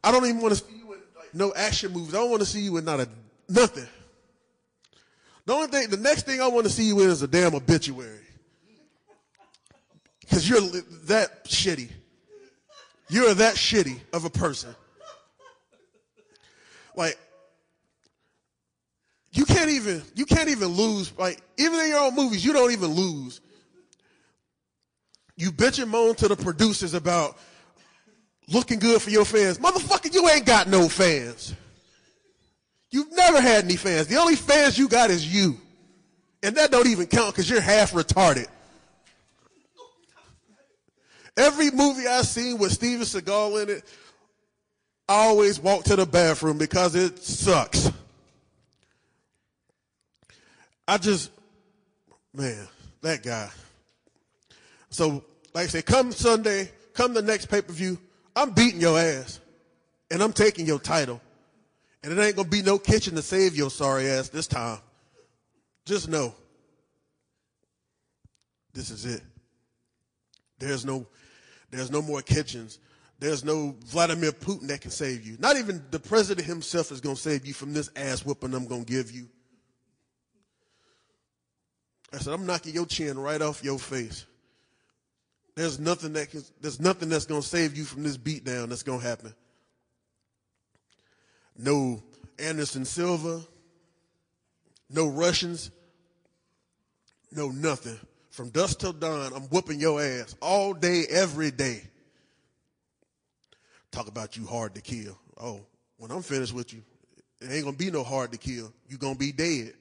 H: I don't even want to see you in like, no action movies. I don't want to see you in not a nothing. The only thing, the next thing I want to see you in is a damn obituary, because you're li- that shitty. You're that shitty of a person. Like you can't even you can't even lose like even in your own movies you don't even lose you bitch and moan to the producers about looking good for your fans motherfucker you ain't got no fans you've never had any fans the only fans you got is you and that don't even count because you're half retarded every movie i've seen with steven seagal in it i always walk to the bathroom because it sucks I just, man, that guy. So, like I said, come Sunday, come the next pay per view, I'm beating your ass, and I'm taking your title, and it ain't gonna be no kitchen to save your sorry ass this time. Just know, this is it. There's no, there's no more kitchens. There's no Vladimir Putin that can save you. Not even the president himself is gonna save you from this ass whooping I'm gonna give you. I said, I'm knocking your chin right off your face. There's nothing that can, there's nothing that's gonna save you from this beatdown that's gonna happen. No Anderson Silva, no Russians, no nothing. From dusk till dawn, I'm whooping your ass all day, every day. Talk about you hard to kill. Oh, when I'm finished with you, it ain't gonna be no hard to kill. You gonna be dead.